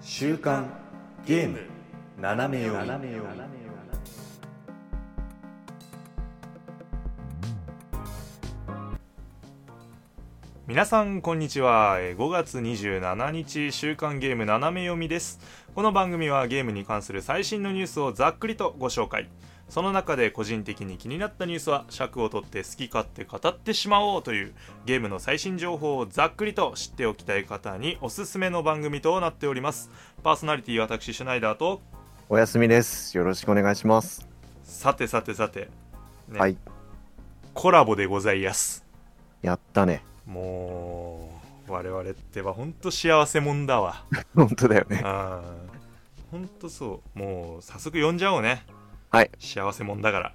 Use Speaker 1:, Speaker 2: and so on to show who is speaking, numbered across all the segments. Speaker 1: 週刊ゲーム斜め読み
Speaker 2: 皆さんこんにちはえー5月27日週刊ゲーム斜め読みですこの番組はゲームに関する最新のニュースをざっくりとご紹介その中で個人的に気になったニュースは尺を取って好き勝手語ってしまおうというゲームの最新情報をざっくりと知っておきたい方におすすめの番組となっておりますパーソナリティ私シュナイダーと
Speaker 1: おやすみですよろしくお願いします
Speaker 2: さてさてさて、ね
Speaker 1: はい
Speaker 2: コラボでございやす
Speaker 1: やったね
Speaker 2: もう我々ってはほんと幸せもんだわ
Speaker 1: 本当だよね
Speaker 2: あーほんとそうもう早速呼んじゃおうね
Speaker 1: はい
Speaker 2: 幸せもんだから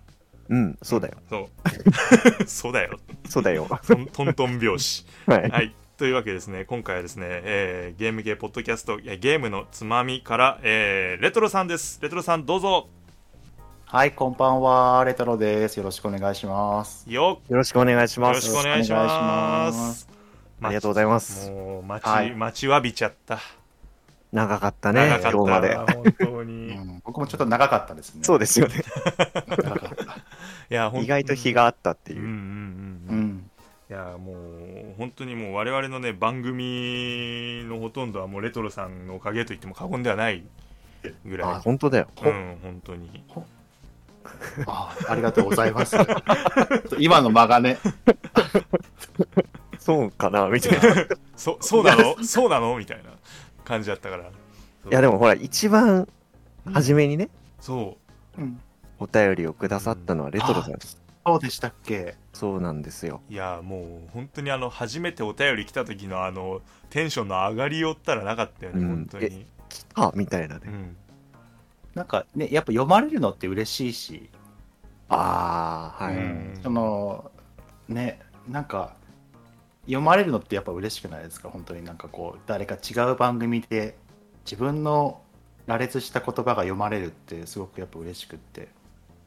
Speaker 1: うんそうだよ
Speaker 2: そうそう だよ
Speaker 1: そう だよ
Speaker 2: トントントン 拍子
Speaker 1: はい
Speaker 2: はいというわけでですね今回はですね、えーゲーム系ポッドキャストいやゲームのつまみから、えーレトロさんですレトロさんどうぞ
Speaker 3: はい、こんばんは、レトロです。よろしくお願いします。
Speaker 2: よ
Speaker 1: よろしくお願いし
Speaker 2: っよ
Speaker 1: ま
Speaker 2: ろし
Speaker 1: す
Speaker 2: くお願いしま
Speaker 3: お願いします
Speaker 1: ありがとうございます
Speaker 2: もう待ち,、
Speaker 3: はい
Speaker 2: 待ちわびちゃった
Speaker 1: 長かったね
Speaker 2: 長かった
Speaker 1: 今日まで
Speaker 2: 本当
Speaker 3: う
Speaker 2: にい
Speaker 3: ん、僕もちょっと長かったですね。
Speaker 1: そうですよね
Speaker 3: 長かった。
Speaker 2: や本当に
Speaker 1: 意外と日があったって
Speaker 2: うん
Speaker 1: い
Speaker 2: う
Speaker 1: う
Speaker 2: んうん
Speaker 3: う
Speaker 2: うん
Speaker 3: ん。
Speaker 2: いやもう本当にもう我々のね番組のほとんどはもうレトロさんのおかげと言っても過言ではないぐらい
Speaker 1: あ本当だよ
Speaker 2: う
Speaker 1: ほ
Speaker 2: ん本当に
Speaker 3: あありがとうございます。 今の間がね、
Speaker 1: そうかなみたいない
Speaker 2: そそうなのそうなのみたいな感じだったからそう
Speaker 1: やでもほら一番
Speaker 2: うん
Speaker 1: 初めにね
Speaker 2: そ
Speaker 3: うん、
Speaker 1: お便りをくださったのはレトロさんです
Speaker 3: そうでしたっけ
Speaker 1: そうなんですよ
Speaker 2: ういやもう本当にあの初めてお便り来た時のあのテンションの上がりよったらなかったよね、
Speaker 1: うん
Speaker 2: 本当に、
Speaker 1: 来たみたいなね
Speaker 2: うん、
Speaker 3: なんかね、やっぱ読まれるのって嬉しいし、
Speaker 1: ああは
Speaker 2: う
Speaker 1: い、
Speaker 2: ん
Speaker 3: その、ね、なんか、読まれるのってやっぱ嬉しくないですか本当になんかこう、誰か違う番組で自分の羅列した言葉が読まれるってすごくやっぱ嬉しくって。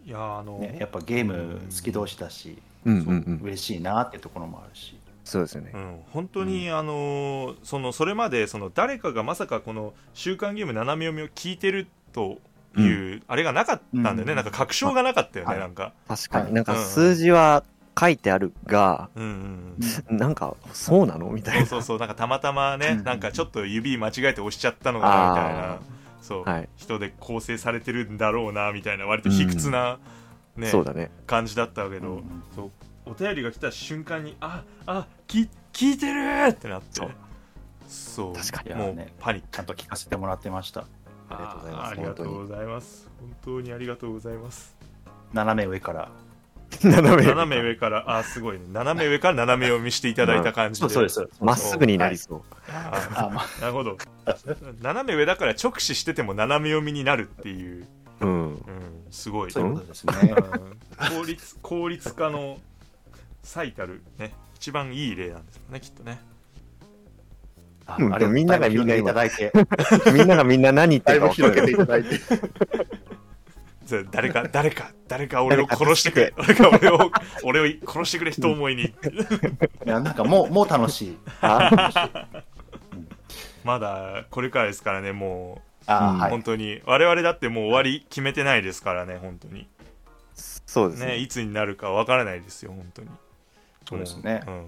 Speaker 2: いやあの、
Speaker 3: ね、やっぱゲーム好き同士だし、
Speaker 1: うんうんうん
Speaker 3: 嬉しいなってところもあるし、
Speaker 1: そうですよね
Speaker 2: うん、本当に、あのーそのそれまでその誰かがまさかこの「週刊ゲーム斜め読み」を聞いてるという、あれがなかったんだよね、
Speaker 3: うん
Speaker 2: なんか確証がなかったよね、
Speaker 3: はい
Speaker 2: なんか、
Speaker 1: 確か
Speaker 3: は
Speaker 1: に
Speaker 3: い
Speaker 1: なん
Speaker 2: うん
Speaker 1: か
Speaker 2: うん
Speaker 1: 数字は書いてあるが、
Speaker 2: うんうん
Speaker 1: なんかそうなのみた
Speaker 2: う
Speaker 1: い
Speaker 2: ん、
Speaker 1: な
Speaker 2: そうそうそうなんかたまたまね
Speaker 3: うん
Speaker 2: なんかちょっと指間違えて押しちゃったのかなみたい
Speaker 1: あ
Speaker 2: なそう、
Speaker 1: はい
Speaker 2: 人で構成されてるんだろうなみたいな割と卑屈な、ね
Speaker 1: そうだね
Speaker 2: 感じだったけど、
Speaker 3: うんうん
Speaker 2: そうお便りが来た瞬間にああき聞いてるーってなって
Speaker 1: そう
Speaker 2: そう
Speaker 1: 確か
Speaker 3: に
Speaker 2: も
Speaker 3: いうやね
Speaker 2: パニック
Speaker 3: ちゃんと聞かせてもらってました
Speaker 2: あ
Speaker 1: あ
Speaker 2: ーあ
Speaker 1: り
Speaker 2: りが
Speaker 1: が
Speaker 2: と
Speaker 1: と
Speaker 2: う
Speaker 1: う
Speaker 2: ございます。本当にありがとうございます。
Speaker 3: 斜め上から
Speaker 1: 斜め
Speaker 2: 斜め上から、あーすごいね。斜め上から斜め読みしていただいた感じで。
Speaker 3: そうそうですそうです
Speaker 1: まっすぐになりそう、
Speaker 2: あ
Speaker 3: あまあ
Speaker 2: ーなるほど。斜め上だから直視してても斜め読みになるっていう、
Speaker 1: うん
Speaker 2: うん、すごい。
Speaker 3: そういうことですね、
Speaker 2: うん効率効率化の最たる、ね、一番いい例なんですよね、きっとね。
Speaker 3: あ
Speaker 1: うん
Speaker 3: ありとう
Speaker 1: みんなが
Speaker 3: だいぶ
Speaker 1: みんな
Speaker 3: 広げていただいて
Speaker 1: みんながみんな何言って
Speaker 3: だい
Speaker 1: るか
Speaker 3: ぶ
Speaker 1: 分
Speaker 3: 広
Speaker 1: か
Speaker 3: げ
Speaker 1: る
Speaker 3: ていただいて
Speaker 2: じゃあ誰 か、誰か、誰か俺を殺してくれ。誰
Speaker 1: 誰
Speaker 2: か俺を、俺を殺してくれ、人思いに。
Speaker 3: いやなんかもうもう楽しい
Speaker 1: あ
Speaker 2: まだこれからですからね、もう。
Speaker 3: あ、
Speaker 1: うん
Speaker 3: はい
Speaker 2: 本当に我々だってもう終わり決めてないですからね本当に
Speaker 1: そうですね
Speaker 2: ねいつになるかわからないですよ本当に
Speaker 3: そうですね
Speaker 2: もううん、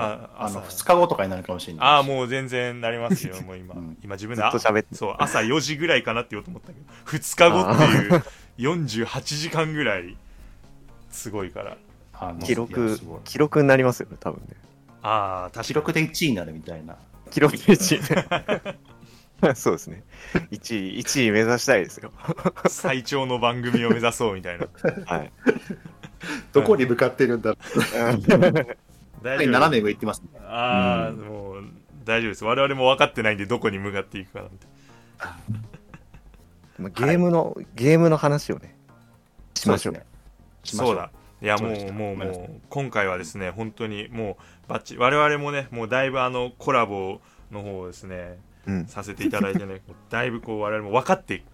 Speaker 2: あ
Speaker 3: ああ
Speaker 2: 朝
Speaker 3: の2日後とかになるかもしれない
Speaker 2: ああもう全然なりますよもう今、
Speaker 3: うん
Speaker 2: 今自分
Speaker 1: ず
Speaker 2: で
Speaker 1: っと喋って
Speaker 2: そう朝4時ぐらいかなって言おうと思ったけど2日後っていう48時間ぐらいすごいから
Speaker 3: あの
Speaker 1: 記
Speaker 3: いや
Speaker 1: 録
Speaker 3: すごい
Speaker 1: 記録になりますよね多分ね
Speaker 2: ああ確かに
Speaker 3: 記録で1位になるみたいな
Speaker 1: 記録1位そうですね1位1位目指したいですよ
Speaker 2: 最長の番組を目指そうみたい な
Speaker 1: はい
Speaker 3: どこに向かってるんだろ
Speaker 2: 大
Speaker 3: う斜め上行ってますね
Speaker 2: ああ、
Speaker 1: うん
Speaker 2: もう大丈夫です我々も分かってないんでどこに向かっていくかなんて
Speaker 1: まあゲームの、ゲームの話をねしましょう
Speaker 3: そうですねしましょ
Speaker 2: そうだ。いや
Speaker 3: そ
Speaker 2: も
Speaker 3: うでし
Speaker 2: う
Speaker 3: た
Speaker 2: もう
Speaker 3: ごめんなさい
Speaker 2: もう今回はですね本当にもうバッチリ我々もねもうだいぶあのコラボの方をですね
Speaker 1: うん
Speaker 2: させていただいて ねもうだいぶこう我々も分かってき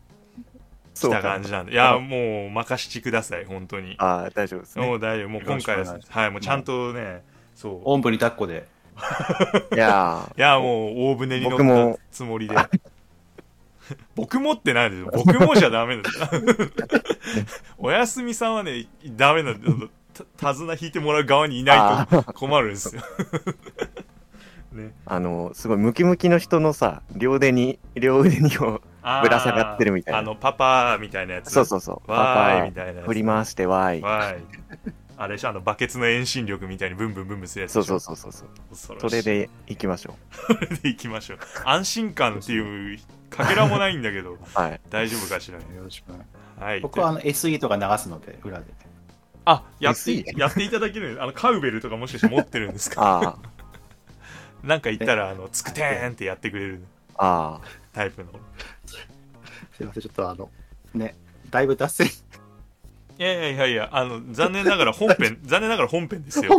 Speaker 1: そう
Speaker 2: た
Speaker 1: か
Speaker 2: 感じなんでいやもう任してください本当に
Speaker 1: ああ大丈夫ですね
Speaker 2: もう大丈夫もう今回はですね
Speaker 3: よろしくお願いし
Speaker 2: はいもうちゃんとねそう
Speaker 3: おんぶに抱っこで
Speaker 1: いやー
Speaker 2: いやもう大船に乗
Speaker 1: 僕
Speaker 2: っ
Speaker 1: も
Speaker 2: たつもりで僕もってないですよ僕もじゃダメ なんだ おやすみさんはねダメなんだよた手綱引いてもらう側にいないと困るんですよね
Speaker 1: あのすごいムキムキの人のさ両腕に両腕にを
Speaker 2: あー
Speaker 1: ぶら下がってるみたいな
Speaker 2: あのパパみたいなやつ
Speaker 1: そうそうそう
Speaker 2: わーい
Speaker 1: パ
Speaker 2: みたいな
Speaker 1: パ
Speaker 2: やつ
Speaker 1: 振り回してわーい
Speaker 2: わーいあれでしょあのバケツの遠心力みたいにブンブンブンブンするやつ
Speaker 1: そうそう
Speaker 2: そ
Speaker 1: そうそうそう
Speaker 2: う恐ろ
Speaker 1: そ
Speaker 2: しい
Speaker 1: れでいきましょ
Speaker 2: それでいきましょう安心感っていうかけらもないんだけど
Speaker 1: うはい
Speaker 2: 大丈夫かしらね
Speaker 3: よろしくお願い
Speaker 2: はい
Speaker 3: 僕はあの SE とか流すので、裏で。
Speaker 2: あやって
Speaker 1: SE
Speaker 2: やっていただけるあのカウベルとかもしかして持ってるんですか
Speaker 1: あ
Speaker 2: なんか言ったらあのつくてーんってやってくれる
Speaker 1: あああ
Speaker 2: タイプの
Speaker 3: すいません、ちょっとあの、ね、だいぶ脱線。
Speaker 2: いやいやいやいやあの残念ながら本編 残念ながら本編ですよ、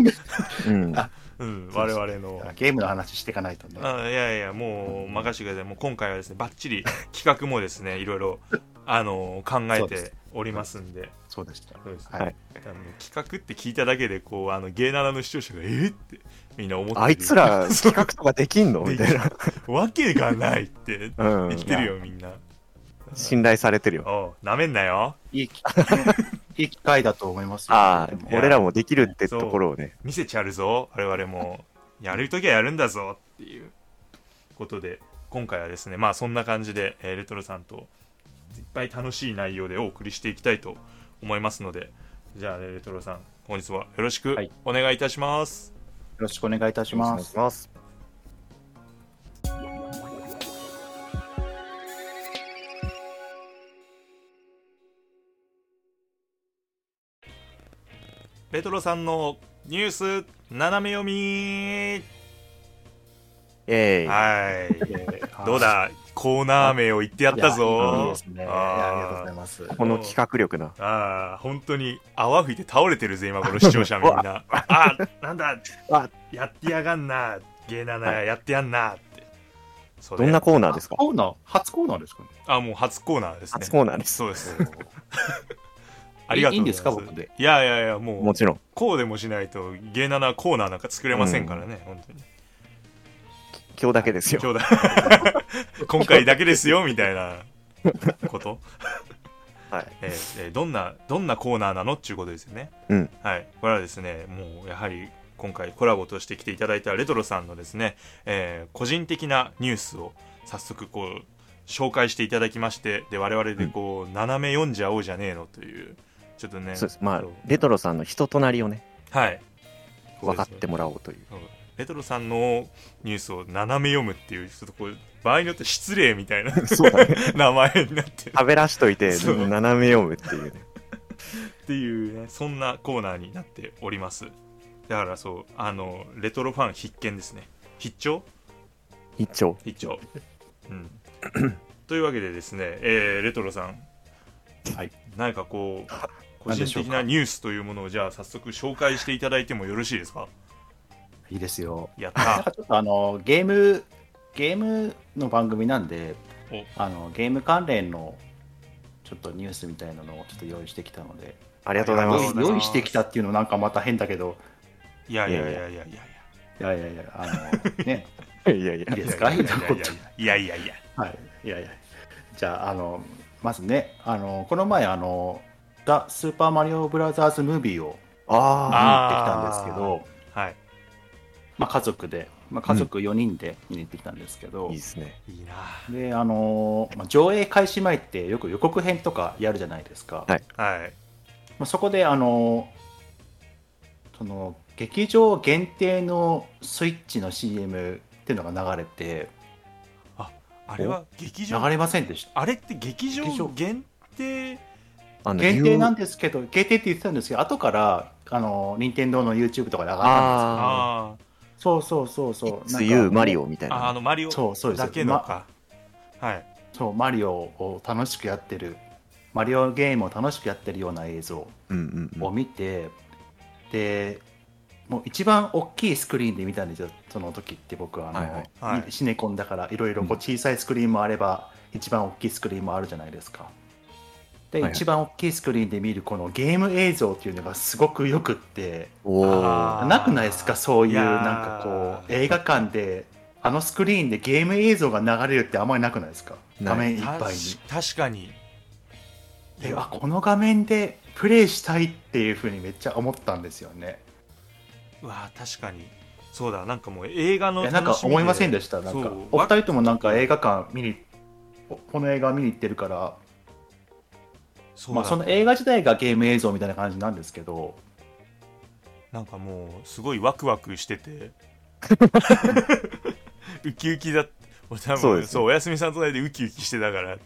Speaker 1: うん
Speaker 3: あ
Speaker 2: うん、我々の
Speaker 3: ゲームの話していかないとね。
Speaker 2: あいやいやもう任せてくださいもう今回はですねバッチリ企画もです ねいろいろあの考え
Speaker 3: そうで
Speaker 2: て
Speaker 3: す
Speaker 2: おりますんで
Speaker 3: そうでした。
Speaker 2: そうですね
Speaker 3: はい。
Speaker 1: はい
Speaker 2: あの企画って聞いただけでこうあのゲイナラの視聴者がえーってみんな思ってる
Speaker 1: あいつ ら企画とかできんの
Speaker 2: で
Speaker 1: み
Speaker 2: き
Speaker 1: たいな、
Speaker 2: わけがないって
Speaker 1: うん
Speaker 2: 生、きてるよみんな
Speaker 1: 信頼されてるよ
Speaker 2: おなめんなよ
Speaker 3: いい機 いい機会だと思いますよ。
Speaker 1: あ
Speaker 3: でも
Speaker 1: あ俺らもできるってところをね
Speaker 2: 見せちゃるぞ我々もやるときはやるんだぞっていうことで今回はですねまあそんな感じで、えーレトロさんといっぱい楽しい内容でお送りしていきたいと思いますのでじゃあレトロさん本日はよろしく
Speaker 3: はい
Speaker 2: お願いいたします、
Speaker 3: よろしくお願いいたします。
Speaker 1: ます
Speaker 2: レトロさんのニュース斜め読み
Speaker 1: ええ
Speaker 2: はいどうだコーナー名を言ってやった
Speaker 3: いやいい
Speaker 2: ぞ
Speaker 3: ですね。
Speaker 2: あ
Speaker 3: いやありがとう
Speaker 2: ー
Speaker 3: ございます。
Speaker 1: この企画力な
Speaker 2: ああ、本当に泡吹いて倒れてるぜ、今頃視聴者みんな。ああ、なんだ
Speaker 1: わ、
Speaker 2: やってやがんな、ゲーナナ、
Speaker 1: は
Speaker 2: やってやんなって。それ
Speaker 1: どんなコーナーですか
Speaker 3: コーナー、初コーナーですかね。
Speaker 2: あもう初コーナーですね。
Speaker 1: 初コーナーです
Speaker 2: そうです。 ありがとうございます。
Speaker 3: いいんですか僕で。
Speaker 2: いやいやいや、もう、
Speaker 1: もちろん
Speaker 2: こうでもしないと、ゲーナナコーナーなんか作れませんからね、本当に。
Speaker 1: 今日だけですよ
Speaker 2: ちょうだい 今回だけですよ、みたいなこと。
Speaker 1: はい
Speaker 2: えーえーどんなどんなコーナーなのっていうことですよね、
Speaker 1: うん
Speaker 2: はい、これはですねもうやはり今回コラボとして来ていただいたレトロさんのですね、えー個人的なニュースを早速こう紹介していただきましてで我々でこう、斜め読んじゃおうじゃねえのというちょっとね
Speaker 1: そうですまあ
Speaker 2: そう
Speaker 1: レトロさんの人となりをね
Speaker 2: はい
Speaker 1: 分かってもらおうという
Speaker 2: レトロさんのニュースを斜め読むっていうちょっとこう場合によって失礼みたいな
Speaker 1: そうだね
Speaker 2: 名前になってる
Speaker 1: 食べらしといて
Speaker 2: そう
Speaker 1: 斜め読むっていうね
Speaker 2: っていうねそんなコーナーになっておりますだからそうあのレトロファン必見ですね必聴
Speaker 1: 一応
Speaker 2: 必聴うんというわけでですね、えーレトロさん
Speaker 3: はい。
Speaker 2: 何かこう個
Speaker 3: 何
Speaker 2: 人
Speaker 3: でしょう
Speaker 2: 的
Speaker 3: か
Speaker 2: なニュースというものをじゃあ早速紹介していただいてもよろしいですか
Speaker 3: いいですよ。
Speaker 2: やった
Speaker 3: ちょっとあの、ゲーム、ゲームの番組なんで
Speaker 2: お、
Speaker 3: あの、ゲーム関連の、ちょっとニュースみたいなのをちょっと用意してきたので、
Speaker 1: ありがとうございま
Speaker 2: ありが
Speaker 1: す
Speaker 2: とうございます
Speaker 3: 用意してきたっていうのなんかまた変だけど、
Speaker 2: いやいやいやいやいやいや
Speaker 3: いやいやいや、あの、 ね、
Speaker 1: いやい
Speaker 3: い
Speaker 1: や
Speaker 3: いですか
Speaker 2: いやいやいやいやいやいやいや
Speaker 3: はい、いやいや、じゃあ、あの、まずね、あの、この前、あの、ザ・スーパーマリオブラザーズ・ムービーを見に
Speaker 1: あ
Speaker 3: 行ってきたんですけど、
Speaker 2: はい
Speaker 3: まあ、家族で、まあ、家族4人で見に行ってきたんですけど、
Speaker 1: あいいですね
Speaker 2: いいな
Speaker 3: で、あの、まあ、上映開始前ってよく予告編とかやるじゃないですか。
Speaker 1: はい
Speaker 2: はい
Speaker 3: まあ、そこで、あの、その、劇場限定のスイッチの CM っていうのが流れて、
Speaker 2: あれは劇
Speaker 3: 流
Speaker 2: 場
Speaker 3: れませんでした。
Speaker 2: あれって劇
Speaker 3: 劇
Speaker 2: 場
Speaker 3: 場
Speaker 2: 限定
Speaker 1: あの
Speaker 3: 限定なんんですけど、限定って言ってたんですけど、後から、あの、任天堂の YouTube とかで上がったんです
Speaker 1: あ
Speaker 2: あ
Speaker 3: けど、そうそうそうそう。
Speaker 1: 自由マリ
Speaker 3: オ。
Speaker 1: オみたい
Speaker 2: ーああ
Speaker 1: な
Speaker 2: のマリオ
Speaker 3: そうそうです
Speaker 2: だけのか、はい
Speaker 3: そう、マリオを楽しくやってる、マリオゲームを楽しくやってるような映像
Speaker 1: うんうんうん
Speaker 3: を見て、で、もう一番大きいスクリーンで見たんですよ、その時って僕は、あの、
Speaker 1: はいはい
Speaker 2: はい
Speaker 3: シネコンだから、いろいろこう小さいスクリーンもあれば、一番大きいスクリーンもあるじゃないですか。で、
Speaker 1: はいはい
Speaker 3: 一番大きいスクリーンで見るこのゲーム映像っていうのがすごくよくって、
Speaker 1: おお
Speaker 2: あー
Speaker 3: なくないですかそういう
Speaker 2: いやー
Speaker 3: なんかこう映画館であのスクリーンでゲーム映像が流れるってあんまりなくないですか
Speaker 1: ない
Speaker 3: 画面いっぱい
Speaker 2: 確
Speaker 3: に
Speaker 2: 確かに
Speaker 3: であこの画面でプレイしたいっていうふうにめっちゃ思ったんですよね
Speaker 2: うわあ確かにそうだなんかもう映画の
Speaker 3: いやなんか思いません
Speaker 2: で
Speaker 3: でしたなん
Speaker 2: そ
Speaker 3: か
Speaker 2: う
Speaker 3: お二人ともなんか映画館見におこの映画見に行ってるから
Speaker 2: そう
Speaker 3: ま
Speaker 2: だ、
Speaker 3: あその映画自体がゲーム映像みたいな感じなんですけど
Speaker 2: なんかもうすごいワクワクしてて ウキウキだ俺多
Speaker 1: そ
Speaker 2: 分そうう,、
Speaker 1: ですね
Speaker 2: おやすみさんと隣でウキウキしてたから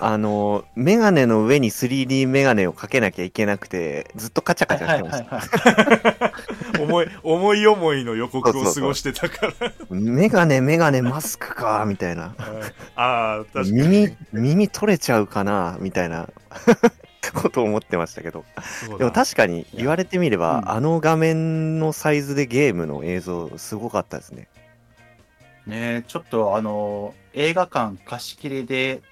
Speaker 1: あの、メガネの上に 3D メガネをかけなきゃいけなくて、ずっとカチャ
Speaker 3: は
Speaker 1: カ
Speaker 3: い
Speaker 1: チャ
Speaker 3: は
Speaker 1: して
Speaker 3: い
Speaker 1: ま
Speaker 3: は
Speaker 1: し
Speaker 3: い
Speaker 1: た。
Speaker 3: はい
Speaker 2: 思い思い思いの予告
Speaker 1: そう
Speaker 2: を
Speaker 1: そう
Speaker 2: 過
Speaker 1: そう
Speaker 2: ごしてたから
Speaker 1: メガネ、メガネ、マスクか、みたいな。
Speaker 2: ああ確かに
Speaker 1: 耳、耳取れちゃうかな、みたいな ことを思ってましたけど。
Speaker 2: そう
Speaker 1: でも
Speaker 2: だ
Speaker 1: 確かに言われてみれば、
Speaker 3: うん
Speaker 1: あの画面のサイズでゲームの映像、すごかったですね。
Speaker 3: ねえちょっとあの映画館貸し切 りで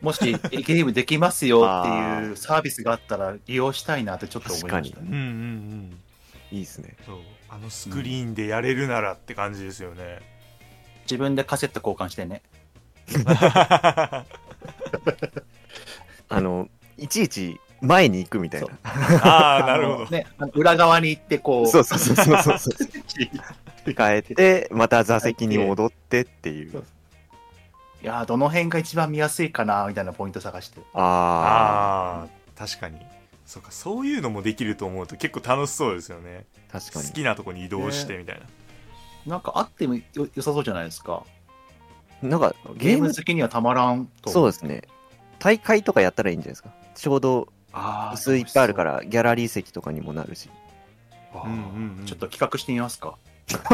Speaker 3: もしゲームできますよっていうサービスがあったら利用したいなってちょっと思いました
Speaker 2: うんう
Speaker 3: ね。
Speaker 2: んうん
Speaker 1: いいですね。
Speaker 2: そうあのスクリーンでやれるならって感じですよね、
Speaker 3: 自分でカセット交換してね。
Speaker 2: あ
Speaker 1: あの、いちいち前に行くみたいな
Speaker 3: そ。
Speaker 2: あなるほ
Speaker 3: あ
Speaker 2: ど
Speaker 3: のね、あの裏側に行ってこう。
Speaker 1: そうそうそうそうそうそう。変えて、また座席に戻ってってい
Speaker 3: そう
Speaker 1: う。
Speaker 3: いやーどの辺が一番見やすいかなみたいなポイント探して。
Speaker 1: あ
Speaker 2: ああ確かにそうかそういうのもできると思うと結構楽しそうですよね
Speaker 1: あ、確
Speaker 2: 好
Speaker 1: かに。
Speaker 2: きなとこに移動してみたいな、
Speaker 3: なんかあってもよ良さそうじゃないですか。
Speaker 1: なんかゲ
Speaker 3: ゲ
Speaker 1: ー
Speaker 3: ー
Speaker 1: ム
Speaker 3: ム好きにはたまらんと。
Speaker 1: そう
Speaker 3: う。
Speaker 1: ですね大会とかやったらいいんじゃないですかちょうど
Speaker 3: あ
Speaker 1: 椅
Speaker 3: あ。。
Speaker 1: 子いっぱいあるかららギャラリー席とかにもなるし
Speaker 3: あー
Speaker 2: うんうんうん
Speaker 3: ちょっと企画してみますか。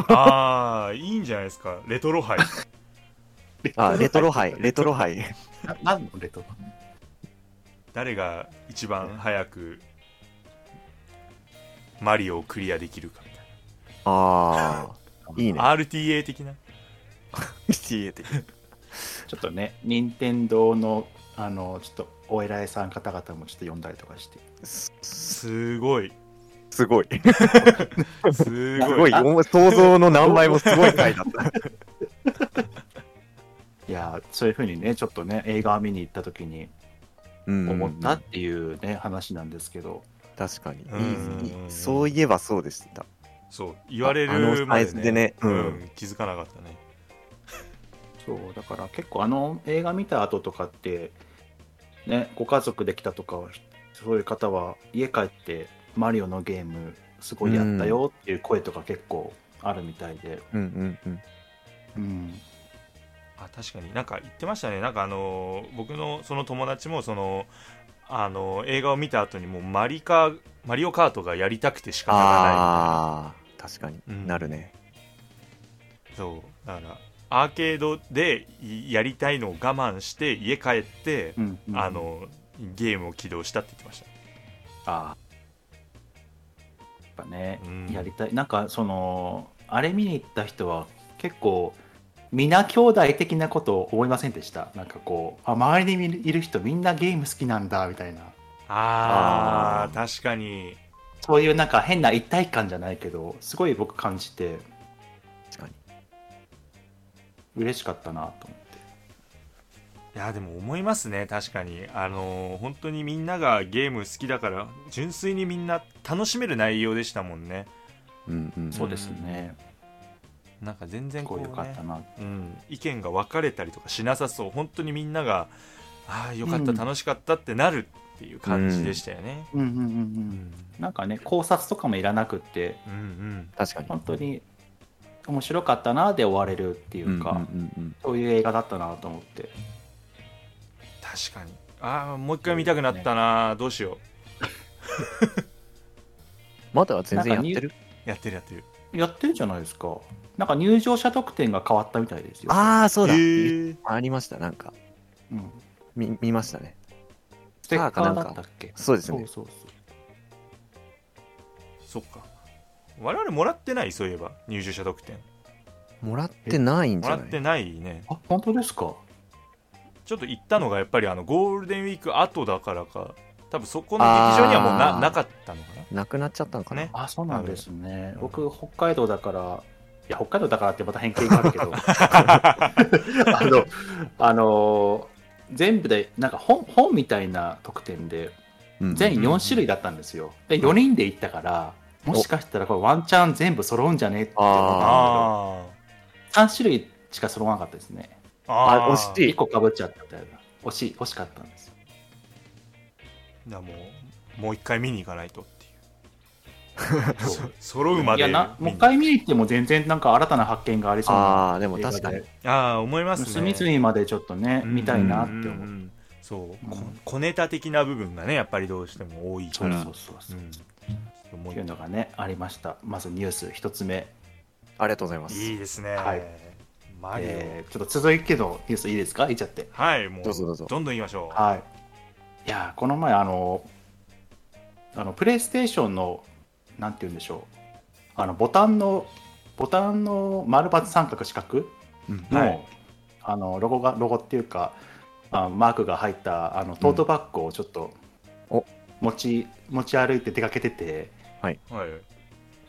Speaker 2: ああいいんじゃないですかレトロ杯
Speaker 1: あレトロ杯レトロ杯
Speaker 3: な何のレトロ
Speaker 2: 誰が一番早くマリオをクリアできるかみたい
Speaker 1: ああいいね
Speaker 2: な RTA 的な
Speaker 1: PTA 的
Speaker 3: ちょっとね、任天堂の、あの、ちょっと、お偉いさん方々もちょっと呼んだりとかして。
Speaker 1: すす
Speaker 2: すごい
Speaker 1: すごい
Speaker 2: す
Speaker 1: す
Speaker 2: ご
Speaker 1: ご
Speaker 2: い
Speaker 1: いお想像の何倍もすごい回だった
Speaker 3: いやー、そういうふうにね、ちょっとね、映画見に行った時に
Speaker 1: うん
Speaker 3: 思ったっていうね、話なんですけど。
Speaker 1: 確かにいい
Speaker 2: うん
Speaker 1: いいそういえばそうでした
Speaker 2: そう言われる
Speaker 1: あ
Speaker 2: ま
Speaker 1: あのサ
Speaker 2: で
Speaker 1: イ
Speaker 2: ね
Speaker 1: ズでね
Speaker 2: う
Speaker 1: うんん
Speaker 2: 気づかなかったね
Speaker 3: そう、だから結構あの映画見た後とかって、ね、ご家族できたとか、そういう方は家帰ってマリオのゲームすごいやったよっていう声とか結構あるみたいで。
Speaker 1: うんうんうん
Speaker 3: うん。
Speaker 2: あ確かになんか言ってましたねなんかあのー僕のその友達もそのあのー映画を見た後にもうマリカマリオカートがやりたくて仕方が
Speaker 1: ああ確かに
Speaker 2: うん
Speaker 1: なるね
Speaker 2: ないそうだからアーケードでいやりたいのを我慢して家帰って、
Speaker 3: うん、うん
Speaker 2: あ、のーゲームを起動したって言ってました
Speaker 3: ああ。やっぱね、
Speaker 2: うん
Speaker 3: やりたい。なんかその、あれ見に行った人は結構、皆兄弟的なことを思いませんでした。なんかこう、あ周りにいる人みんなゲーム好きなんだみたいな。
Speaker 1: あ
Speaker 2: あー確かに
Speaker 3: そういうなんか変な一体感じゃないけど、すごい僕感じて
Speaker 1: 確かに
Speaker 3: 嬉しかったなと思って。
Speaker 2: いやでも思いますね確かにあのー本当にみんながゲーム好きだから純粋にみんな楽しめる内容でしたもんね
Speaker 1: うんうん
Speaker 2: そ
Speaker 3: そうう
Speaker 2: で
Speaker 3: ですす
Speaker 2: ね
Speaker 3: ね。
Speaker 2: なんか全然
Speaker 3: す
Speaker 2: こ
Speaker 3: ご
Speaker 2: う、
Speaker 3: い
Speaker 2: ね
Speaker 3: 良かったな。
Speaker 2: うん、意見が分かれたりとかしなさそう本当にみんながああよかった、
Speaker 3: うん
Speaker 2: 楽しかったってなるっていう感じでしたよね、
Speaker 3: うんうんうんう
Speaker 2: うん
Speaker 3: ん。なんかね、考察とかもいらなくって、
Speaker 2: うんうん
Speaker 1: 確かに
Speaker 3: 本当に面白かったなで終われるっていうか、
Speaker 1: うんうんうん
Speaker 3: そういう映画だったなと思って。
Speaker 2: 確かにああもう一回見たくなったな、どうしよ
Speaker 1: まだ全然やってる
Speaker 2: うやってるやってる
Speaker 3: やってるじゃないですか。なんか入場者特典が変わったみたいですよ。
Speaker 1: ああそうだ、
Speaker 2: へー
Speaker 1: ありましたなんか
Speaker 3: うん。
Speaker 1: 見見ましたね
Speaker 3: ステッカ
Speaker 1: な
Speaker 3: ー
Speaker 1: ん
Speaker 3: だ
Speaker 1: か
Speaker 3: ったっけ
Speaker 1: そうです
Speaker 3: そ
Speaker 1: ね
Speaker 3: うそうそう。
Speaker 2: そっか我々もらってないそういえば入場者特典
Speaker 1: もらってないん
Speaker 2: も
Speaker 1: じゃ
Speaker 2: ら
Speaker 1: な
Speaker 2: って
Speaker 1: い
Speaker 2: ないね
Speaker 3: あ、本当ですか
Speaker 2: ちょっと行ったのがやっぱりあのゴールデンウィーク後だからか多分そこの劇場にはもう
Speaker 1: あ
Speaker 2: な
Speaker 1: ー
Speaker 2: なかったのかな
Speaker 1: なくなっちゃったのかな、
Speaker 2: ね
Speaker 3: あ、そうなんですね
Speaker 2: うん。
Speaker 3: 僕、北海道だから、や北海道だからってまた偏見があるけどあのあの全部でなんか本本みたいな特典で
Speaker 1: うん
Speaker 3: 全4種類だったんですよで4人で行ったからもしかしたらこれワンチャン全部揃うんじゃねって思ったんだ
Speaker 2: あ
Speaker 3: けど3種類しか揃わなかったですね
Speaker 2: ーあ
Speaker 1: あ
Speaker 2: ー
Speaker 1: 惜しい
Speaker 3: 1個かぶっちゃったみたいな惜しい惜しかったんですよ
Speaker 2: じゃあもうもう一回見に行かないとっていうそ揃うま
Speaker 3: い
Speaker 2: で
Speaker 3: や
Speaker 2: 見に
Speaker 3: なもう一回見に行っても全然なんか新たな発見がありそうな
Speaker 1: ああ、でも確かに
Speaker 3: 映。
Speaker 2: ああ思いますね
Speaker 3: 隅々までちょっとね、
Speaker 2: うん
Speaker 3: 見たいなって思
Speaker 2: う
Speaker 3: う、
Speaker 2: んうんうんそう、こ
Speaker 3: うん
Speaker 2: 小ネタ的な部分がねやっぱりどうしても多い
Speaker 3: そ
Speaker 2: か
Speaker 3: う
Speaker 2: ら
Speaker 3: そうそうそう、
Speaker 2: うんも
Speaker 3: っ
Speaker 2: う
Speaker 3: ていうのがねありましたまずニュース一つ目、
Speaker 1: ありがとうございます。
Speaker 2: いいですね、
Speaker 3: はい
Speaker 2: マリオ、
Speaker 3: えーちょっと続いてのニュースいいですかいっちゃって
Speaker 2: はいもう
Speaker 1: どうぞどうぞ
Speaker 2: どんどん言いましょう
Speaker 3: はいいやーこの前あのあのプレイステーションのなんて言うんでしょうあのボタンのボタンの丸×三角四角
Speaker 1: うん
Speaker 3: の,、
Speaker 2: はい
Speaker 3: あのロゴがロゴっていうかあマークが入ったあのトートバッグをちょっと
Speaker 1: お
Speaker 3: 持ち,、持ち歩いて出かけてて
Speaker 2: はい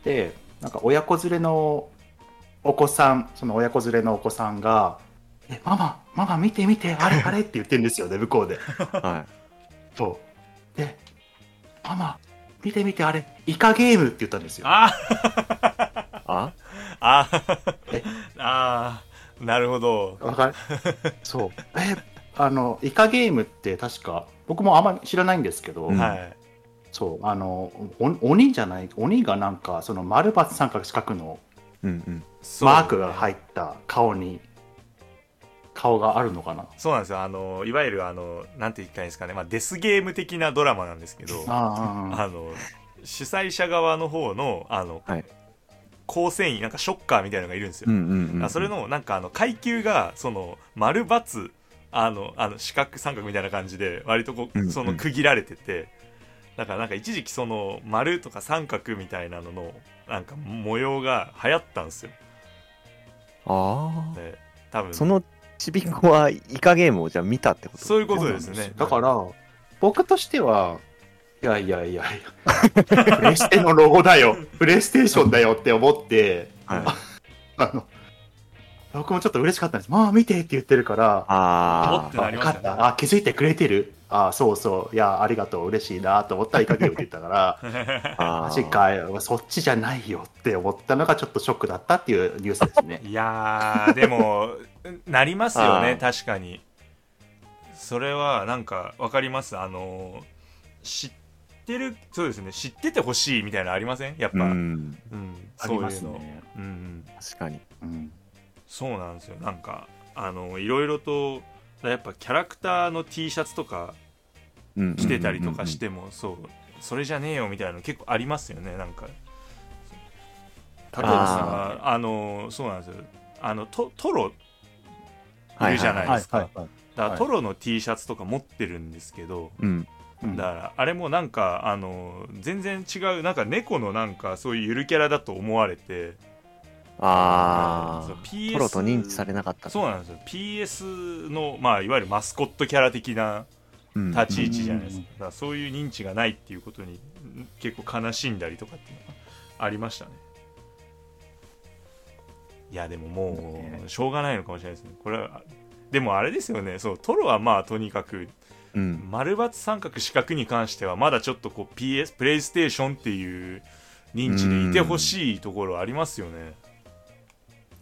Speaker 3: でなんか親子連れのお子さんその親子連れのお子さんが「えママママ見て見てあれあれ」って言ってるんですよね向こうで。
Speaker 1: は
Speaker 3: そうで「ママ見て見てあれイカゲーム」って言ったんですよ。
Speaker 2: あ
Speaker 1: い。あ
Speaker 2: ーあー
Speaker 3: え
Speaker 2: あーなるほど
Speaker 3: わかるそうえあのイカゲームって確か僕もあんまり知らないんですけど、
Speaker 1: うん
Speaker 2: はい
Speaker 3: そうあのお鬼じゃない鬼がなんかその丸×三角四角の
Speaker 1: うんうん。
Speaker 2: そう
Speaker 3: マークが入った顔に顔があるのかな
Speaker 2: そうなんですよあのいわゆるあのなんて言ったらいいんですかね、まあ、デスゲーム的なドラマなんですけど
Speaker 3: あ
Speaker 2: あの主催者側の方のあの、
Speaker 1: はい
Speaker 2: 構成員なんかショッカーみたいなのがいるんですよ、
Speaker 1: うんうんうん。
Speaker 2: あそれのなんかあの階級がその丸×あのあの四角三角みたいな感じで割とこ
Speaker 1: うんう
Speaker 2: うんその区切られててだからなんか一時期その丸とか三角みたいなののなんか模様が流行ったんですよ、
Speaker 1: ああ。
Speaker 2: ね、多分
Speaker 1: そ のちびっ子はイカゲームをじゃあ見たってこと
Speaker 2: そういうこ
Speaker 3: あ
Speaker 2: とですね
Speaker 3: だから僕としてはいやいやいやいやプレステのロゴだよプレイステーションだよって思って
Speaker 1: はい
Speaker 3: あの僕もちょっと嬉しかったんです「まあ見て」って言ってるから
Speaker 1: あ
Speaker 2: っ
Speaker 1: あ
Speaker 2: て。なりま
Speaker 3: 分
Speaker 2: し
Speaker 3: か
Speaker 2: たね
Speaker 3: ったあ気づいてくれてるあそうそういやありがとう嬉しいなと思ったらイカゲームって言ったから
Speaker 1: あ
Speaker 3: マ
Speaker 1: ー
Speaker 3: ジかよそっちじゃないよって思ったのがちょっとショックだったっていうニュースです ね
Speaker 2: いやーでも なりますよ
Speaker 1: あ
Speaker 2: ね
Speaker 1: ー
Speaker 2: 確かにそれはなんかわかりますあの知ってるそうですね知っててほしいみたいなのありませんやっぱ、
Speaker 1: う
Speaker 2: うん
Speaker 1: ん。
Speaker 3: あ
Speaker 2: そう
Speaker 3: り
Speaker 2: いうの
Speaker 3: ますね
Speaker 2: うんうん、
Speaker 1: 確かに。
Speaker 3: うん
Speaker 2: そうなんですよなんかあのいろいろとやっぱキャラクターの T シャツとか
Speaker 1: うんうんうんうん
Speaker 2: 着てたりとかし。ても、そうそれじゃねえよみたいなの結構ありますよねなんか例えばさあのそうなんですよあのトトロいるじゃない
Speaker 3: はいはいはい
Speaker 2: だから
Speaker 3: はい
Speaker 2: トロの T シャツとか持ってるんですけど、
Speaker 1: うん。
Speaker 3: うん
Speaker 2: だからあれもなんかあの全然違うなんか猫のなんかそういうゆるキャラだと思われて
Speaker 1: あ
Speaker 2: そう
Speaker 1: あ。
Speaker 2: PS
Speaker 1: トロと認知されなかった。
Speaker 2: そうなんですよ PS の、まあ、いわゆるマスコットキャラ的な
Speaker 1: うん。
Speaker 2: 立ち位置じゃないですか,、
Speaker 3: うん
Speaker 2: だからそういう認知がないっていうことにん結構悲しんだりとかっていうのがありましたねいやでももうしょうがないのかもしれないですねこれはでもあれですよねそうトロはまあとにかく
Speaker 1: うん。
Speaker 2: 丸×三角四角に関してはまだちょっとこう PS プレイステーションっていう認知でいてほしいところありますよね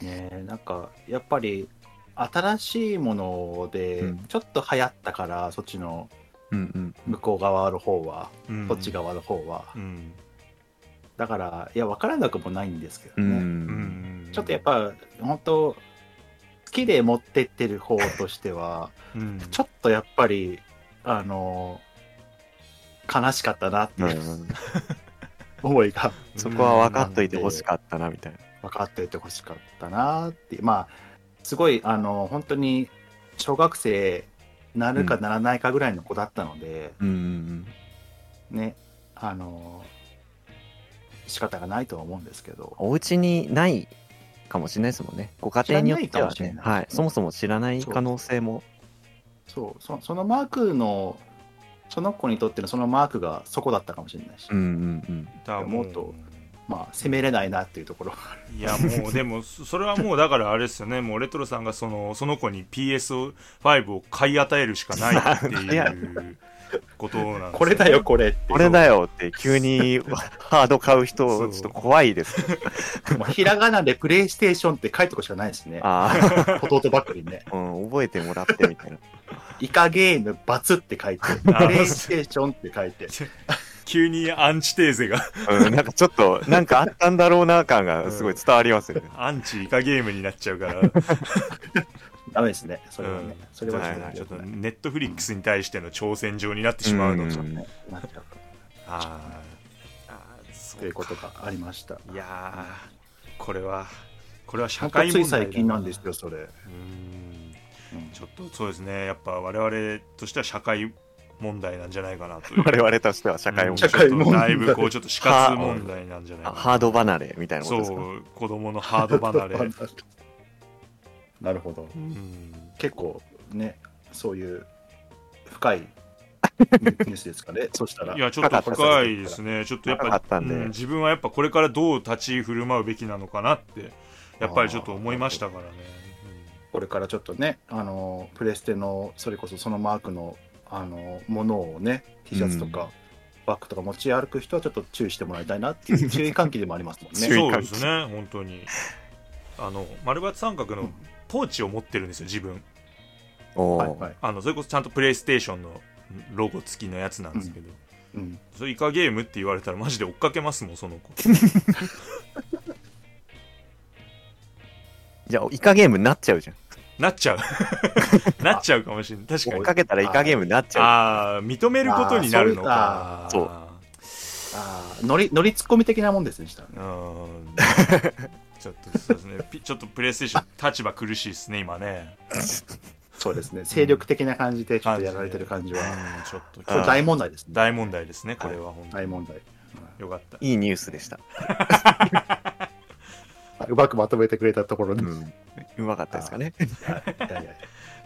Speaker 3: ねえなんかやっぱり新しいもので
Speaker 1: うん
Speaker 3: ちょっと流行ったから、そっちの
Speaker 1: うんうん。
Speaker 3: 向こう側の方は、
Speaker 2: うん
Speaker 3: こっち側の方は、
Speaker 2: うん
Speaker 3: だからいや分からなくもないんですけ
Speaker 1: う
Speaker 3: どね、
Speaker 1: ん。
Speaker 3: ちょっとやっ、ぱ本当好きで持ってってる方としては
Speaker 2: うん
Speaker 3: ちょっとやっぱりあの悲しかったなって
Speaker 1: う
Speaker 3: いうん思いが
Speaker 1: そこは分かっといてほしかったなみたいな。
Speaker 3: 分かっておいてほしかったなっていうまあすごいあの本当に小学生なるかならないかぐらいの子だったので、
Speaker 1: うんうん
Speaker 3: ねあの仕方がないとは思うんですけど
Speaker 1: うん。お家にないかもしれないですもんね。ご家庭によっては
Speaker 3: 知らない
Speaker 1: ね
Speaker 3: かもしれ。ない
Speaker 1: はい。そもそも知らない可能性も。
Speaker 3: そうそそのマークのその子にとってのそのマークがそこだったかもしれないし、
Speaker 1: うんうんうん。
Speaker 2: だからも
Speaker 3: もっと
Speaker 2: う
Speaker 3: まあ攻めれないなっていうところは
Speaker 2: いやもうでもそそれはもうだからあれですよねもうレトロさんがそのその子に PS5 を買い与えるしかないって
Speaker 1: いや
Speaker 2: いうことなんですよね
Speaker 3: これだよ これって
Speaker 1: これだよって急にハード買う人ちょっと怖いですけど
Speaker 3: まあひらがなでプレイステーションって書いとくしかないですね
Speaker 1: あ
Speaker 3: 弟ばっかりね
Speaker 1: あ、うん、覚えてもらってみたいな
Speaker 3: イカゲームバツって書い てプレイステーションって書いて
Speaker 2: 急にアンチテーゼが
Speaker 1: うん、なんかちょっと、なんかあったんだろうな感がすごい伝わりますよね。
Speaker 2: アンチイカゲームになっちゃうから
Speaker 3: ダメですねそれはね、
Speaker 2: うん
Speaker 3: それは
Speaker 1: はいはい
Speaker 2: ちょっと
Speaker 3: ね
Speaker 2: ネットフリックスに対しての挑戦状になってしまうの
Speaker 1: うん
Speaker 2: と、
Speaker 3: なっちゃう
Speaker 2: あーあーそ
Speaker 3: ということがありました
Speaker 2: いやーこれはこれは社
Speaker 3: 本当
Speaker 2: 会問
Speaker 3: つい
Speaker 2: 題だ
Speaker 3: 最近なんですよそれ、
Speaker 2: うーん
Speaker 3: うん
Speaker 2: ちょっとそうですねやっぱ我々としては社会問題なんじゃないかな という
Speaker 1: 我々としては社会
Speaker 2: うん
Speaker 1: 問
Speaker 2: ちょ
Speaker 1: 題
Speaker 2: っ
Speaker 3: 社
Speaker 2: と
Speaker 3: 会問題
Speaker 2: だいぶこうちょっと死活問題なんじゃないかな
Speaker 1: ハード離れみたいなこと
Speaker 2: そ
Speaker 1: ですか
Speaker 2: う子供のハード 離れ
Speaker 3: なるほど
Speaker 2: うん
Speaker 3: 結構ねそういう深いニュースです かねそしたら
Speaker 2: いやちょっと深いですね、ちょっとやっ
Speaker 1: 高か
Speaker 2: ぱ
Speaker 1: っ、たんで
Speaker 2: うん自分はやっぱこれからどう立ち振る舞うべきなのかなって、やっぱりちょっと思いましたからね。
Speaker 3: これからちょっとねあのプレステのそれこそそのマークのあのものをね T シャツとか、バッグとか持ち歩く人はちょっと注意してもらいたいなっていう注意喚起でもありますもん
Speaker 1: 注
Speaker 3: ね
Speaker 1: 意
Speaker 2: そう
Speaker 1: 喚
Speaker 2: で
Speaker 1: 起
Speaker 2: すね、本当に。あの丸抜三角のポーチを持ってるんですよ、自分。
Speaker 1: お
Speaker 3: はい
Speaker 1: ー
Speaker 3: はい、
Speaker 2: あのそれこそちゃんとプレイステーションのロゴ付きのやつなんですけど、
Speaker 3: うん、
Speaker 2: それイカゲームって言われたら、マジで追っかけますもん、そ の子。
Speaker 1: じゃあ、イカゲームになっちゃうじゃん。
Speaker 2: なっちゃう。 なっちゃうかもしれない、確か
Speaker 1: 追っ
Speaker 2: に。
Speaker 1: かけたらイカゲームになっちゃう。
Speaker 2: ああ、認めることになるのか
Speaker 1: あ。ーそういう
Speaker 3: あー乗り乗りツッコミ的なもんですねしたらね
Speaker 2: うーんちょっとそうですね ピちょっとプレイステーション立場苦しいですね今ね
Speaker 3: そうですね精力的な感じでちょっとやられてる感じは、
Speaker 2: うんちょっと
Speaker 3: これ大問題ですね
Speaker 2: 大問題ですねこれは本当に、
Speaker 3: 大問題
Speaker 2: よか った
Speaker 1: いいニュースでした。
Speaker 3: あうまくまとめてくれたところ
Speaker 1: う
Speaker 3: で、
Speaker 1: ん。うまかったですかね。
Speaker 3: い やいや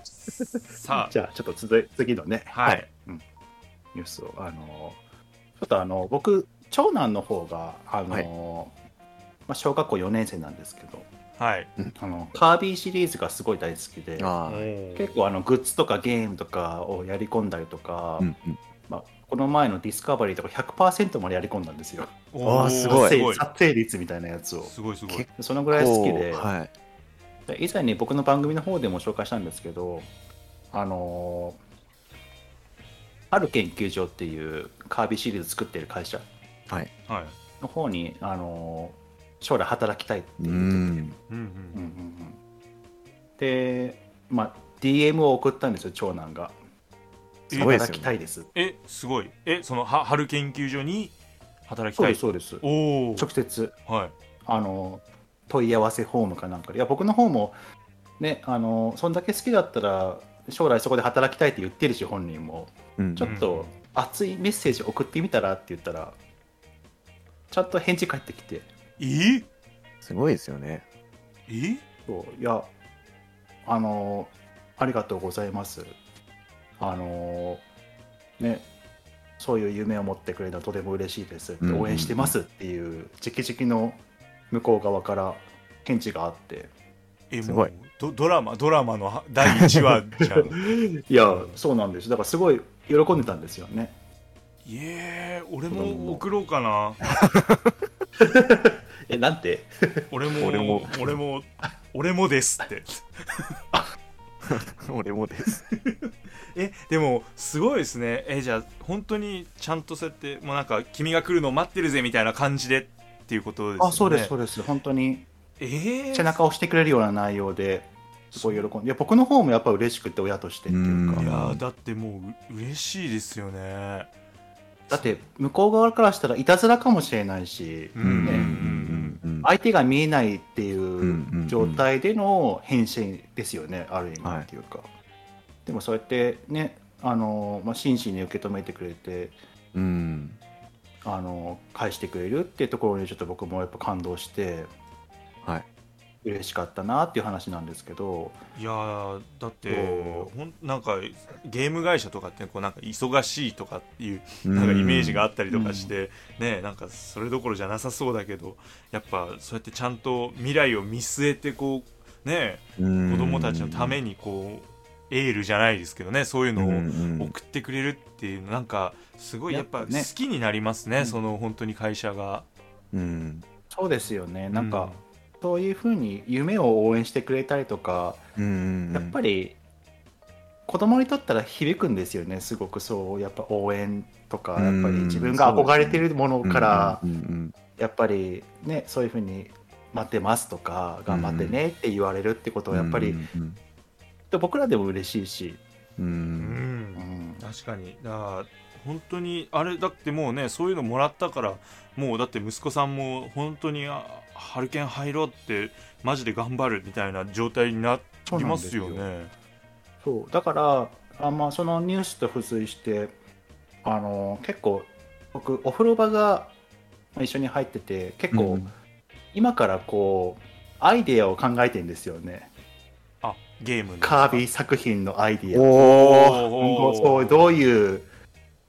Speaker 2: さ
Speaker 3: じゃあちょっと続い次のね
Speaker 2: あはい、
Speaker 3: ニュースをあのちょっとあの僕長男の方があの、
Speaker 1: はい
Speaker 3: まあ、小学校4年生なんですけど
Speaker 2: はい
Speaker 3: あのカービィシリーズがすごい大好きで
Speaker 1: ああ。
Speaker 3: 結構あのグッズとかゲームとかをやり込んだりとか、
Speaker 1: うんうん
Speaker 3: まあ、この前のディスカバリーとか100%までやり込んだんですよ
Speaker 1: あーすごい
Speaker 2: す
Speaker 3: 達
Speaker 2: ご
Speaker 3: 成
Speaker 2: い
Speaker 3: 達成率みたいなやつを
Speaker 2: すごいすごい
Speaker 1: 結
Speaker 3: そのぐらい好き
Speaker 1: こ
Speaker 3: で
Speaker 1: うはい。
Speaker 3: で以前に僕の番組の方でも紹介したんですけどあのーある研究所っていうカービィシリーズ作ってる会社
Speaker 1: はい。
Speaker 2: はい
Speaker 3: の方に、あのー将来働きたいって
Speaker 1: う
Speaker 3: いう、
Speaker 1: ん。
Speaker 2: うんう
Speaker 3: うんうん
Speaker 2: ん
Speaker 3: うんで、まあ、DM を送ったんですよ長男が
Speaker 1: すごい
Speaker 2: え
Speaker 1: ですよね
Speaker 3: 働きたいです
Speaker 2: えすごいえそのは春研究所に働き
Speaker 3: そう
Speaker 2: た
Speaker 3: で
Speaker 2: い
Speaker 3: すそうです
Speaker 2: おお
Speaker 3: 直接
Speaker 2: はい
Speaker 3: あの問い合わせフォームかなんかでいや僕の方もねあのそんだけ好きだったら将来そこで働きたいって言ってるし本人も
Speaker 1: うん
Speaker 3: ちょっと熱いメッセージ送ってみたらって言ったらちゃんと返事返ってきて
Speaker 2: え
Speaker 1: すごいですよね。
Speaker 2: え
Speaker 3: そういやあのありがとうございますあのねそういう夢を持ってくれたらとても嬉しいです
Speaker 1: うんうん
Speaker 3: 応援してますっていう直々の向こう側から返事があって
Speaker 2: え
Speaker 1: すごい
Speaker 2: もうドドラマドラマのは第1話じゃん
Speaker 3: いやそうなんですだからすごい喜んでたんですよね
Speaker 2: いえ俺も送ろうかな
Speaker 3: えなんて
Speaker 2: 俺も
Speaker 1: 俺
Speaker 2: 俺も
Speaker 1: も
Speaker 2: 俺も俺もですって
Speaker 1: 俺もです。
Speaker 2: えでもすごいですねえじゃあ本当にちゃんとそうやってもうなんか君が来るのを待ってるぜみたいな感じでっていうことですよね
Speaker 3: あそうですそうです本当に
Speaker 2: えー
Speaker 3: 背中を押してくれるような内容ですごい喜んでいや僕の方もやっぱ嬉しくて親としてっていうか
Speaker 1: うん
Speaker 2: いやーだってもうう嬉しいですよね
Speaker 3: だって向こう側からしたらいたずらかもしれないし、
Speaker 2: う
Speaker 1: うんん
Speaker 3: ね
Speaker 1: うんうんうん
Speaker 3: 相手が見えないってい
Speaker 1: んうんう
Speaker 3: うん状態での返信ですよね、ある意味っていうか、でもそうやってねあの、まあ、真摯に受け止めてくれて
Speaker 1: うん。
Speaker 3: あの返してくれるっていうところにちょっと僕もやっぱ感動して
Speaker 1: はい。
Speaker 3: 嬉しかったなっていう話なんですけど、
Speaker 2: いやーだって
Speaker 3: そ
Speaker 2: ほんなんかゲーム会社とかってこうなんか忙しいとかっていう
Speaker 1: うん
Speaker 2: なんかイメージがあったりとかして、ねなんかそれどころじゃなさそうだけどやっぱそうやってちゃんと未来を見据えてこうね
Speaker 1: うん
Speaker 2: 子供たちのためにこうエールじゃないですけどねそういう
Speaker 1: うん
Speaker 2: のを
Speaker 1: うん
Speaker 2: 送ってくれるっていうなんかすごいやっぱ
Speaker 3: や
Speaker 2: 好
Speaker 3: っぱね
Speaker 2: きになりますね
Speaker 3: うん
Speaker 2: その本当に会社が。
Speaker 1: うん
Speaker 3: そうですよねなんか、そういうふうに夢を応援してくれたりとか、
Speaker 1: うん
Speaker 3: やっぱり子供にとったら響くんですよねすごくそうやっぱ応援とかやっぱ
Speaker 1: う
Speaker 3: り
Speaker 1: ん
Speaker 3: 自分が憧れてるものから
Speaker 1: うんうん
Speaker 3: やっぱりねそういうふうに待ってますとか頑張ってねって言われるってこと
Speaker 1: うん
Speaker 3: はやっぱり
Speaker 1: うん
Speaker 3: 僕らでも嬉しいし、
Speaker 1: うんう
Speaker 2: うんん
Speaker 3: うん、
Speaker 2: 確かにだから本当にあれだってもうねそういうのもらったからもうだって息子さんも本当にあハルケン入ろうってマジで頑張るみたいな状態になりますよ
Speaker 3: そうなん
Speaker 2: ね。
Speaker 3: そうだからあ、まあ、そのニュースと付随してあの結構僕お風呂場が一緒に入ってて結構、
Speaker 1: うん
Speaker 3: 今からこうアイデアを考えてんですよね
Speaker 2: あゲームの
Speaker 3: カービィ作品のアイデア
Speaker 1: おお
Speaker 2: お
Speaker 3: も
Speaker 2: ー
Speaker 3: うそうどういう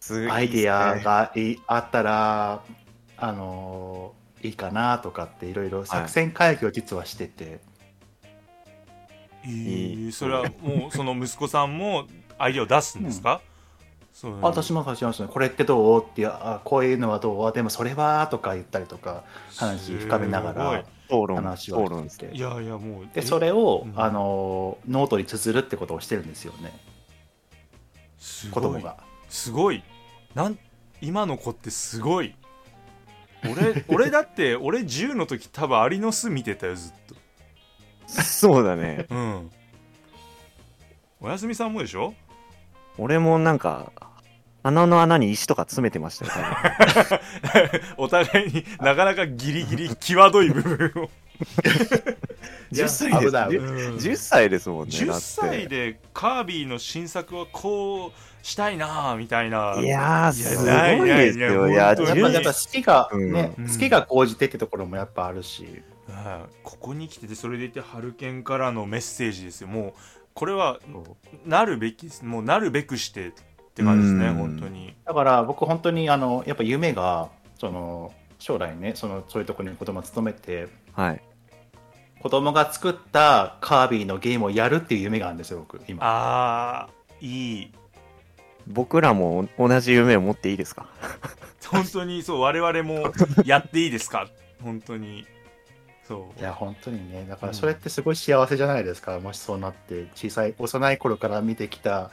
Speaker 1: すご
Speaker 3: ア
Speaker 1: い
Speaker 3: イ
Speaker 1: ですね
Speaker 3: デアがいあったらあのいいかなとかっていろいろ作戦会議を実はしてて、
Speaker 2: えーそれはもうその息子さんもアイデアを出すんですか、そう
Speaker 3: あ私も最初ですねこれってどうっていうあこういうのはどうあでもそれはとか言ったりとか話深めながら
Speaker 1: 討論
Speaker 3: 話
Speaker 1: 討
Speaker 3: を
Speaker 1: 論
Speaker 3: し
Speaker 1: して
Speaker 3: て
Speaker 2: すごいいやいやもう
Speaker 3: でそ
Speaker 2: え
Speaker 3: れを、
Speaker 2: うん
Speaker 3: あのノートに綴るってことをしてるんですよね
Speaker 2: す
Speaker 3: 子
Speaker 2: ご
Speaker 3: 供
Speaker 2: い
Speaker 3: が
Speaker 2: すごいなん今の子ってすごい俺 俺だって俺10の時多分アリの巣見てたよずっ
Speaker 1: そうだね
Speaker 2: とうんおやすみさんもでしょ
Speaker 1: 俺もなんか鼻の穴に石とか詰めてましたよ
Speaker 2: お互いになかなかギリギリ際どい部分を、いや
Speaker 1: 10歳です
Speaker 3: 危 ない危
Speaker 2: う
Speaker 1: 10
Speaker 2: ん
Speaker 1: 10歳ですもんねだ
Speaker 2: 10
Speaker 1: って
Speaker 2: 歳でカービィの新作はこうしたいなあみたいな
Speaker 1: やー
Speaker 2: いいや
Speaker 1: すごいですよ
Speaker 2: ない
Speaker 1: い
Speaker 2: ない
Speaker 1: や
Speaker 2: いや
Speaker 3: やっ
Speaker 2: 本当
Speaker 3: ぱ
Speaker 2: に
Speaker 1: 10
Speaker 3: やっぱ好きが、
Speaker 1: うん
Speaker 3: ね
Speaker 2: うん
Speaker 3: 好きが高じてってところもやっぱあるし、
Speaker 2: はいここに来ててそれでいてハルケンからのメッセージですよもうこれはなるべきですもうなるべくしてって感じですね
Speaker 1: うん
Speaker 2: 本当に
Speaker 3: だから僕本当にあのやっぱ夢がその将来ねそのそういうところに子供勤めて
Speaker 1: はい
Speaker 3: 子供が作ったカービィのゲームをやるっていう夢があるんですよ僕今
Speaker 2: あーいい
Speaker 1: 僕らも同じ夢を持っていいですか
Speaker 2: 本当にそう我々もやっていいですか本当にそ
Speaker 3: いうや本当にねだからそれってすごい幸せじゃないですか、もしそうなって小さい幼い頃から見てきた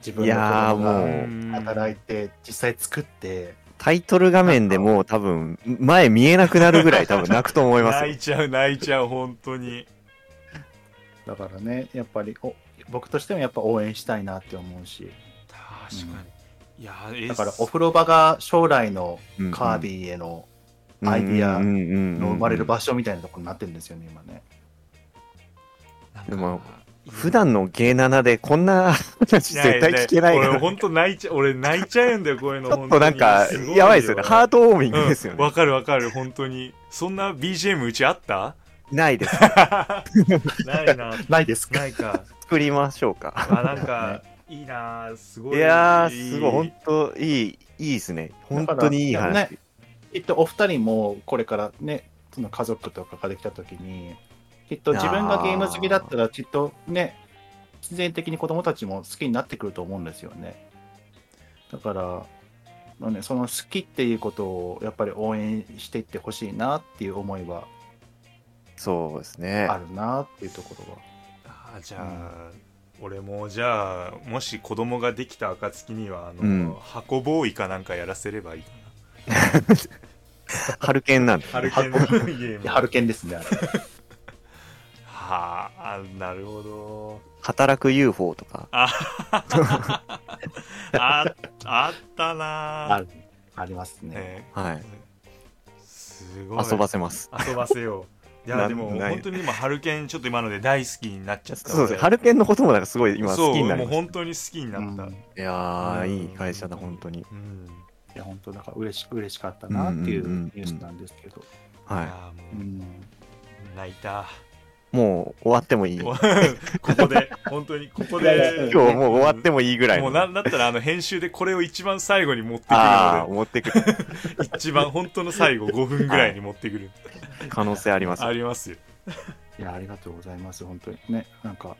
Speaker 3: 自分の子
Speaker 1: いやー
Speaker 3: 供
Speaker 1: もう
Speaker 3: が
Speaker 2: ん
Speaker 3: 働いて実際作って
Speaker 1: タイトル画面でもう多分前見えなくなるぐらい多分泣くと思います
Speaker 2: 泣
Speaker 1: よ
Speaker 2: いちゃう泣いちゃう本当に
Speaker 3: だからねやっぱりお僕としてもやっぱ応援したいなって思うし
Speaker 2: 確かにいやーえー
Speaker 3: だからお風呂場が将来の
Speaker 1: うんうん
Speaker 3: カービィへのアイディアの
Speaker 1: の
Speaker 3: 生まれる場所みたいなところになってるんですよね今ね
Speaker 2: なんか
Speaker 1: でも普段のゲーナナでこんな 話絶対聞けないから
Speaker 2: 俺
Speaker 1: ち
Speaker 2: 本当泣いちゃう俺泣いちゃうんだよこういう の
Speaker 1: ょっとなんか
Speaker 2: 本当に
Speaker 1: やばいですよねハートウォーミン
Speaker 2: う
Speaker 1: グ
Speaker 2: ん
Speaker 1: ですよ
Speaker 2: わ、
Speaker 1: ね
Speaker 2: かるわかる本当にそんな BGM うちあった
Speaker 1: ないです
Speaker 2: ないな
Speaker 3: ないですか
Speaker 2: ないか
Speaker 1: 作りましょうか
Speaker 2: あな んかいいなすご
Speaker 1: い
Speaker 2: い
Speaker 1: やーすごい本当いいいいですね本当にいい
Speaker 3: だから
Speaker 1: 話
Speaker 3: ねきっとお二人もこれからねその家族とかができた時にきっと自分がゲーム好きだったらきっとね必然的に子供たちも好きになってくると思うんですよねだから、まあね、その好きっていうことをやっぱり応援していってほしいなっていう思いは
Speaker 1: そうですね
Speaker 3: あるなっていうところは
Speaker 2: あーじゃあ、俺もじゃあもし子供ができた暁にはあの、
Speaker 1: うん
Speaker 2: 箱ボーイかなんかやらせればいいか
Speaker 1: ハルケンなんで
Speaker 2: なハルケンのゲー
Speaker 3: い
Speaker 2: ム
Speaker 3: や
Speaker 2: は
Speaker 3: 春剣ですねあれ
Speaker 2: ああなるほど
Speaker 1: 働く UFO とか
Speaker 2: ああったな
Speaker 3: あるありますね
Speaker 2: ね
Speaker 1: はい
Speaker 2: すごい
Speaker 1: 遊ばせます
Speaker 2: 遊ばせよ ういや
Speaker 1: な
Speaker 2: でも
Speaker 1: ない
Speaker 2: 本当に今ハルケンちょっと今ので大好きになっちゃった
Speaker 1: そうですねハルケンのこともなんかすごい今
Speaker 2: そ
Speaker 1: 好
Speaker 2: う
Speaker 1: きになり
Speaker 2: もう
Speaker 1: まし
Speaker 2: 本当に好きになった、
Speaker 3: う
Speaker 2: うんん
Speaker 1: たいや
Speaker 2: う
Speaker 1: ー
Speaker 2: ん
Speaker 1: いい会社だ本当に
Speaker 3: いや本当だから嬉し嬉しかったなっていうニュースなんですけど、
Speaker 2: い
Speaker 1: はい
Speaker 2: やーも
Speaker 3: うん
Speaker 2: う泣いた
Speaker 1: もう終わってもいい。今
Speaker 2: ここで本当にここで
Speaker 1: 日もう終わってもいいぐらい
Speaker 2: も
Speaker 1: の。
Speaker 2: うなんだったらあの編集でこれを一番最後に持ってくる
Speaker 1: ああ、
Speaker 2: の
Speaker 1: 持ってくる
Speaker 2: で一番本当の最後5分ぐらいに持ってくる
Speaker 1: 可能性あります。
Speaker 2: ありますよ
Speaker 3: いや、ありがとうございます、本当に。ね、なんか、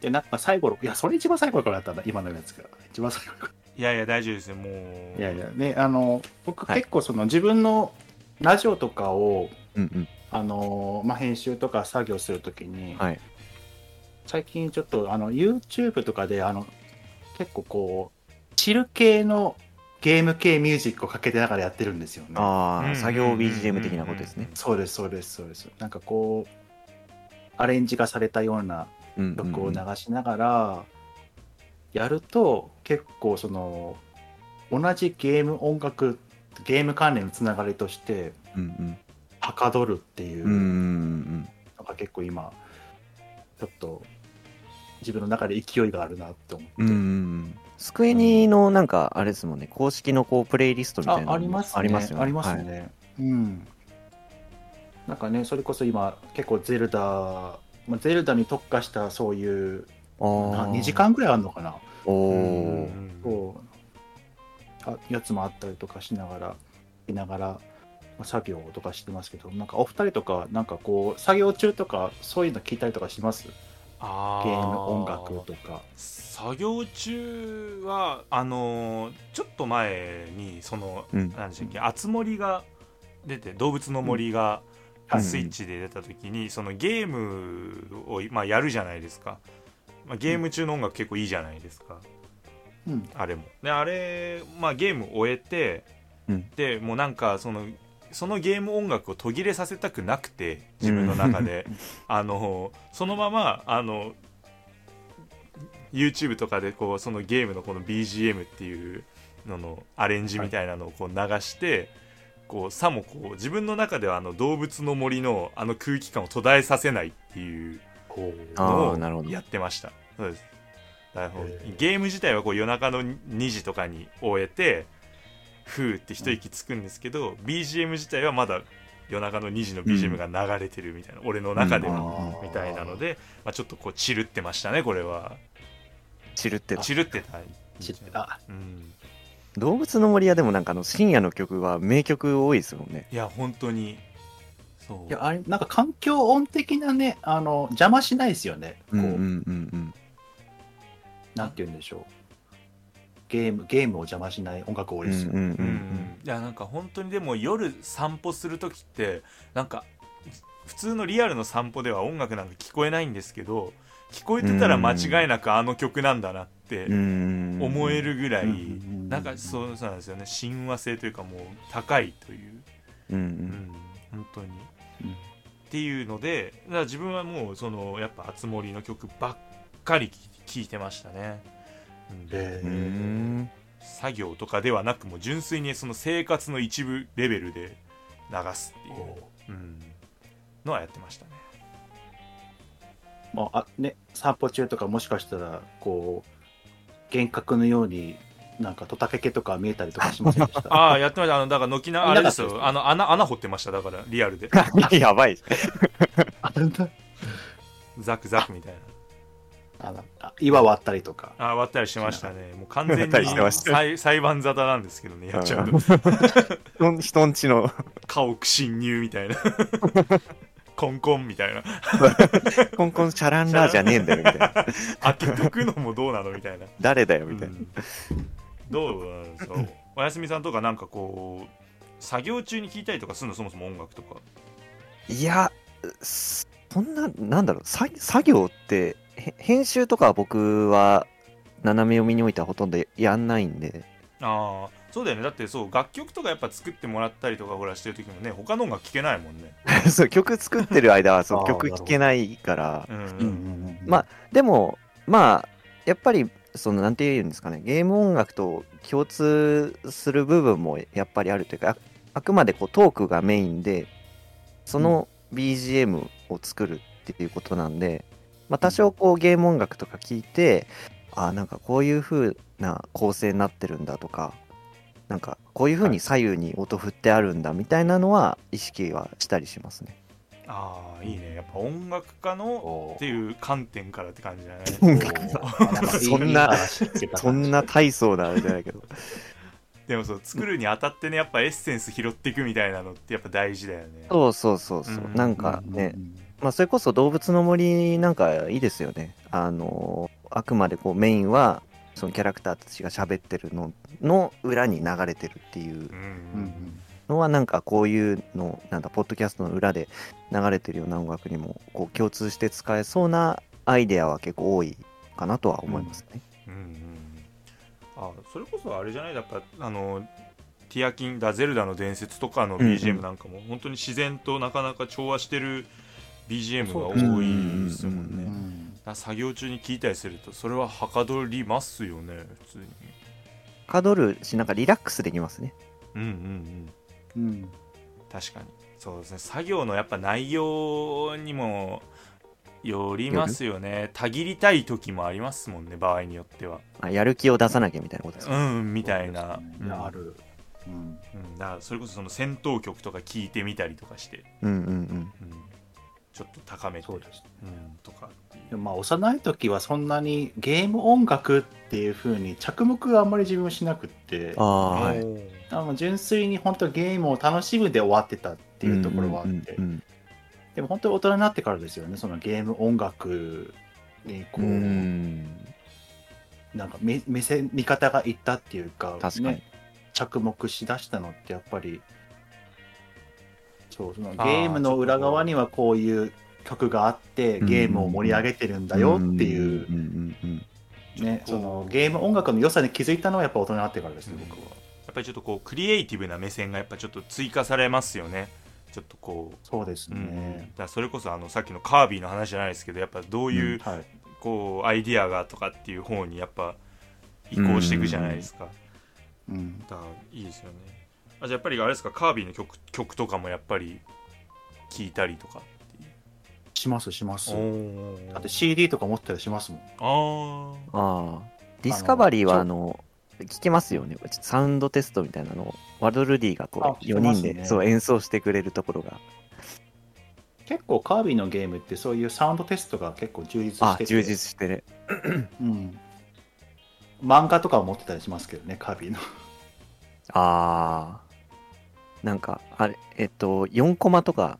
Speaker 3: で、なんか最後、いや、それ一番最後からだったんだ、今のやつが。一番最後か
Speaker 2: いやいや大丈夫ですよも
Speaker 3: ら
Speaker 2: う
Speaker 3: いやいや、ね、あの、僕
Speaker 1: はい
Speaker 3: 結構その、自分のラジオとかを、
Speaker 1: うんうん。
Speaker 3: あの、まあ、編集とか作業するときに、
Speaker 1: はい。
Speaker 3: 最近ちょっと、あの、YouTube とかで、あの、結構こう、チル系のゲーム系ミュージックをかけてながらやってるんですよね。
Speaker 1: あ
Speaker 2: うん
Speaker 1: あ、作業 BGM 的なことですね。
Speaker 3: そうです、そうです、そうです。なんかこう、アレンジがされたような
Speaker 1: うんうんうん
Speaker 3: 曲を流しながらやると結構その同じゲーム音楽ゲーム関連のつながりとして
Speaker 1: うん
Speaker 3: はかどるってい
Speaker 1: うん。うんうん
Speaker 3: う
Speaker 1: うん
Speaker 3: のが結構今ちょっと自分の中で勢いがあるなって思って、
Speaker 1: うんうんうん。スクエニのなんかあれですもんね、公式のこうプレイリストみたいなの
Speaker 3: あ
Speaker 1: も
Speaker 3: ありますね
Speaker 1: ありますよね。
Speaker 3: あります
Speaker 1: はい
Speaker 3: ね、うんなんかねそれこそ今結構ゼルダ、まあ、ゼルダに特化したそういう
Speaker 1: あー
Speaker 3: 2時間ぐらいあるのかな
Speaker 1: おお。
Speaker 3: そうあやつもあったりとかしながらしながらまあ作業とかしてますけどなんかお二人とかなんかこう作業中とかそういうの聞いたりとかします
Speaker 2: あ
Speaker 3: ゲーム音楽とか
Speaker 2: 作業中はあのーちょっと前にその
Speaker 1: うん
Speaker 2: 何でしたっけ「あつ森」が出て「動物の森」が
Speaker 3: はい
Speaker 2: スイッチで出た時にそのゲームを、まあ、やるじゃないですか、まあ、ゲーム中の音楽結構いいじゃないですか
Speaker 3: うん
Speaker 2: あれもであれ、まあ、ゲーム終えて、
Speaker 1: うん
Speaker 2: でもうなんかそのそのゲーム音楽を途切れさせたくなくて自分の中で、あのそのままあの YouTube とかでこうそのゲームのこの BGM っていうののアレンジみたいなのをこう流して、こうさもこう自分の中ではあの動物の森のあの空気感を途絶えさせないっていう
Speaker 3: こう
Speaker 1: あ
Speaker 2: の
Speaker 1: ーなるほ
Speaker 2: を
Speaker 1: ど
Speaker 2: やってましたそうですだからこう
Speaker 3: へー
Speaker 2: ゲーム自体はこう夜中の2時とかに終えてふーって一息つくんですけど、BGM 自体はまだ夜中の2時の BGM が流れてるみたいな、俺の中では、
Speaker 3: あー
Speaker 2: みたいなので、まあ、ちょっとこうチルってましたねこれは
Speaker 1: チルってた
Speaker 2: チルってた、
Speaker 3: ちあ
Speaker 2: うん、
Speaker 1: 動物の森はでもなんかあの深夜の曲は名曲多いですもんね。
Speaker 2: いや本当にそう
Speaker 3: いやあれなんか環境音的なねあの邪魔しないですよねこう、
Speaker 1: うんうん。
Speaker 3: なんて言うんでしょうゲームゲームを邪魔しない音楽多いですよ、
Speaker 1: うんうんう
Speaker 2: うん
Speaker 1: ん
Speaker 2: いやなんか本当にでも夜散歩する時ってなんか普通のリアルの散歩では音楽なんか聞こえないんですけど聞こえてたら間違いなくあの曲なんだなって
Speaker 1: うんうん
Speaker 2: 思えるぐらい、
Speaker 3: うんうん
Speaker 2: なんかそうそうなんですよね親和性というかもう高いという、
Speaker 1: うんう
Speaker 2: うん
Speaker 1: ん
Speaker 2: 本当に、
Speaker 3: うん
Speaker 2: っていうのでだから自分はもうそのやっぱ「あつ森」の曲ばっかり聴いてましたね、うん
Speaker 3: え
Speaker 1: う
Speaker 3: ー
Speaker 1: ん
Speaker 2: 作業とかではなくもう純粋にその生活の一部レベルで流すっていう、うん、のはやってましたね
Speaker 3: まあ、あね、散歩中とかもしかしたらこう幻覚のようになんかトタケケとか見えたりとかしませんでした
Speaker 2: ああやってましたあのだから軒なあれです
Speaker 3: なかっ
Speaker 2: よ
Speaker 3: た
Speaker 2: あの穴穴掘ってましただからリアルで
Speaker 1: やばい。
Speaker 3: あなんだ
Speaker 2: ザクザクみたい
Speaker 3: あのあ岩割ったりとか
Speaker 2: なあ割ったりしてましたねもう完全
Speaker 1: 割ったりしてま
Speaker 2: に
Speaker 1: した
Speaker 2: 裁裁判沙汰なんですけどねやっちゃうと
Speaker 1: 人人んちの
Speaker 2: 家屋侵入みた いなコンコンみたいな
Speaker 1: コンコンチャランラーじゃねえんだよみたいな。
Speaker 2: 開けとくのもどうなのみたいな
Speaker 1: 誰だよみたいな。
Speaker 2: どうなん ですかおやすみさんとかなんかこう作業中に聞いたりとかするのそもそも音楽とか
Speaker 1: いや、そんな、なんだろう、作作業って、へ編集とかは僕は斜め読みにおいてはほとんどやんないんで。
Speaker 2: ああそうだよねだってそう楽曲とかやっぱ作ってもらったりとかほらしてる時もね他の音楽聴けないもんね
Speaker 1: そう曲作ってる間はそ
Speaker 3: あ
Speaker 1: う
Speaker 3: ー
Speaker 1: 曲
Speaker 3: なる
Speaker 1: 聴
Speaker 3: ほど
Speaker 1: けないから
Speaker 2: うん、
Speaker 1: まあでもまあやっぱりそのなんて言うんですかねゲーム音楽と共通する部分もやっぱりあるというかああくまでこうトークがメインでその BGM を作るっていうことなんで、まあ、多少こうゲーム音楽とか聞いてあーなんかこういう風な構成になってるんだとかなんかこういう風に左右に音振ってあるんだみたいなのは意識はしたりしますね。
Speaker 2: ああいいねやっぱ音楽家の
Speaker 3: こ
Speaker 2: っていう観点からって感じ だね
Speaker 3: う
Speaker 1: 音楽
Speaker 3: こうなんか
Speaker 1: そんない
Speaker 3: い話聞けた
Speaker 1: そんな大層なあれじゃ ないけど。
Speaker 2: でもそう作るにあたってねやっぱエッセンス拾っていくみたいなのってやっぱ大事だよね
Speaker 1: そうそうそうそう。
Speaker 2: うん
Speaker 1: なんかね、まあ、それこそ動物の森なんかいいですよね。あのーあくまでこうメインは、そのキャラクターたちが喋ってるのの裏に流れてるっていう
Speaker 2: うん
Speaker 3: う
Speaker 2: うん
Speaker 3: うんん
Speaker 1: のはなんかこういうのなんだポッドキャストの裏で流れてるような音楽にもこう共通して使えそうなアイデアは結構多いかなとは思いますね。
Speaker 2: うんうんあそれこそあれじゃないやっぱあのティアキンだゼルダの伝説とかの
Speaker 1: うんうん
Speaker 2: BGM なんかも、本当に自然となかなか調和してる BGM が多いですもんね、
Speaker 1: そうだねうんうんうんうん
Speaker 2: だから作業中に聞いたりするとそれははかどりますよね普通に
Speaker 1: かどるしなんかリラックスできますね。
Speaker 2: うんうんうん
Speaker 3: うん
Speaker 2: 確かにそうですね作業のやっぱ内容にもよりますよねたぎりたい時もありますもんね場合によっては
Speaker 1: あやる気を出さなきゃみたいなことです
Speaker 2: う
Speaker 1: ね。
Speaker 2: んみたいな
Speaker 3: そうです
Speaker 2: う
Speaker 3: ね
Speaker 2: ん
Speaker 3: あるうん
Speaker 2: うん、だからそれこそその戦闘曲とか聞いてみたりとかして、
Speaker 1: うんうんうん。
Speaker 2: うん、ちょっと高めて
Speaker 3: そうです
Speaker 2: うん、とかっていう
Speaker 3: でもまあ幼い時はそんなにゲーム音楽っていう風に着目があんまり自分しなくって
Speaker 1: ああーはい。っ
Speaker 2: おー
Speaker 3: あの純粋に本当ゲームを楽しむで終わってたっていうところはあって、でも本当に大人になってからですよねそのゲーム音楽にこう、なんか目目線見方がいったっていうか
Speaker 1: 確かに
Speaker 3: ね、着目しだしたのってやっぱりそうそのゲ
Speaker 2: あー
Speaker 3: ームの裏側にはこういう曲があって
Speaker 1: うん
Speaker 3: ゲームを盛り上げてるんだよっていう。
Speaker 1: うんうんうんうん
Speaker 3: ね、
Speaker 2: ちょ
Speaker 3: そ
Speaker 2: っと
Speaker 3: のゲーム音楽の良さに気づいたのはやっぱ大人になってからですね、
Speaker 2: うん
Speaker 3: 僕は。
Speaker 2: やっぱりちょっとこうクリエイティブな目線がやっぱちょっと追加されますよねちょっとこう
Speaker 3: そうです
Speaker 2: うん
Speaker 3: ね。
Speaker 2: だからそれこそあのさっきのカービィの話じゃないですけどやっぱどういう,、
Speaker 3: はい。
Speaker 2: こうアイディアがとかっていう方にやっぱ移行していくじゃないですか
Speaker 3: うん。
Speaker 2: だからいいですよねあじゃあやっぱりあれですかカービィの曲曲とかもやっぱり聞いたりとか
Speaker 3: します、します。
Speaker 2: お
Speaker 3: だって CD とか持ってたりしますもん。
Speaker 2: ああ
Speaker 1: ああ。ディスカバリーはあの、聞きますよね。ちょっとサウンドテストみたいなのを、ワドルディがこ
Speaker 3: あ
Speaker 1: う、
Speaker 3: 聞き
Speaker 1: 4
Speaker 3: ま
Speaker 1: 人
Speaker 3: すね
Speaker 1: で、そう演奏してくれるところが、
Speaker 3: 結構カービィのゲームってそういうサウンドテストが結構充実し
Speaker 1: あ
Speaker 3: てて
Speaker 1: 充実してる。
Speaker 3: うん。漫画とかを持ってたりしますけどね、カービィの。
Speaker 1: ああ。なんか、あれ、えっと、4コマとか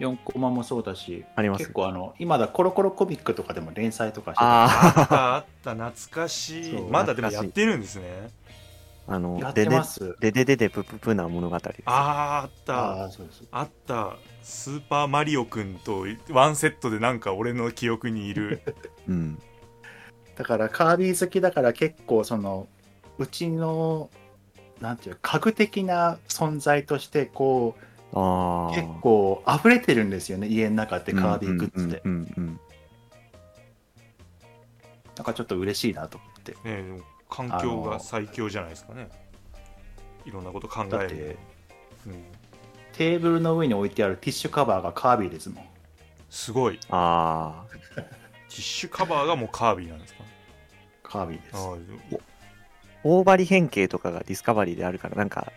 Speaker 3: 4コマもそうだし、
Speaker 1: あります
Speaker 3: 結構あの、今だコロコロコミックとかでも連載とかしてた
Speaker 1: あ
Speaker 2: あったあった懐かしい
Speaker 3: そう
Speaker 2: まだでもやってるんですね
Speaker 1: あ、あの
Speaker 3: や、って
Speaker 1: でで
Speaker 3: ます。
Speaker 1: ででででぷぷぷな物語です。
Speaker 2: あーあ
Speaker 3: あ
Speaker 2: っ
Speaker 3: あ、そうです。
Speaker 2: たあったスーパーマリオくんとワンセットでなんか俺の記憶にい る
Speaker 1: うん。
Speaker 3: だからカービィ好きだから結構そのうちのなんていう家具的な存在としてこ
Speaker 1: あ
Speaker 3: う
Speaker 1: あ。
Speaker 3: 結構溢れてるんですよね家の中って
Speaker 1: うん、
Speaker 3: カービィグッズで、
Speaker 1: うんうんうんうん
Speaker 3: なんかちょっと嬉しいなと思って
Speaker 2: ねでも環境が最強じゃないですかねいろんなこと考
Speaker 3: だっ
Speaker 2: え
Speaker 3: て
Speaker 2: る、うん、
Speaker 3: テーブルの上に置いてあるティッシュカバーがカービィですもん
Speaker 2: すごいテ
Speaker 1: ああ。
Speaker 2: ィッシュカバーがもうカービィなんですか
Speaker 3: カービィです
Speaker 2: あー
Speaker 1: 大張変形とかがディスカバリーであるから、なんか、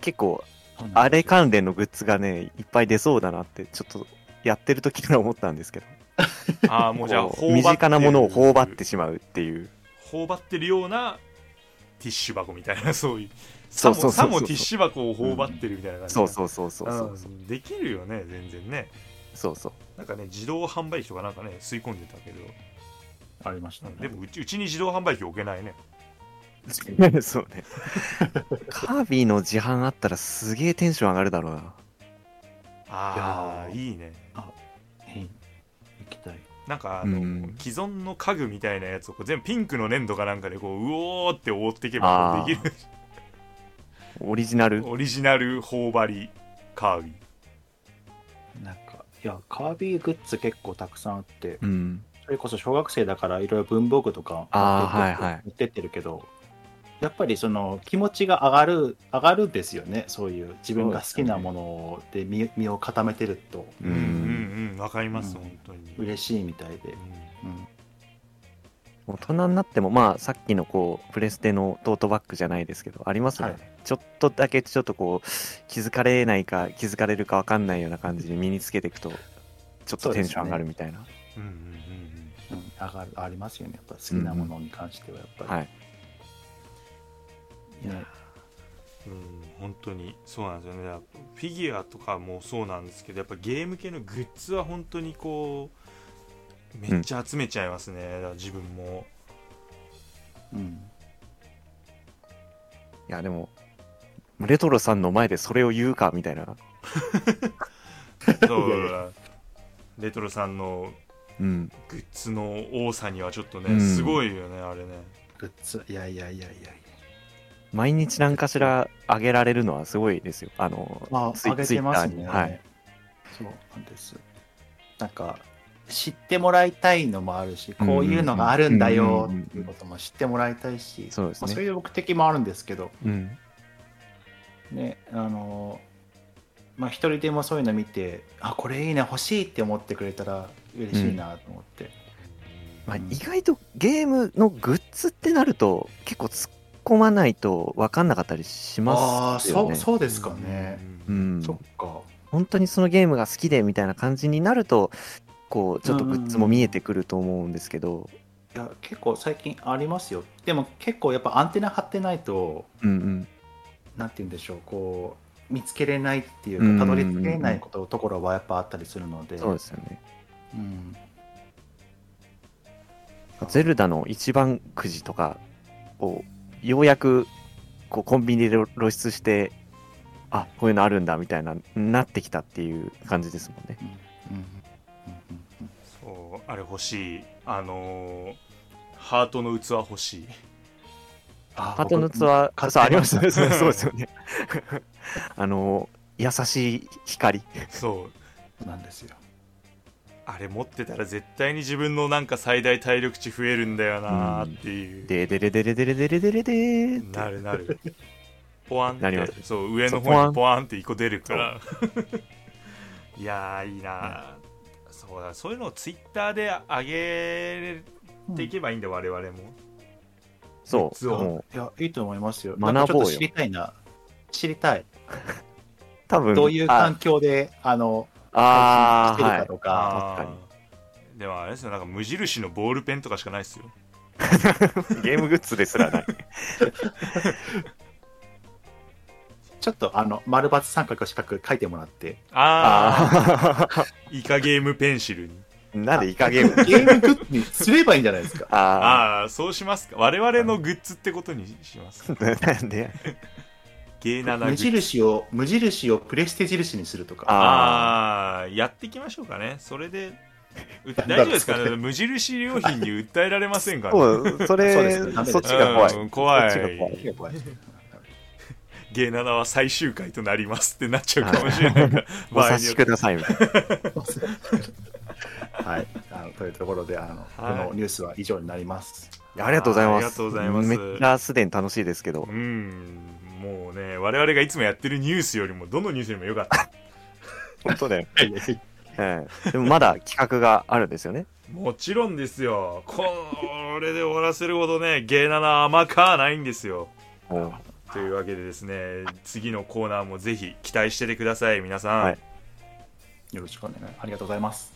Speaker 1: 結構、
Speaker 3: そうなんですよ
Speaker 1: あれ関連のグッズがね、いっぱい出そうだなって、ちょっとやってる時から思ったんですけど、
Speaker 2: あーもうじゃあ
Speaker 1: こう
Speaker 2: 頬張って
Speaker 1: 身
Speaker 2: る
Speaker 1: 近なものを頬張ってしまうっていう。
Speaker 2: 頬張ってるようなティッシュ箱みたいなそういう
Speaker 1: そ
Speaker 2: さ
Speaker 1: うそうそうそう
Speaker 2: もさもティッシュ箱を頬張ってるみたいな感じ
Speaker 1: そうそうそうそうそううんそう。
Speaker 2: できるよね全然ね
Speaker 1: そうそう。
Speaker 2: なんかね自動販売機とかなんかね吸い込んでたけど、
Speaker 3: ありました
Speaker 2: う
Speaker 3: ね
Speaker 2: んでもうちうちに自動販売機置けないね
Speaker 1: そうね。カービィの自販あったらすげえテンション上がるだろうな。
Speaker 2: ああ
Speaker 3: いやー
Speaker 2: いいね
Speaker 3: うん行きたい
Speaker 2: なんかあの、
Speaker 1: うん
Speaker 2: 既存の家具みたいなやつをこう全部ピンクの粘土かなんかでこううおーって覆っていけば
Speaker 1: あー
Speaker 2: できる
Speaker 1: オリジナ ル。
Speaker 2: オリジナル頬張りカービィ
Speaker 3: なんかいやカービィグッズ結構たくさんあって
Speaker 1: うん。
Speaker 3: それこそ小学生だからいろいろ文房具とか
Speaker 1: あーはいはい
Speaker 3: 持ってってるけど、やっぱりその気持ちが上がる上がるんですよねそういう自分が好きなもので身身を固めてると
Speaker 1: う
Speaker 2: うん
Speaker 1: ん。
Speaker 2: うんうんわかります、
Speaker 3: うん
Speaker 2: 本当に、うん
Speaker 3: 嬉しいみたいで、うん
Speaker 1: 大人になっても、まあ、さっきのこう、プレステのトートバッグじゃないですけど、ありますよね。
Speaker 3: はい
Speaker 1: ちょっとだけちょっとこう気づかれないか気づかれるかわかんないような感じに身につけていくとちょっとテンション上がるみたいな、
Speaker 2: うんうんうん
Speaker 3: うん、上がるありますよねやっぱ好きなものに関してはやっぱり、
Speaker 1: はい
Speaker 3: ね
Speaker 2: うんうん本当にそうなんですよねやっぱフィギュアとかもそうなんですけどやっぱゲーム系のグッズは本当にこうめっちゃ集めちゃいますね、だから自分も
Speaker 3: うん、
Speaker 1: いやでもレトロさんの前でそれを言うかみたいな
Speaker 2: そう
Speaker 3: いやい
Speaker 2: レトロさんの
Speaker 1: うん
Speaker 2: グッズの多さにはちょっとね、
Speaker 1: うん
Speaker 2: すごいよねあれね
Speaker 3: グッズいやいやいやいやいや
Speaker 1: 毎日何かしら上げられるのはすごいですよあの
Speaker 3: ま
Speaker 1: ツ
Speaker 3: あ
Speaker 1: イ
Speaker 3: 上げてます
Speaker 1: ツイッ
Speaker 3: ね、
Speaker 1: ターにはい
Speaker 3: そうなんですなんか知ってもらいたいのもあるしこういうのがあるんだよっていうことも知ってもらいたいし
Speaker 1: そうです
Speaker 3: まあ、そう
Speaker 1: ね
Speaker 3: いう目的もあるんですけど
Speaker 1: うん
Speaker 3: ねあのまあ一人でもそういうの見てあこれいいな欲しいって思ってくれたら嬉しいなと思って、
Speaker 1: まあ、意外とゲームのグッズってなると結構突っ込まないと分かんなかったりし
Speaker 3: ああ
Speaker 1: ますよ
Speaker 3: そ
Speaker 1: ね
Speaker 3: うそうですかね、
Speaker 2: う
Speaker 1: うんん
Speaker 3: そっか
Speaker 1: 本当にそのゲームが好きでみたいな感じになるとこうちょっとグッズも見えてくると思うんですけど
Speaker 3: いや結構最近ありますよでも結構やっぱアンテナ張ってないと
Speaker 1: うん
Speaker 3: なんて言うんでしょうこう見つけれないっていううんかたどり着けないことところはやっぱあったりするので
Speaker 1: うんそうですよね
Speaker 3: うん
Speaker 1: ゼルダの一番くじとかをようやくこうコンビニで露出してあこういうのあるんだみたいななってきたっていう感じですもんね
Speaker 3: うんうんうん
Speaker 2: そうあれ欲しいあのーハートの器欲し い
Speaker 3: あ
Speaker 1: ハートの
Speaker 3: 僕
Speaker 1: 器
Speaker 3: 買ってました
Speaker 1: そうありますねそうそうですよねあの優しい光
Speaker 2: そう
Speaker 3: なんですよ
Speaker 2: あれ持ってたら絶対に自分のなんか最大体力値増えるんだよなーっていう、
Speaker 1: ででれでれでれでれでれでーって
Speaker 2: なるなるポワンって
Speaker 1: なります
Speaker 2: そう上の
Speaker 1: そうポ
Speaker 2: 方
Speaker 1: ワ
Speaker 2: に
Speaker 1: ン
Speaker 2: ポワンって一個出るからいやーいいなーそうだそういうのをツイッターで上げていけばいいんだ、我々も
Speaker 1: そ
Speaker 2: つ
Speaker 1: う
Speaker 2: を
Speaker 1: もう
Speaker 3: いやいいと思いますよ
Speaker 1: 学ぼうよ
Speaker 3: なんかちょっと知りたいな知りたい
Speaker 1: 多分
Speaker 3: どういう
Speaker 1: あ
Speaker 3: 環境であの
Speaker 1: あ
Speaker 3: 配信し
Speaker 1: ー
Speaker 3: てる
Speaker 1: は
Speaker 3: か
Speaker 1: い
Speaker 3: とか
Speaker 1: 確かに
Speaker 2: あーでもあれですよなんか無印のボールペンとかしかないですよ
Speaker 1: ゲームグッズですらない。
Speaker 3: ちょっとあの丸×三角四角書いてもらって
Speaker 2: あ
Speaker 1: ああ。
Speaker 2: あイカゲームペンシル に
Speaker 1: なんでイカゲーム
Speaker 3: ゲームグッズにすればいいんじゃないですか
Speaker 1: あ
Speaker 2: ああそうしますか我々のグッズってことにします
Speaker 1: あ。なんで
Speaker 2: ゲイナナグ
Speaker 3: 無
Speaker 2: ッズ
Speaker 3: 印を無印をプレステ印にするとか
Speaker 1: ああ。
Speaker 2: ああやっていきましょうかねそれでう
Speaker 3: なん
Speaker 2: 大
Speaker 3: だろう
Speaker 2: 丈夫ですか
Speaker 3: そ
Speaker 2: ね無印良品に訴えられませんかね
Speaker 1: そう、それ、
Speaker 3: そう
Speaker 1: そ
Speaker 3: ですねダメです
Speaker 1: っちが怖い。
Speaker 2: うん怖い
Speaker 1: そっちが怖い。
Speaker 3: いや怖い
Speaker 2: ゲイナナは最終回となりますってなっちゃうかもしれな いから
Speaker 1: お
Speaker 2: 場合
Speaker 1: 察
Speaker 2: によっ
Speaker 1: してくださいみたいな。
Speaker 3: はい、あのというところであの、
Speaker 2: はい
Speaker 3: このニュースは以上になります。
Speaker 1: ありがとうございます。
Speaker 2: ありがとうございます
Speaker 1: めっちゃすでに楽しいですけど
Speaker 2: う。んもうね我々がいつもやってるニュースよりもどのニュースよりも良かった
Speaker 1: 本当だよ。
Speaker 3: はい、はい
Speaker 1: ええでもまだ企画があるんですよね。
Speaker 2: もちろんですよこれで終わらせるほどねゲイナナ甘かないんですよ
Speaker 1: も
Speaker 2: というわけでですね次のコーナーもぜひ期待しててください皆さん、
Speaker 1: はい
Speaker 3: よろしくお願い。ありがとうございます。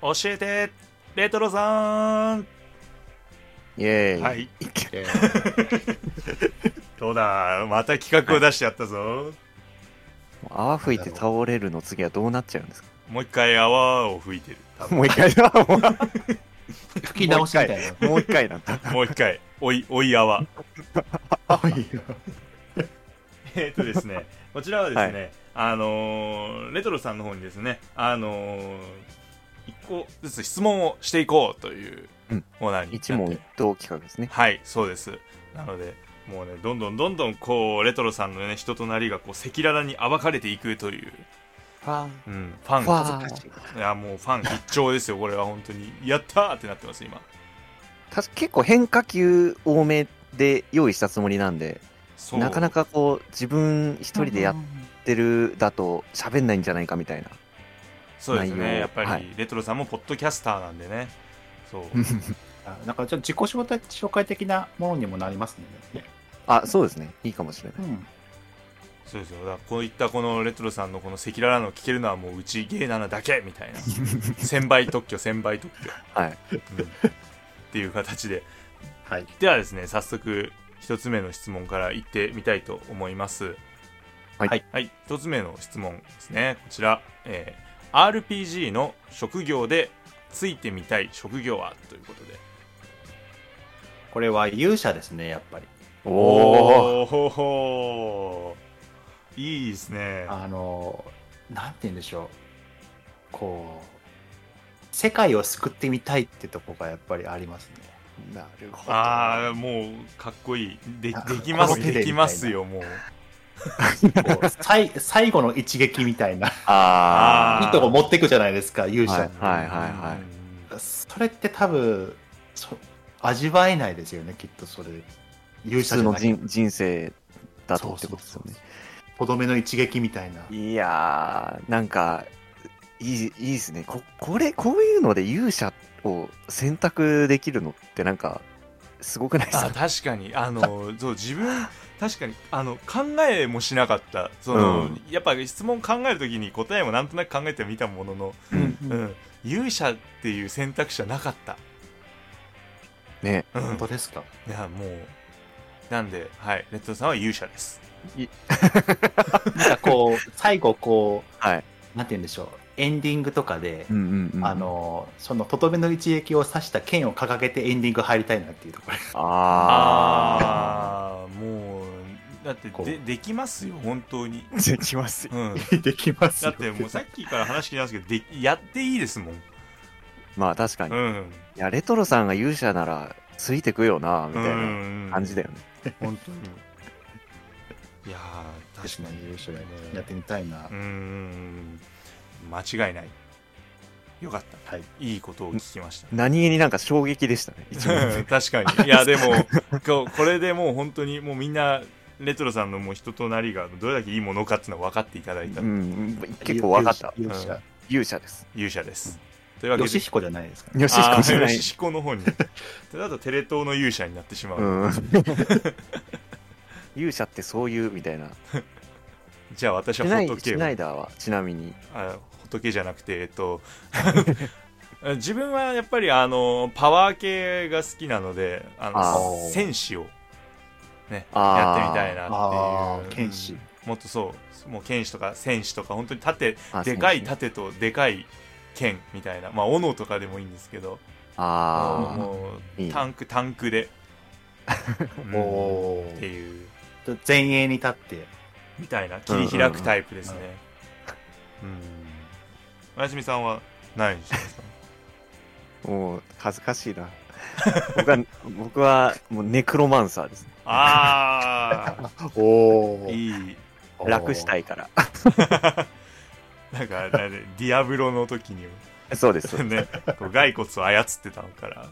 Speaker 2: 教えてレトロさん
Speaker 1: うイエーイ。
Speaker 2: はい
Speaker 3: え
Speaker 2: どうだまた企画を出してやったぞ、
Speaker 1: 泡吹いて倒れるの次はどうなっちゃうんですか
Speaker 2: もう一回泡を吹いてる多分
Speaker 1: もう一回だ。 もう
Speaker 3: ー吹き直しみたいな。
Speaker 1: もう一回なんだ。
Speaker 2: もう一回おい おい泡
Speaker 3: はい
Speaker 2: えっとですねこちらはですね、あのーレトロさんの方にですねあのー、一個ずつ質問をしていこうという
Speaker 1: うん
Speaker 2: コーナーに
Speaker 1: 一問一答企画ですね。
Speaker 2: はいそうですなのでもうねどんどんどんどんこうレトロさんのね人となりがこう赤裸々に暴かれていくという、
Speaker 3: あ
Speaker 2: うん、ファン
Speaker 1: わ
Speaker 3: ー
Speaker 1: あ
Speaker 2: いやもうファン必聴ですよこれは本当にやったーってなってます今
Speaker 1: 確か結構変化球多めで用意したつもりなんで
Speaker 2: そう
Speaker 1: なかなかこう自分一人でやってるだと喋んないんじゃないかみたいな
Speaker 2: そうですね
Speaker 1: 内容
Speaker 2: やっぱり、
Speaker 1: はい
Speaker 2: レトロさんもポッドキャスターなんでねそう
Speaker 3: あなんかちょっと自己紹介紹介的なものにもなりますね。
Speaker 1: あ、そうですね。いいかもしれない。
Speaker 3: うん、
Speaker 2: そうですよだからこういったこのレトロさんのこの赤裸々の聞けるのはもううちゲイなのだけみた いな千倍特許千倍特許、
Speaker 1: はい。
Speaker 2: うんっていう形で
Speaker 3: はい。
Speaker 2: ではですね早速一つ目の質問からいってみたいと思います
Speaker 1: はい
Speaker 3: はい
Speaker 2: はい、一つ目の質問ですねこちら、えー RPG の職業でついてみたい職業はということで
Speaker 3: これは勇者ですね、やっぱり。
Speaker 1: おー。
Speaker 2: おーほほーいいですね
Speaker 3: あの、なんて言うんでしょう。こう、世界を救ってみたいってとこがやっぱりありますね。
Speaker 1: なるほ
Speaker 2: ああもうかっこいいでで
Speaker 3: あ
Speaker 2: きます
Speaker 3: この手で
Speaker 2: できますよもう
Speaker 3: こ うさい最後の一撃みたいな、い
Speaker 1: あ
Speaker 2: ー
Speaker 3: いとこ持ってくじゃないですか、勇者、
Speaker 1: はいはいはい
Speaker 3: それって多分、そ味わえないですよね、きっとそれ。
Speaker 1: 普
Speaker 3: 勇者じ
Speaker 1: 通
Speaker 3: ゃ
Speaker 1: の
Speaker 3: ない
Speaker 1: 人人生だと
Speaker 3: そう
Speaker 1: って
Speaker 3: そう
Speaker 1: ことです
Speaker 3: そ
Speaker 1: よ
Speaker 3: う
Speaker 1: ね。
Speaker 3: とどめの一撃みたいな。
Speaker 1: いやー、なんか、いい、いいですね。こ、これ、こういうので勇者を選択できるのってなんか、すごくないです
Speaker 2: あ
Speaker 1: か
Speaker 2: 確かにあのそう自分確かにあの考えもしなかったその、
Speaker 1: うん
Speaker 2: やっぱ質問考える時に答えもなんとなく考えてみたものの、
Speaker 1: うん
Speaker 2: うん、勇者っていう選択肢はなかった、
Speaker 1: ね。
Speaker 2: うん、
Speaker 3: 本当ですか
Speaker 2: いやもうなんではいレッドさんは勇者です
Speaker 3: なんかこう、最後こ
Speaker 1: はい。
Speaker 3: う、なんて言うんでしょう、エンディングとかで、
Speaker 1: うんうんうん。
Speaker 3: あ、の、そのとどめの一撃を刺した剣を掲げてエンディング入りたいなっていうところ。
Speaker 1: あ
Speaker 2: あーもうだって
Speaker 3: こう
Speaker 2: でできますよ本当に、
Speaker 1: ー。できますよ。
Speaker 2: うん、
Speaker 3: できます
Speaker 2: だ
Speaker 3: よ
Speaker 2: ってもうさっきから話聞いてますけどでやっていいですもん
Speaker 1: まあ確かに。
Speaker 2: う
Speaker 1: い
Speaker 2: ん
Speaker 1: や、レトロさんが勇者なら、ついてくよな、みたいな感じ
Speaker 2: で
Speaker 1: だよね。
Speaker 2: 本当にいやー
Speaker 3: 確
Speaker 2: 確
Speaker 3: か
Speaker 2: か
Speaker 3: に
Speaker 2: に
Speaker 3: 優勝やってみたいな、
Speaker 2: うーん間違いないよかった
Speaker 3: はい
Speaker 2: いいことを聞きました
Speaker 1: 何気になんか衝撃で したね。一番
Speaker 2: 確かにいやでもこうこれでもう本当にもうみんなレトロさんのもう人となりがどれだけいいものかっていうのを分かっていただいた
Speaker 1: うん、結構わかった。
Speaker 3: 勇者
Speaker 1: 勇者です。
Speaker 2: 勇者です、というわけ
Speaker 3: ヨシ
Speaker 2: で
Speaker 3: ヒコじゃないですか、ね、
Speaker 1: よし、
Speaker 2: あ
Speaker 1: こじゃ
Speaker 2: ーよ
Speaker 1: ない
Speaker 2: し。しこの方に それだとテレ東の勇者になってしまう、
Speaker 1: うん。 勇者ってそういう、みたいな。
Speaker 2: じゃあ私
Speaker 1: シ
Speaker 2: は
Speaker 1: ュ
Speaker 2: ほ
Speaker 1: ナ
Speaker 2: っ
Speaker 1: イ
Speaker 2: とけ
Speaker 1: シュ
Speaker 2: よ
Speaker 1: ナイダーはちなみに。
Speaker 2: あ仏じゃなくてえっと 自分はやっぱりあのパワー系が好きなのであの
Speaker 1: あ
Speaker 3: ー
Speaker 2: 戦士を、ね、
Speaker 1: あー
Speaker 2: やってみたいなっ
Speaker 3: あ
Speaker 2: て
Speaker 3: あ
Speaker 2: いう
Speaker 3: 剣士
Speaker 2: もっとそうもう剣士とか戦士とか本当に盾
Speaker 1: あ
Speaker 2: でか
Speaker 1: そう
Speaker 2: い
Speaker 1: ですね
Speaker 2: 盾とでかい剣みたいなまあ斧とかでもいいんですけど
Speaker 1: ああ。
Speaker 2: も
Speaker 1: いいうね
Speaker 2: タンクタンク で、うん
Speaker 3: おお
Speaker 2: っていう
Speaker 3: 前衛に立って
Speaker 2: みたいな切り開くタイプですねうんおやすみさんは何にしてますか
Speaker 1: もう、恥ずかしいな。僕は、僕は、もうネクロマンサーです。
Speaker 2: あ
Speaker 3: お
Speaker 2: あいい
Speaker 1: 楽した
Speaker 3: い
Speaker 1: いから。
Speaker 2: なんかあれディアブロの時に
Speaker 1: そう です。
Speaker 2: ねこう骸骨を操ってたのから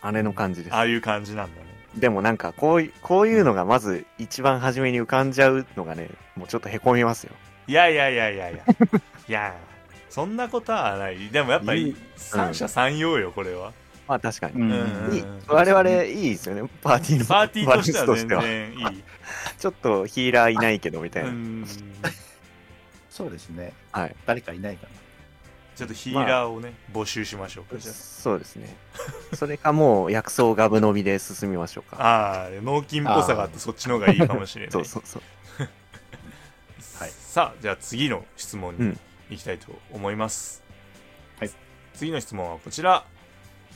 Speaker 1: あれの感じです
Speaker 2: あ。あいう感じなんだね
Speaker 1: でもなんか、こういう、こういうのがまず一番初めに浮かんじゃうのがね、もうちょっとへこみますよ。
Speaker 2: いやいやいやいやいやいやそんなことはないでもやっぱ
Speaker 1: い
Speaker 2: り
Speaker 1: い
Speaker 2: 三者三様よこれは、
Speaker 1: まあ確かに。
Speaker 3: うん
Speaker 1: いい
Speaker 2: うん
Speaker 1: 我々いいですよね。パーティーの。
Speaker 2: パーティーとして
Speaker 1: バ
Speaker 2: は
Speaker 1: ランス
Speaker 2: 全
Speaker 1: と
Speaker 2: 然いい
Speaker 1: ちょっとヒーラーいないけどみたいうな。
Speaker 2: ん
Speaker 3: そうですね
Speaker 1: はい。
Speaker 3: 誰かいないか
Speaker 2: ちょっとヒーラーをね、募集しましょうかじゃ
Speaker 1: そうですね。それかもう薬草ガブ飲みで進みましょうか。
Speaker 2: ああー脳筋っぽさがあってそっちの方がいいかもしれない
Speaker 1: そうそうそう。
Speaker 3: はい
Speaker 2: さあじゃあ次の質問
Speaker 1: う
Speaker 2: に
Speaker 1: ん
Speaker 2: 行きたいと思います、
Speaker 3: はい
Speaker 2: 次の質問はこちら、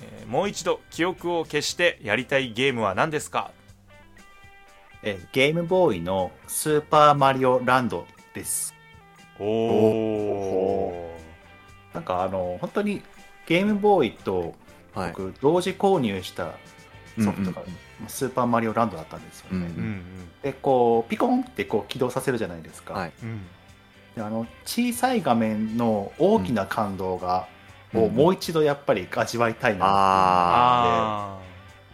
Speaker 2: えーもう一度記憶を消してやりたいゲームは何ですか
Speaker 3: なえーゲームボーイの「スーパーマリオランド」です
Speaker 2: お
Speaker 1: お
Speaker 3: なんかあの本当にゲームボーイと
Speaker 1: はい。
Speaker 3: 僕同時購入したソフトが
Speaker 1: うんうん
Speaker 3: 「スーパーマリオランド」だったんですよね、
Speaker 1: うん
Speaker 2: うん
Speaker 3: でこうピコンってこう起動させるじゃないですか、
Speaker 1: はい
Speaker 2: うんうん
Speaker 3: であの小さい画面の大きな感動が、
Speaker 1: うん
Speaker 3: をもう一度やっぱり味わいたいなっていうのがあ
Speaker 2: あ
Speaker 3: っ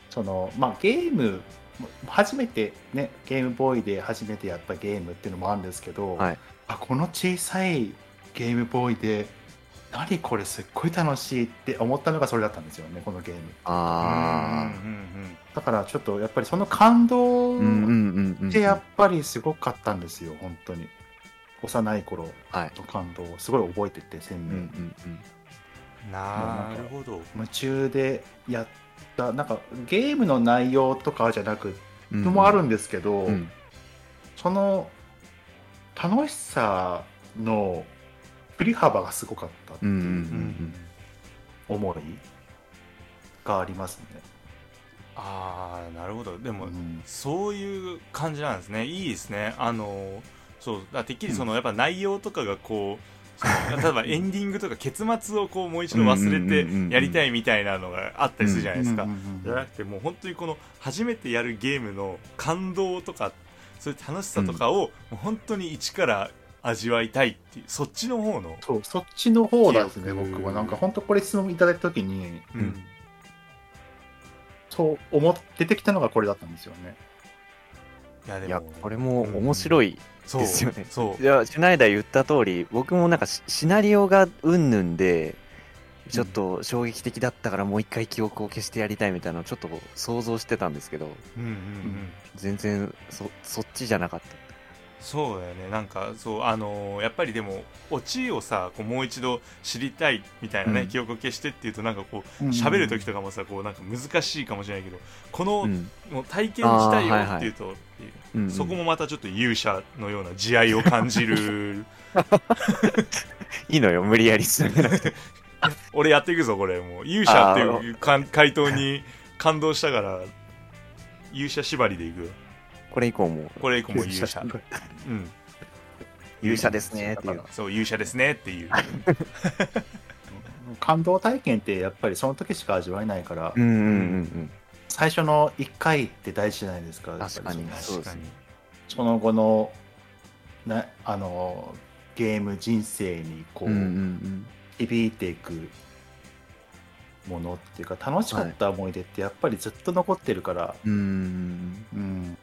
Speaker 3: てそのまあゲーム初めてねゲームボーイで初めてやったゲームっていうのもあるんですけど、
Speaker 1: はい
Speaker 3: あこの小さいゲームボーイで何これすっごい楽しいって思ったのがそれだったんですよねこのゲーム
Speaker 1: あ
Speaker 2: うんうんうんうん
Speaker 3: だからちょっとやっぱりその感
Speaker 1: あ。
Speaker 3: 動っ
Speaker 1: うんうんうんうん。
Speaker 3: てやっぱりすごかったんですよ本当に幼い頃
Speaker 1: はい。
Speaker 3: の感動をすごい覚えてて鮮
Speaker 1: うんう
Speaker 3: 明に、
Speaker 1: んうん。
Speaker 2: なるほど
Speaker 3: 夢中でやったなんかゲームの内容とかじゃなく
Speaker 1: う
Speaker 3: のもあるんですけど、
Speaker 1: うん
Speaker 3: その楽しさの振り幅がすごかったって
Speaker 1: う
Speaker 3: い
Speaker 1: んうん
Speaker 3: う
Speaker 1: うん
Speaker 3: 思いがありますね。
Speaker 2: ああなるほどでも、
Speaker 3: うん
Speaker 2: そういう感じなんですねいいですねあのそうだからてっきりその、やっぱ内容とかがこうそ の例えばエンディングとか結末をこうもう一度忘
Speaker 1: うんうんうんう
Speaker 2: れ
Speaker 1: ん
Speaker 2: てやりたいみたいなのがあったりするじゃないですか、
Speaker 3: うんうん
Speaker 2: じゃなくてもう本当にこの初めてやるゲームの感動とかそういう楽しさとかを、もう本当に一から味わいたいっていうそっちの方の、
Speaker 3: そうそっちの方です
Speaker 2: 記
Speaker 3: ね
Speaker 2: 憶
Speaker 3: 僕はなんか本当これ質問いただいた時に、
Speaker 2: う
Speaker 1: うんん
Speaker 3: そう思って出てきたのがこれだったんですよね。
Speaker 2: いやで
Speaker 1: うん。
Speaker 2: も
Speaker 1: いや、これも面白い。
Speaker 2: そう
Speaker 1: ですよね
Speaker 2: そう
Speaker 1: いや、シュナイダー言った通り、僕もなんかシシナリオがうんぬんで、ちょっと衝撃的だったからもう一回記憶を消してやりたいみたいなのをちょっと想像してたんですけど、
Speaker 2: うんうんうん
Speaker 1: 全然そそっちじゃなかった。
Speaker 2: そうだよねなんかそうあのーやっぱりでもオチをさこうもう一度知りたいみたいなね、
Speaker 1: うん
Speaker 2: 記憶を消してっていうとなんかこう
Speaker 3: うん
Speaker 2: 喋る時とかもさこうなんか難しいかもしれないけどこの、
Speaker 1: うん
Speaker 2: もう体験したいよ
Speaker 1: あーはいはい
Speaker 2: っていうと、
Speaker 1: うんうん
Speaker 2: そこもまたちょっと勇者のような慈愛を感じる
Speaker 1: いいのよ、無理やり進めなくて。
Speaker 2: 俺やっていくぞこれもう勇者っていうかん回答に感動したから勇者縛りでいくよ
Speaker 1: これ以降も、
Speaker 2: これ以降も勇者うん
Speaker 1: 勇者ですねっていうの。
Speaker 2: そう勇者ですねっていう
Speaker 3: 感動体験ってやっぱりその時しか味わえないから、
Speaker 1: うんうんうん
Speaker 3: 最初の1回って大事じゃないですかやっぱり
Speaker 1: 確かにそうで
Speaker 2: 確か
Speaker 1: す
Speaker 2: に
Speaker 1: ね
Speaker 3: その後のなあのゲーム人生にこ
Speaker 1: う。
Speaker 3: うん
Speaker 1: うんうん
Speaker 3: 響いていくものっていうか楽しかった思い出ってやっぱりずっと残ってるから、
Speaker 1: うん。うん
Speaker 3: うん、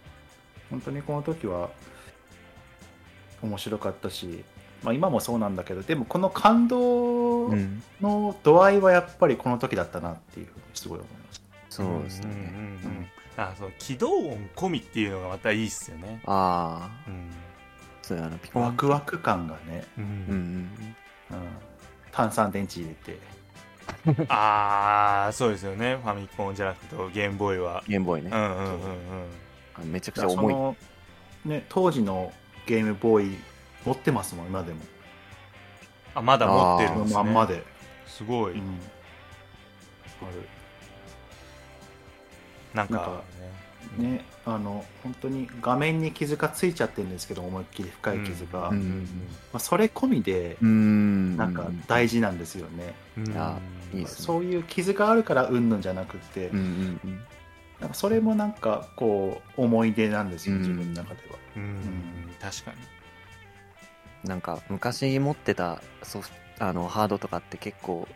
Speaker 3: 本当にこの時は面白かったし、まあ、今もそうなんだけどでもこの感動
Speaker 1: うんうん。
Speaker 3: の度合いはやっぱりこの時だったなっていうふうにすごい思いました。
Speaker 1: そうですね。
Speaker 2: んうんうんうんあその起動音込みっていうのがまたいいっすよね。
Speaker 1: ああ、
Speaker 2: うん
Speaker 1: そうやな、ピコ
Speaker 3: ワ
Speaker 1: ン。
Speaker 3: クワク感がね、
Speaker 2: う、
Speaker 1: うんうんん。
Speaker 3: うん、炭酸電池入れて
Speaker 2: ああそうですよねファミコンじゃなくてゲームボーイは。
Speaker 1: ゲームボーイ
Speaker 2: う
Speaker 1: ね。
Speaker 2: んうんうんうん
Speaker 1: めちゃくち
Speaker 3: そ
Speaker 1: ゃ重い。
Speaker 3: の、ね、当時のゲームボーイ持ってますもん今でも
Speaker 2: あまだ持ってる
Speaker 1: そうん
Speaker 3: この
Speaker 2: です、ね、
Speaker 3: まんまで、
Speaker 2: すごい、
Speaker 3: うんある
Speaker 2: なんか
Speaker 3: なんかね、あの本当に画面に傷がついちゃってるんですけど思いっきり深い傷が、
Speaker 1: うん
Speaker 3: まあ、それ込みで
Speaker 1: うん。
Speaker 3: なんか大事なんですよね、
Speaker 2: うんうん
Speaker 1: あいいですね
Speaker 3: そういう傷があるからうんぬんじゃなくて、
Speaker 1: うんうんうん。
Speaker 3: なんかそれもなんかこう思い出なんですよ
Speaker 1: うん
Speaker 3: 自分の中では、
Speaker 2: うんうん確かに
Speaker 1: なんか昔持ってたソフあのハードとかって結構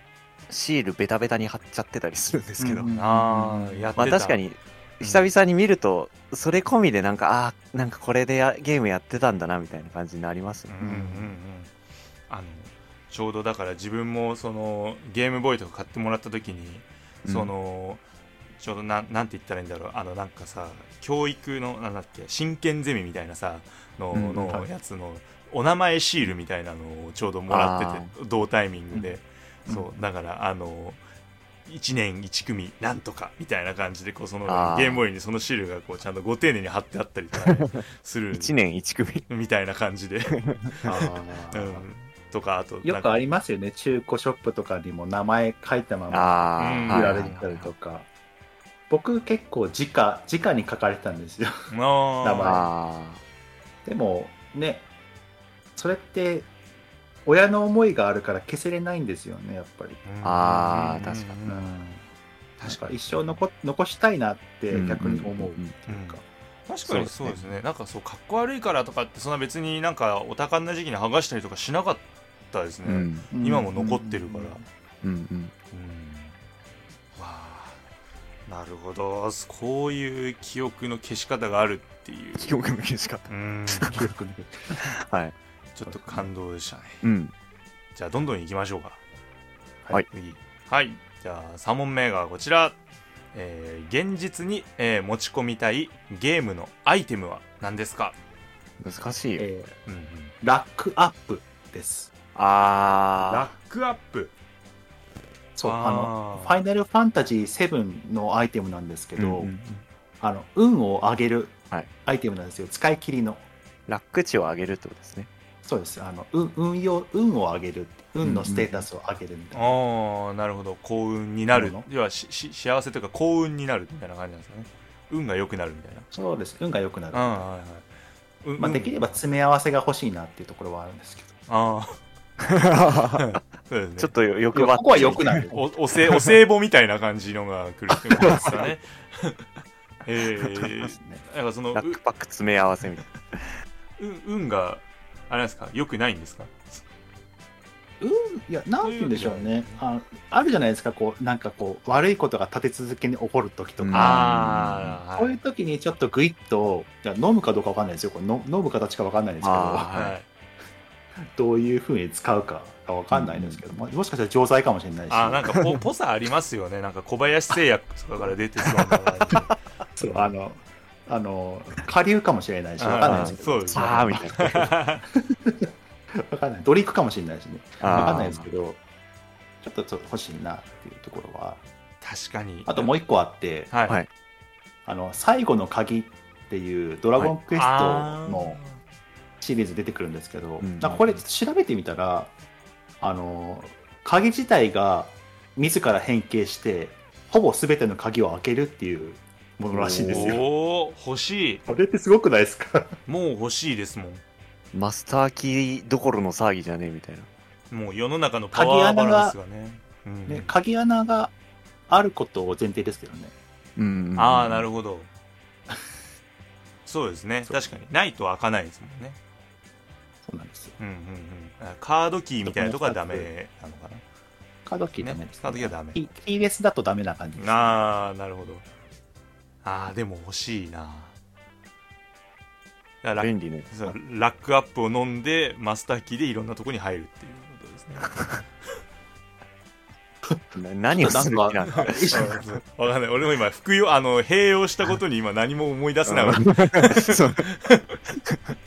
Speaker 1: シールベタベタに貼っちゃってたりするんですけど、
Speaker 3: うん
Speaker 2: ああやってた
Speaker 1: まあ確かに久々に見るとそれ込みでなんかあーなんかこれでやゲームやってたんだなみたいな感じになりますよね
Speaker 2: うんうんうんあのちょうどだから自分もそのゲームボーイとか買ってもらった時に、
Speaker 1: うん
Speaker 2: そのちょうどなんなんて言ったらいいんだろうあのなんかさ教育のなんだっけ真剣ゼミみたいなさの,、
Speaker 1: うん
Speaker 2: の
Speaker 3: はい
Speaker 2: やつのお名前シールみたいなのをちょうどもらってて同タイミングで、
Speaker 3: うん
Speaker 2: そうだからあの1年1組なんとかみたいな感じでこうその
Speaker 1: あー
Speaker 2: ゲームボーイにそのシールがこうちゃんとご丁寧に貼ってあったりと かね、する
Speaker 1: 1年1組
Speaker 2: みたいな感 じで。 うん、とかあと
Speaker 3: よくありますよね中古ショップとかにも名前書いたまま
Speaker 1: あ
Speaker 2: うん
Speaker 1: あ、
Speaker 3: 売
Speaker 1: は
Speaker 3: ら
Speaker 1: い
Speaker 3: れてたりとか、僕結構直直に書かれてたんですよ 名前
Speaker 1: あ
Speaker 3: でもねそれって親の思いがあるから消せれないんですよねやっぱり、
Speaker 1: あー確か
Speaker 3: うん
Speaker 2: に
Speaker 3: 確
Speaker 2: 確
Speaker 3: か
Speaker 2: か
Speaker 3: に
Speaker 2: に
Speaker 3: 一生残残したいなって
Speaker 1: うん
Speaker 3: 逆に思うっていうか、
Speaker 2: 確かにそうですねなんかそうかっこ悪いからとかってそんな別になんかお高んな時期に剥がしたりとかしなかったですね、
Speaker 1: ーう
Speaker 2: うん
Speaker 1: ん
Speaker 2: 今も残ってるから
Speaker 1: うんうん
Speaker 2: わあなるほどこういう記憶の消し方があるっていう
Speaker 1: 記憶の消し方
Speaker 2: うんち
Speaker 3: 記憶に
Speaker 1: はい
Speaker 2: ょっと感動でしたね
Speaker 1: うん
Speaker 2: じゃあどんどん行きましょうか
Speaker 1: はい
Speaker 2: 次はいじゃあ3問目がこちら、えー現実に、えー持ち込みたいゲームのアイテムは何ですか、
Speaker 1: 難しいよ。
Speaker 3: えー
Speaker 2: うんうん、
Speaker 3: ラックアップです。
Speaker 2: ラ
Speaker 1: あ
Speaker 2: ックアップ
Speaker 3: そう、あの、
Speaker 2: あ
Speaker 3: フ
Speaker 2: ー
Speaker 3: ァイナルファンタジー7のアイテムなんですけど、
Speaker 2: うんうん
Speaker 3: あの運を上げる
Speaker 1: はい
Speaker 3: アイテムなんですよ、使い切りの。
Speaker 1: ー、ラック値を上げるってことですね。
Speaker 3: そうですあの運運用、運を上げる、運のステータスを上げるみたいな。
Speaker 2: あーなるほど幸運になる
Speaker 3: なるほ
Speaker 2: 要はしし幸せというか幸運になるみたいな感じなんですかね運が良くなるみたいな
Speaker 3: そうです、運が良くなる。
Speaker 2: あーはいはいうん
Speaker 3: まあ、
Speaker 2: うん
Speaker 3: できれば詰め合わせが欲しいなっていうところはあるんですけど、
Speaker 2: あ
Speaker 1: ち
Speaker 2: あそうですね
Speaker 1: ょっと欲張って。
Speaker 3: ここは良くなる。
Speaker 2: おおせお歳暮みたいな感じのが来るってことですか ねえー、なんかその
Speaker 1: ラックパック詰め合わせみたいな。
Speaker 2: うう運があれなんですか良くないんですか
Speaker 3: いや、なんて言うんでしょうねあ。あるじゃないですか、こう、なんかこう、悪いことが立て続けに起こるときと
Speaker 1: うん
Speaker 3: か、
Speaker 2: ああ
Speaker 3: こういう時にちょっとグイッと、いや飲むかどうかわかんないですよ、これの飲む形かわかんないですけ
Speaker 1: あ
Speaker 3: ど、
Speaker 1: ー
Speaker 2: はい
Speaker 3: どういうふうに使うかがわかんないですけど、まあ、もしかしたら錠剤かもしれないし、
Speaker 2: あーなんかぽぽさありますよねなんか小林製薬とかから出てそうな感じ
Speaker 3: そうあの、あの、下流かもしれないし、わかんないですけど、
Speaker 2: あーそうですね
Speaker 1: あーみたいな。
Speaker 3: わかんない。ドリンクかもしれないしね、
Speaker 1: あー
Speaker 3: わかんないですけど、ちょっとそう欲しいなっていうところは、
Speaker 2: 確かに
Speaker 3: あともう一個あって、
Speaker 2: はい、
Speaker 1: はい
Speaker 3: あの、最後の鍵っていうドラゴンクエスト
Speaker 2: あー
Speaker 3: のシリーズ出てくるんですけど、
Speaker 1: うん
Speaker 3: なんかこれちょっと調べてみたら、あの、鍵自体が自ら変形して、ほぼ全ての鍵を開けるっていうものらしいんですよ。
Speaker 2: おー欲しい
Speaker 3: あれってすごくないですか
Speaker 2: もう欲しいですもん
Speaker 1: マスターキーどころの騒ぎじゃねえみたいな。
Speaker 2: もう世の中のパワーバランスがねうん
Speaker 3: ね、鍵穴があることを前提ですけどね。
Speaker 1: うんうん。
Speaker 2: ああなる
Speaker 1: ほ
Speaker 2: ほどそうですね確かにないと開かないですもんね
Speaker 3: そうなんですよ。
Speaker 2: うんうんうんあカードキーみたいなとこはダメなのかな
Speaker 3: カードキーダメです、
Speaker 2: カードキーはダメ
Speaker 3: キーキーレスだとダメな感じです。
Speaker 2: ああなるほどああでも欲しいなだからラッ
Speaker 1: 便利ね。
Speaker 2: そうラックアップを飲んでマスターキーでいろんなとこに入るっていうことですね
Speaker 1: な何をする気なの
Speaker 2: わかんない俺も今服用あの併用したことに今何も思い出せない わ
Speaker 1: そう
Speaker 3: ちょっとね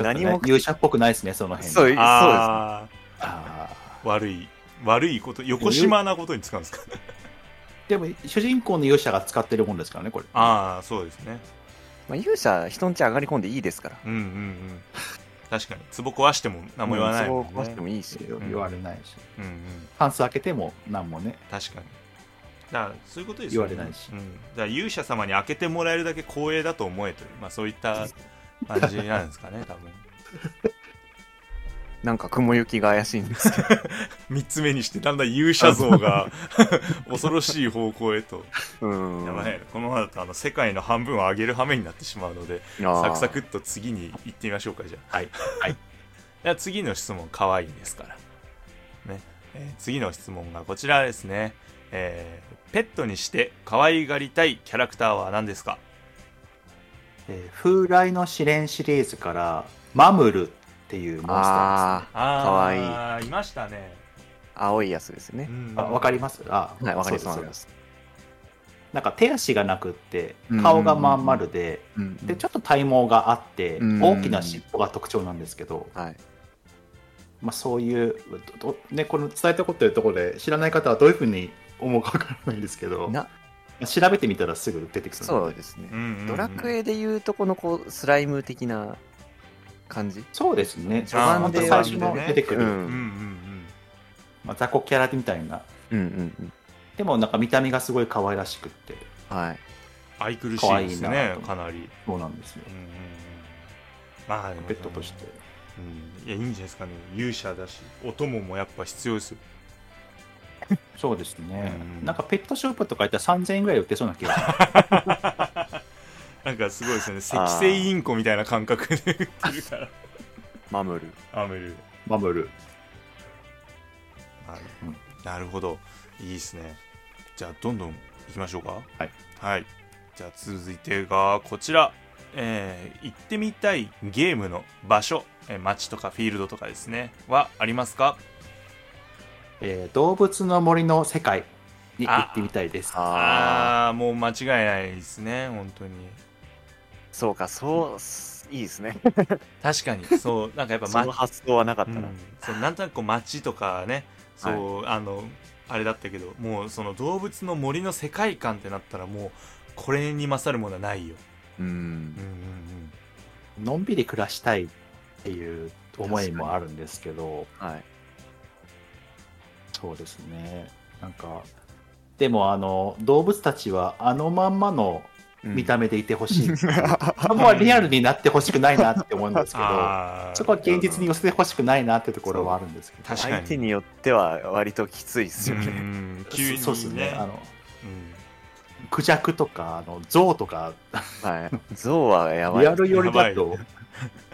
Speaker 1: 何も
Speaker 3: 勇者っぽくないですね、その辺。
Speaker 1: そうそうですね。
Speaker 2: あ
Speaker 3: あ
Speaker 2: あ悪い悪いこと横島なことに使うんですか
Speaker 3: ーでも、主人公の勇者が使ってるもんですからね、これ。
Speaker 2: ああそうですね
Speaker 1: まあ、勇者、人んち上がり込んでいいですから。
Speaker 2: うんうんうん確かに壺壊しても何も言わないもんね
Speaker 1: そう壊してもいいし。
Speaker 3: 言われないし。
Speaker 2: うんうん
Speaker 3: パンス開けても何もね。
Speaker 2: 確かにだからそういうことですよね
Speaker 3: 言われないし
Speaker 2: うん、だから勇者様に開けてもらえるだけ光栄だと思えという、まあ、そういった感じなんですかね多分
Speaker 1: なんか雲行きが怪しい んですけど。
Speaker 2: 3つ目にしてだんだん勇者 像が恐ろしい方向へと
Speaker 1: うん。
Speaker 2: やばいこのままだとあの世界の半分を上げる羽目になってしまうので
Speaker 1: あー
Speaker 2: サクサクっと次に行ってみましょうかじゃあ
Speaker 3: はい。
Speaker 2: では次の質問可愛いですから、ねえー次の質問がこちらですね、えーペットにして可愛がりたいキャラクターは何ですか
Speaker 3: えー風来の試練シリーズから、マムルっていうモンスターで
Speaker 1: あ
Speaker 2: あー
Speaker 1: かわ
Speaker 2: いましたね、
Speaker 1: あ、青いやつですね。
Speaker 3: すね。あ、わか
Speaker 2: り
Speaker 3: りますあ、
Speaker 1: はい、わかります。
Speaker 3: そう
Speaker 1: わかり
Speaker 3: ですそう
Speaker 1: ま
Speaker 3: です
Speaker 1: す。
Speaker 3: なんか手足がなくって
Speaker 1: うん、
Speaker 3: 顔がまん丸で、
Speaker 1: うん
Speaker 3: で、ちょっと体毛があって、
Speaker 1: うん
Speaker 3: 大きな尻尾が特徴なんですけど、
Speaker 1: はい。
Speaker 3: まあ、そういうどどね、この伝えたことというところで知らない方はどういうふうに思うかわからないですけど
Speaker 1: な
Speaker 3: 調べてみたらすぐ出てき
Speaker 1: そううですね。ド
Speaker 2: ド
Speaker 1: ラクエでいうとこのこうスライム的な感じ
Speaker 3: そうですね
Speaker 1: 序盤で
Speaker 3: で最初の出てくる、
Speaker 2: うんうんうん
Speaker 3: まあ、雑魚キャラみたいな
Speaker 1: うんうんうん
Speaker 3: でもなんか見た目がすごい可愛らしくって
Speaker 1: はい
Speaker 2: 愛くるしいです
Speaker 3: 可愛い
Speaker 2: ね
Speaker 3: なと
Speaker 2: かなり、
Speaker 3: そうなんですよ
Speaker 2: うんうんうん、まあでも
Speaker 3: ペットとして、
Speaker 2: うん、いやいいんじゃないですかね勇者だしお供もやっぱ必要ですよ
Speaker 3: そうですね、
Speaker 2: うん
Speaker 3: なんかペットショップとか行ったら3000円ぐらい売ってそうな気がす る
Speaker 2: なんかすごいですよね赤星インコみたいな感覚で売ってるから
Speaker 1: マムル
Speaker 2: アメル
Speaker 3: マムル
Speaker 2: はい
Speaker 3: うん
Speaker 2: なるほどいいですねじゃあどんどんいきましょうか
Speaker 3: はい、
Speaker 2: はい、じゃあ続いてがこちら、えー行ってみたいゲームの場所、えー街とかフィールドとかですねはありますか
Speaker 3: えー動物の森の世界に行ってみたいです。
Speaker 1: ああ
Speaker 2: ああもう間違いないですね本当に
Speaker 1: そうかそうすいいですね
Speaker 2: 確かにそうなんかやっぱ、
Speaker 1: その
Speaker 2: ま
Speaker 1: 発想はなかった
Speaker 2: う
Speaker 1: な、
Speaker 2: ん、そうなんとなくこう街とかねそう、あのあれだったけどもうその動物の森の世界観ってなったらもうこれに勝るものはないよ、
Speaker 1: うん
Speaker 2: うんうんうん、
Speaker 3: のんびり暮らしたいっていう思いもあるんですけど、
Speaker 1: はい
Speaker 3: そうですね。なんか、でもあの、動物たちはあのまんまの見 た
Speaker 1: 目、
Speaker 3: 目でいてほし い。あんまリアルになってほしくないなって思うんですけ ど、
Speaker 2: あー
Speaker 3: そこは現実に寄せてほしくないなってところはあるんですけど。
Speaker 2: 確かに
Speaker 1: 相手によっては割ときついですよ
Speaker 2: う
Speaker 1: ね、
Speaker 2: ん急に
Speaker 3: そうですね。あの、
Speaker 2: うん
Speaker 3: クジャクとか、あの、ゾウとか、
Speaker 1: はい象はやばい
Speaker 3: リアル寄りだ
Speaker 2: やば
Speaker 3: と、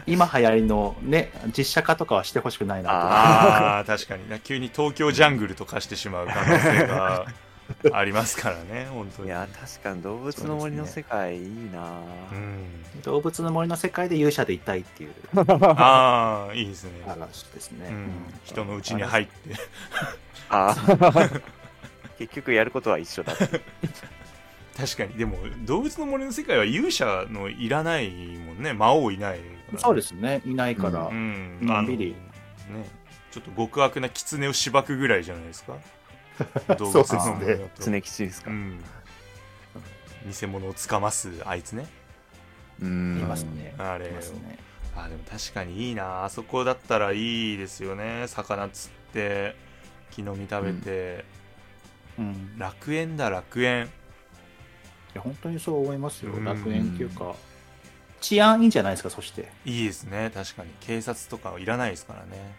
Speaker 3: 今流行りのね、実写化とかはしてほしくないな
Speaker 2: ああ確かにな急に東京ジャングルとかしてしまう可能性がありますからね本当
Speaker 1: い
Speaker 2: に
Speaker 1: や確かに動物の森の世界いいな、
Speaker 2: うん
Speaker 3: と。動物の森の世界で勇者でいたいっていう
Speaker 2: ああいいですね、
Speaker 3: 話ですね。
Speaker 2: うん
Speaker 3: うん、
Speaker 2: 人のうちに入って
Speaker 1: あ ー結局やることは一緒だって
Speaker 2: 確かにでも動物の森の世界は勇者のいらないもんね魔王いないから
Speaker 3: そうですすね、いないから。
Speaker 2: うん
Speaker 3: の
Speaker 2: あ
Speaker 3: んびり
Speaker 2: のねちょっと極悪な狐をしばくぐらいじゃないですか動
Speaker 3: そ
Speaker 2: 物
Speaker 3: うですね
Speaker 2: の森だと
Speaker 1: 常吉です
Speaker 2: う
Speaker 1: か
Speaker 2: ん偽物をつかますあいつね
Speaker 1: うん
Speaker 3: いますね。
Speaker 2: あれ
Speaker 3: いますね。
Speaker 2: あでも確かにいいなあそこだったらいいですよね魚釣って木の実食べて、
Speaker 3: うん、い
Speaker 2: 楽園だ楽園
Speaker 3: や本当にそう思いますよ、
Speaker 2: うん
Speaker 3: 楽園っていうか、治安いいんじゃないですか、そして。
Speaker 2: いいですね確かに警察とかはいらないですからね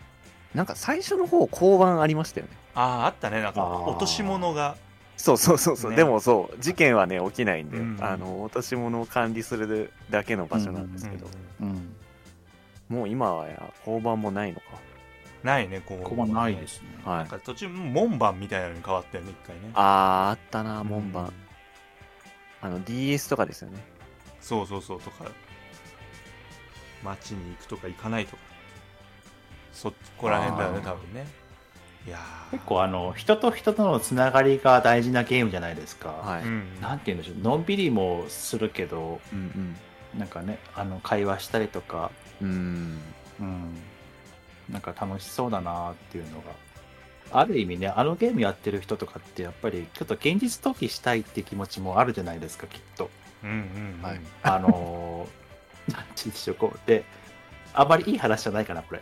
Speaker 1: なんか最初の方交番ありましたよね
Speaker 2: あああったねなんか
Speaker 3: あー
Speaker 2: 落とし物が
Speaker 1: そうそうそうそう、
Speaker 2: ね
Speaker 1: でもそう事件はね起きないんで、
Speaker 2: うん
Speaker 1: あの落とし物を管理するだけの場所なんですけど、
Speaker 3: うん、
Speaker 1: もう今はや交番もないの
Speaker 2: ないねこう
Speaker 3: ここはないですね。
Speaker 1: かは
Speaker 2: なん
Speaker 1: い
Speaker 2: か途中門番みたいなのに変わったよね一回ね
Speaker 1: あーあったな門番、あの DS とかですよね
Speaker 2: そうそうそうとか街に行くとか行かないとかそこら辺だよね
Speaker 3: あー
Speaker 2: 多分ねいやー
Speaker 3: 結構あの人と人とのつながりが大事なゲームじゃないですか、
Speaker 1: はい、
Speaker 2: うん
Speaker 3: なんて言うんでしょうのんびりもするけど
Speaker 1: うん
Speaker 3: なんかねあの会話したりとか、
Speaker 1: うんうん
Speaker 3: うん、なんか楽しそうだなっていうのがある意味ねあのゲームやってる人とかってやっぱりちょっと現実逃避したいって気持ちもあるじゃないですかきっと
Speaker 2: うんうんうん
Speaker 1: はい
Speaker 3: あのーなんて言うんでしょうこうであまりいい話じゃないかなこれ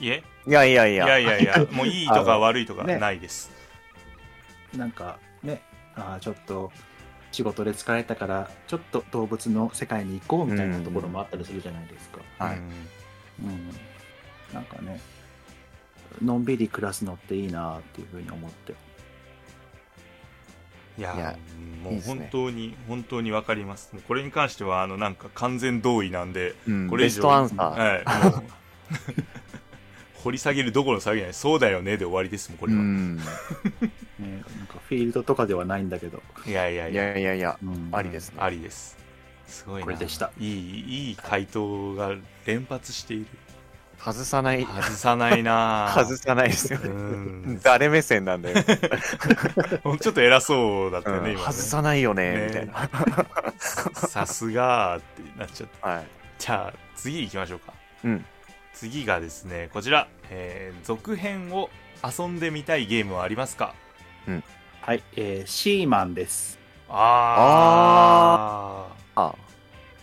Speaker 2: いえ
Speaker 1: いやいやい
Speaker 2: い
Speaker 1: や
Speaker 2: やいや いや、もういいと
Speaker 3: あ
Speaker 2: か
Speaker 3: の
Speaker 2: 悪いとか
Speaker 3: ね
Speaker 2: ないです。
Speaker 3: なんかねあーちょっと仕事で疲れたからちょっと動物の世界に行こうみたいなところもあったりするじゃないですか、
Speaker 1: はい
Speaker 2: うん
Speaker 3: うんなんかねのんびり暮らすのっていいなっていうふうに思って
Speaker 2: いや
Speaker 1: いや
Speaker 2: うんも
Speaker 1: いうい
Speaker 2: い
Speaker 1: っすね
Speaker 2: 本当に、本当にわかります。もうこれに関しては、あの、なんか完全同意なんで、
Speaker 1: うん
Speaker 2: これ以
Speaker 1: ベ
Speaker 2: 上
Speaker 1: ストアンサー、
Speaker 2: はい。もう掘り下げるどころの下げない。そうだよねで終わりですもん、これ
Speaker 1: う
Speaker 2: は。
Speaker 1: ん
Speaker 3: ね、なんかフィールドとかではないんだけど、
Speaker 2: いやいやい
Speaker 1: い
Speaker 2: や、
Speaker 1: やいやいや
Speaker 3: うん
Speaker 1: ありですね
Speaker 2: ありです。すごいな。
Speaker 3: これでした
Speaker 2: いい、いい回答が連発している。
Speaker 1: 外さない
Speaker 2: 外さないなぁ
Speaker 1: 外さないですよ
Speaker 2: う
Speaker 1: ね。
Speaker 2: ん
Speaker 1: 誰目線なんだよ、
Speaker 2: ちょっと偉そうだった
Speaker 1: う
Speaker 2: よ
Speaker 1: ん
Speaker 2: ね、今ね
Speaker 1: 外さないよね
Speaker 2: ね
Speaker 1: みたいな
Speaker 2: さすがーってなっちゃった。
Speaker 1: はい
Speaker 2: じゃあ次行きましょうか、
Speaker 1: うん
Speaker 2: 次がですねこちら、えー続編を遊んでみたいゲームはありますか
Speaker 3: はい、えーシーマンです
Speaker 2: あ
Speaker 1: あ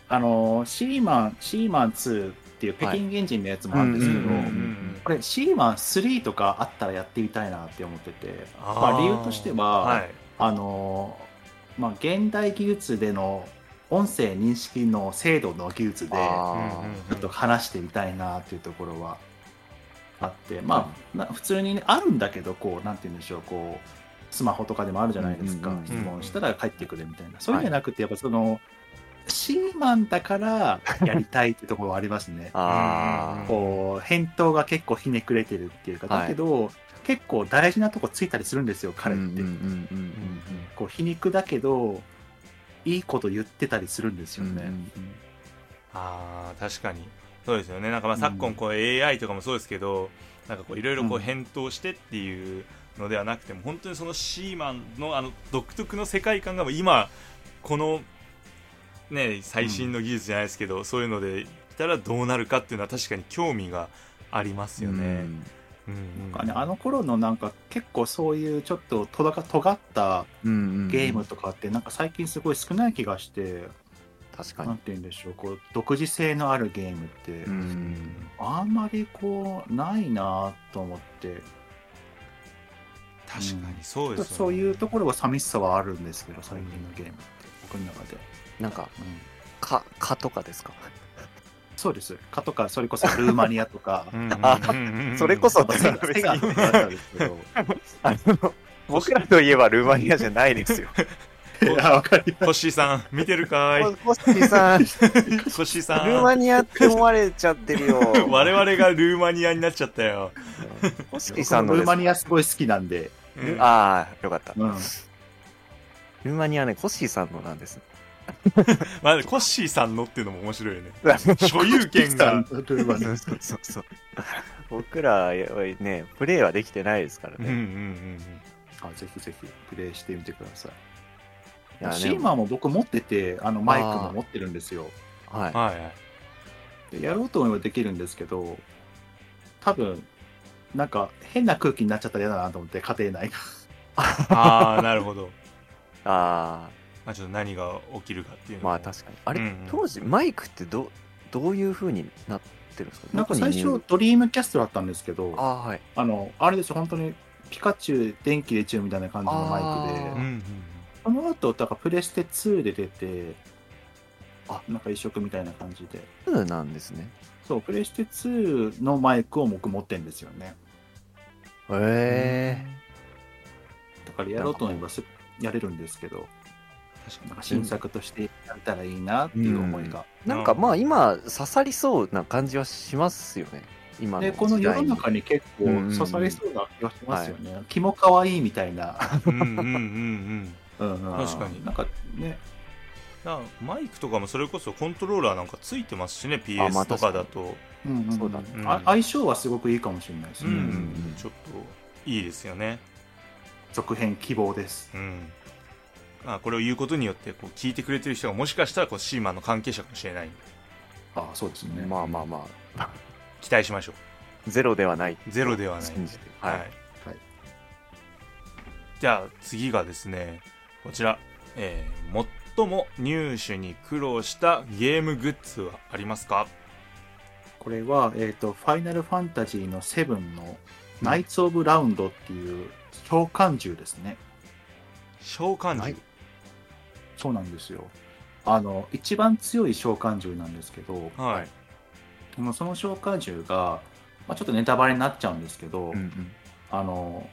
Speaker 3: あのーシーマンシーマン2っていう北京原人のやつもあるん
Speaker 2: ー
Speaker 3: で
Speaker 2: う
Speaker 3: す
Speaker 2: ん
Speaker 3: け
Speaker 2: う
Speaker 3: ど、
Speaker 2: んうん
Speaker 3: これシーマン3とかあったらやってみたいなって思ってて
Speaker 2: あー
Speaker 3: まあ理由としては
Speaker 2: はい
Speaker 3: あのーまあ、現代技術での音声認識の精度の技術でち
Speaker 1: あー
Speaker 3: ょっと話してみたいなっていうところはあってまあな普通にねあるんだけどこうなんて言うんでしょうこうスマホとかでもあるじゃないですか、
Speaker 1: うんうんうん。
Speaker 3: 質問したら帰ってくるみたいな、そういうんじゃなくてやっぱその、シーマンだからやりたいってところはありますね
Speaker 1: あー
Speaker 3: こう返答が結構ひねくれてるっていうかだけど、結構大事なとこついたりするんですよ彼って。
Speaker 1: うんうんうんうん
Speaker 3: こう皮肉だけどいいこと言ってたりするんです
Speaker 1: う
Speaker 3: よ
Speaker 1: ん
Speaker 3: ね。
Speaker 2: あー確かにそうですよねなんかまあ
Speaker 3: うん
Speaker 2: 昨今こう AI とかもそうですけど、なんかこういろいろこ
Speaker 3: う
Speaker 2: うん返答してっていうのではなくても、本当にそのシーマンのあの独特の世界観がもう今このね最新の技術じゃないですけど、そういうので来たらどうなるかっていうのは確かに興味がありますよね。うんうん
Speaker 3: なんかねあの頃のなんか結構そういうちょっととが尖った
Speaker 1: うんうん
Speaker 3: ゲームとかってなんか最近すごい少ない気がして、
Speaker 1: 確か
Speaker 3: なん
Speaker 1: に
Speaker 3: て言うんでしょうこう独自性のあるゲームって、
Speaker 1: うん
Speaker 3: あんまりこうないなと思って
Speaker 2: 確かにそうですよね
Speaker 3: そういうところは寂しさはあるんですけど最近のゲームって僕の中で、
Speaker 1: なんか
Speaker 3: うん
Speaker 1: 蚊蚊とかですか、
Speaker 3: そうですかとかそれこそルーマニアとか
Speaker 2: うんうんうん
Speaker 1: あ
Speaker 2: うん うん
Speaker 1: それこそ
Speaker 3: 手が手が手があったんですけど
Speaker 1: あの僕らといえばルーマニアじゃないですよ。
Speaker 3: いやわかり
Speaker 2: コ
Speaker 3: ま
Speaker 2: ッシーさん見てるか い
Speaker 1: コッシーさん、ル
Speaker 2: コッシーさん
Speaker 1: ーマニアって思われちゃってるよ。
Speaker 2: 我々がルーマニアになっちゃったよ。
Speaker 1: コッシ
Speaker 3: す
Speaker 1: ーさんので
Speaker 3: 僕ルー
Speaker 1: す
Speaker 3: マニアすごい好きなんで、
Speaker 2: うん
Speaker 1: ああ、よかった。
Speaker 3: うん、
Speaker 1: ルーマニアね、コッシーさんのなんです。
Speaker 2: まあ、コッシーさんのっていうのも面白いよね。
Speaker 1: そう
Speaker 2: 所有権 が。
Speaker 3: ルーマニア
Speaker 1: そうそうそう。 僕らね、プレイはできてないですから
Speaker 2: うんうん
Speaker 1: ね。
Speaker 3: あぜひぜひプレイしてみてください
Speaker 1: いや
Speaker 3: シ
Speaker 1: で
Speaker 3: ー
Speaker 1: も
Speaker 3: マーも僕持っててあのマイクも持ってるんですよ
Speaker 1: はい
Speaker 2: うん。。はいはい。
Speaker 3: でやろうと思えばできるんですけど多分なんか変な空気になっちゃったら嫌だなと思って家庭内が
Speaker 2: ああ、なるほど。
Speaker 1: あ
Speaker 2: まあ、ちょっと何が起きるかっていう
Speaker 1: あ、
Speaker 2: のも
Speaker 1: まあ確かに。あれ、
Speaker 2: うんうん
Speaker 1: 当時マイクってどどういう風になってるんですか
Speaker 3: なんか
Speaker 1: どこ
Speaker 3: 最
Speaker 1: に入
Speaker 3: 初ドリームキャストだったんですけど
Speaker 1: あ
Speaker 3: あ
Speaker 1: あ、はい。
Speaker 3: のあれですよ本当にピカチュウ電気でチュウみたいな感じのマイクで
Speaker 1: あ
Speaker 2: うんうんうん。
Speaker 3: その後だからプレステ2で出て
Speaker 1: あ
Speaker 3: なんか移植みたいな感じで
Speaker 1: そうなんですね。
Speaker 3: そうプレステ2のマイクを僕持ってるんですよね
Speaker 1: へえ。
Speaker 3: だからやろうと思えばすやれるんですけど
Speaker 2: 確か
Speaker 3: なん
Speaker 2: に
Speaker 3: か新作としてやれたらいいなっていう思いが、
Speaker 1: なんかまあ今刺さりそうな感じはしますよね。今の
Speaker 3: でこの
Speaker 1: 時
Speaker 3: 世
Speaker 1: 代
Speaker 3: の
Speaker 1: に。
Speaker 3: 中に結構
Speaker 1: うん
Speaker 3: 刺されそうな気がしますよね、気も可愛いみたいな
Speaker 2: うんうんうんうん。
Speaker 3: うんうん
Speaker 2: 確かに
Speaker 3: なんかね
Speaker 2: だからマイクとかもそれこそコントローラーなんかついてますしね、
Speaker 1: あま
Speaker 2: PS
Speaker 1: あ
Speaker 2: とかだと。
Speaker 3: うんうんん
Speaker 1: そうだね
Speaker 3: あ相性はすごくいいかもしれないです
Speaker 2: うん
Speaker 3: ね、
Speaker 2: うん
Speaker 1: う
Speaker 2: うんん。ちょっといいですよね。
Speaker 3: 続編希望です
Speaker 2: うん。まあ、これを言うことによって、こう聞いてくれてる人がもしかしたらこうシーマンの関係者かもしれないんで
Speaker 3: あそうですね、
Speaker 1: まあまあま
Speaker 2: 期待しましょ
Speaker 1: あ、ゼロではない。
Speaker 2: う。ゼロではない。
Speaker 1: 信じて。
Speaker 2: はい、
Speaker 1: はい。
Speaker 3: はい
Speaker 2: じゃあ次がですねこちら、えー最も入手に苦労したゲームグッズはありますか
Speaker 3: これは「えー、とファイナルファンタジーの7」の「ナイツ・オブ・ラウンド」っていう召喚獣ですね
Speaker 2: 召喚
Speaker 1: はい
Speaker 2: 獣
Speaker 3: そうなんですよあの一番強い召喚獣なんですけど
Speaker 2: はい、
Speaker 1: はい
Speaker 3: でもその召喚獣が、まあ、ちょっとネタバレになっちゃうんですけ
Speaker 1: う
Speaker 3: ど、
Speaker 1: んうん
Speaker 3: あの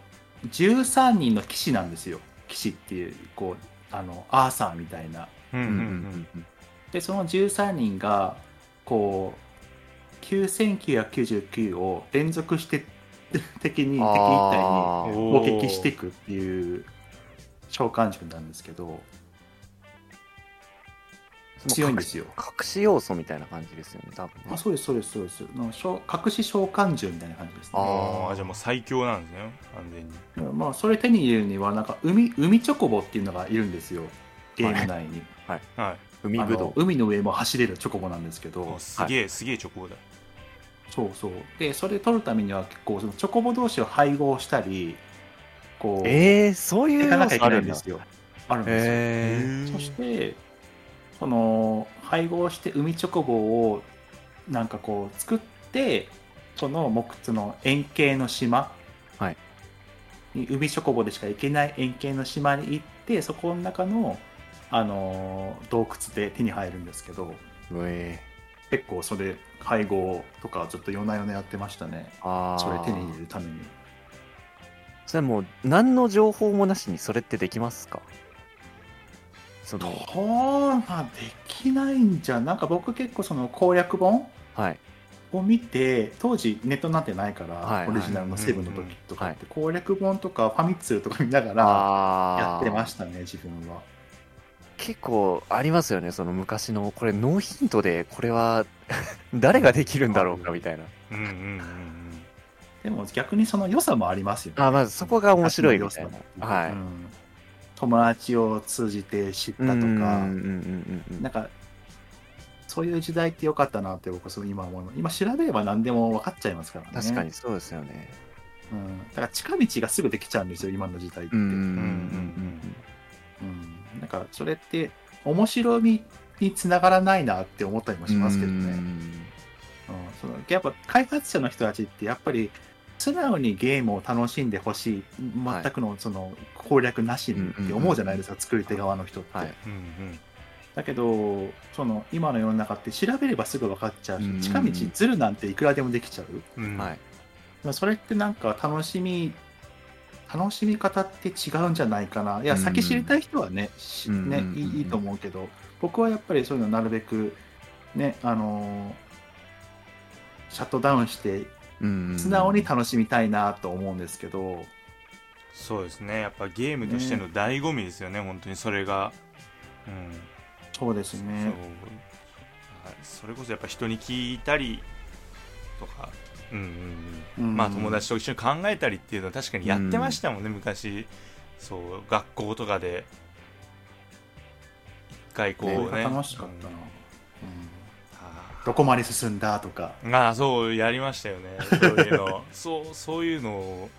Speaker 3: 13人の騎士なんですよ騎士っていうこうあのアーサーみたいな
Speaker 2: うんう
Speaker 1: うんんうん
Speaker 2: うん
Speaker 1: うん
Speaker 3: でその13人がこう9999を連続して 敵に敵一体
Speaker 1: あー
Speaker 3: に攻撃していくっていう召喚獣なんですけど強いんですよ
Speaker 1: 隠し要素みたいな感じですよね、多分ね、
Speaker 3: あそうですそうですそうですの召隠し召喚獣みたいな感じですね
Speaker 2: あ
Speaker 1: あー
Speaker 2: ーじゃあもう最強なんですね完全に
Speaker 3: まあ、それ手に入れるにはなんか海海チョコボっていうのがいるんですよゲーム内に
Speaker 2: はい
Speaker 1: 海
Speaker 3: あ
Speaker 1: ぶ
Speaker 3: の
Speaker 1: ど
Speaker 3: 海の上も走れるチョコボなんですけど
Speaker 2: おすげえ、すげえチョコだ
Speaker 3: そうそうでそれ取るためには結構そのチョコボ同士を配合したりこ
Speaker 1: う。
Speaker 3: う、
Speaker 1: えー、そういう
Speaker 3: いかな
Speaker 1: 要
Speaker 3: きゃ
Speaker 1: 素
Speaker 3: いけ
Speaker 1: あ
Speaker 3: な
Speaker 1: る
Speaker 3: い
Speaker 1: ん
Speaker 3: んで
Speaker 1: です
Speaker 3: すよあるんですよ、
Speaker 1: え
Speaker 3: そしてその配合して海チョコボをなんかこう作ってその目その円形の島
Speaker 1: はい
Speaker 3: に海チョコボでしか行けない円形の島に行ってそこの中の、あのー洞窟で手に入るんですけど
Speaker 1: ー、うえ
Speaker 3: 結構それ配合とかずっと夜な夜なやってましたね
Speaker 1: ー、ああ。
Speaker 3: それ手に入れるために
Speaker 1: それもう、何の情報もなしにそれってできますかそ
Speaker 3: ど
Speaker 1: の、
Speaker 3: うなんできないんじゃなんか僕結構その攻略本
Speaker 1: はい。
Speaker 3: を見て当時ネットなんてないから、
Speaker 1: はい
Speaker 3: オリジナルのセブンの時とかって、
Speaker 1: は
Speaker 3: 攻略本とかファミ通とか見ながら
Speaker 1: あ
Speaker 3: やってま
Speaker 1: た。
Speaker 3: したね自分は
Speaker 1: 結構ありますよね、その昔の、これノーヒン トで、これは誰ができるんだろうかみたいな。
Speaker 2: うんうんうんうん
Speaker 3: でも逆にその良さもありますよね。
Speaker 1: あまずそこが面白いみたいな。は
Speaker 3: う
Speaker 1: い。
Speaker 3: ん友達を通じて知ったとか、
Speaker 1: うんうんうんうん
Speaker 3: なんか、そういう時代って良かったなって僕、そう今思う。今調べれば何でも分かっちゃいますからね。
Speaker 1: 確かに。そうですよね。
Speaker 3: うん、だから近道がすぐできちゃうんですよ、今の時代って。
Speaker 1: うんうん
Speaker 3: うんなんか、それって、面白みにつながらないなって思ったりもしますけどね。
Speaker 1: う
Speaker 3: うん
Speaker 1: ん
Speaker 3: そのやっぱ、開発者の人たちって、やっぱり、素直にゲームを楽しんでほしい、
Speaker 1: はい
Speaker 3: 全くのその攻略なしにって思うじゃないですか、作り手側の人って。
Speaker 1: はい
Speaker 2: うんうん
Speaker 3: だけどその今の世の中って調べればすぐ分かっちゃうし、
Speaker 1: うん
Speaker 3: 近道ずるなんていくらでもできちゃう
Speaker 2: うん
Speaker 1: はい。
Speaker 3: まあそれってなんか楽しみ楽しみ方って違うんじゃないかないや
Speaker 1: うん
Speaker 3: 先知りたい人はね,し、
Speaker 1: うん
Speaker 3: ねいいいいと思うけど僕はやっぱりそういうのなるべくねあのーシャットダウンして
Speaker 1: うん
Speaker 3: 素直に楽しみたいなと思うんですけど、
Speaker 2: そうですねやっぱゲームとしての醍醐味ですよね本当にそれが、うん、
Speaker 3: そうです
Speaker 2: そう
Speaker 3: ね
Speaker 2: はいそれこそやっぱ人に聞いたりとか、うんうん
Speaker 3: う
Speaker 2: うん
Speaker 3: ん
Speaker 2: まあ友達と一緒に考えたりっていうのは確かにやってましたもんね、昔そう学校とかで一回こう
Speaker 3: ね
Speaker 2: ね
Speaker 3: 楽しかったな、うんど
Speaker 2: あ
Speaker 3: こまで進んだとか
Speaker 2: ああそうやりましたよねそういう のそうそういうのを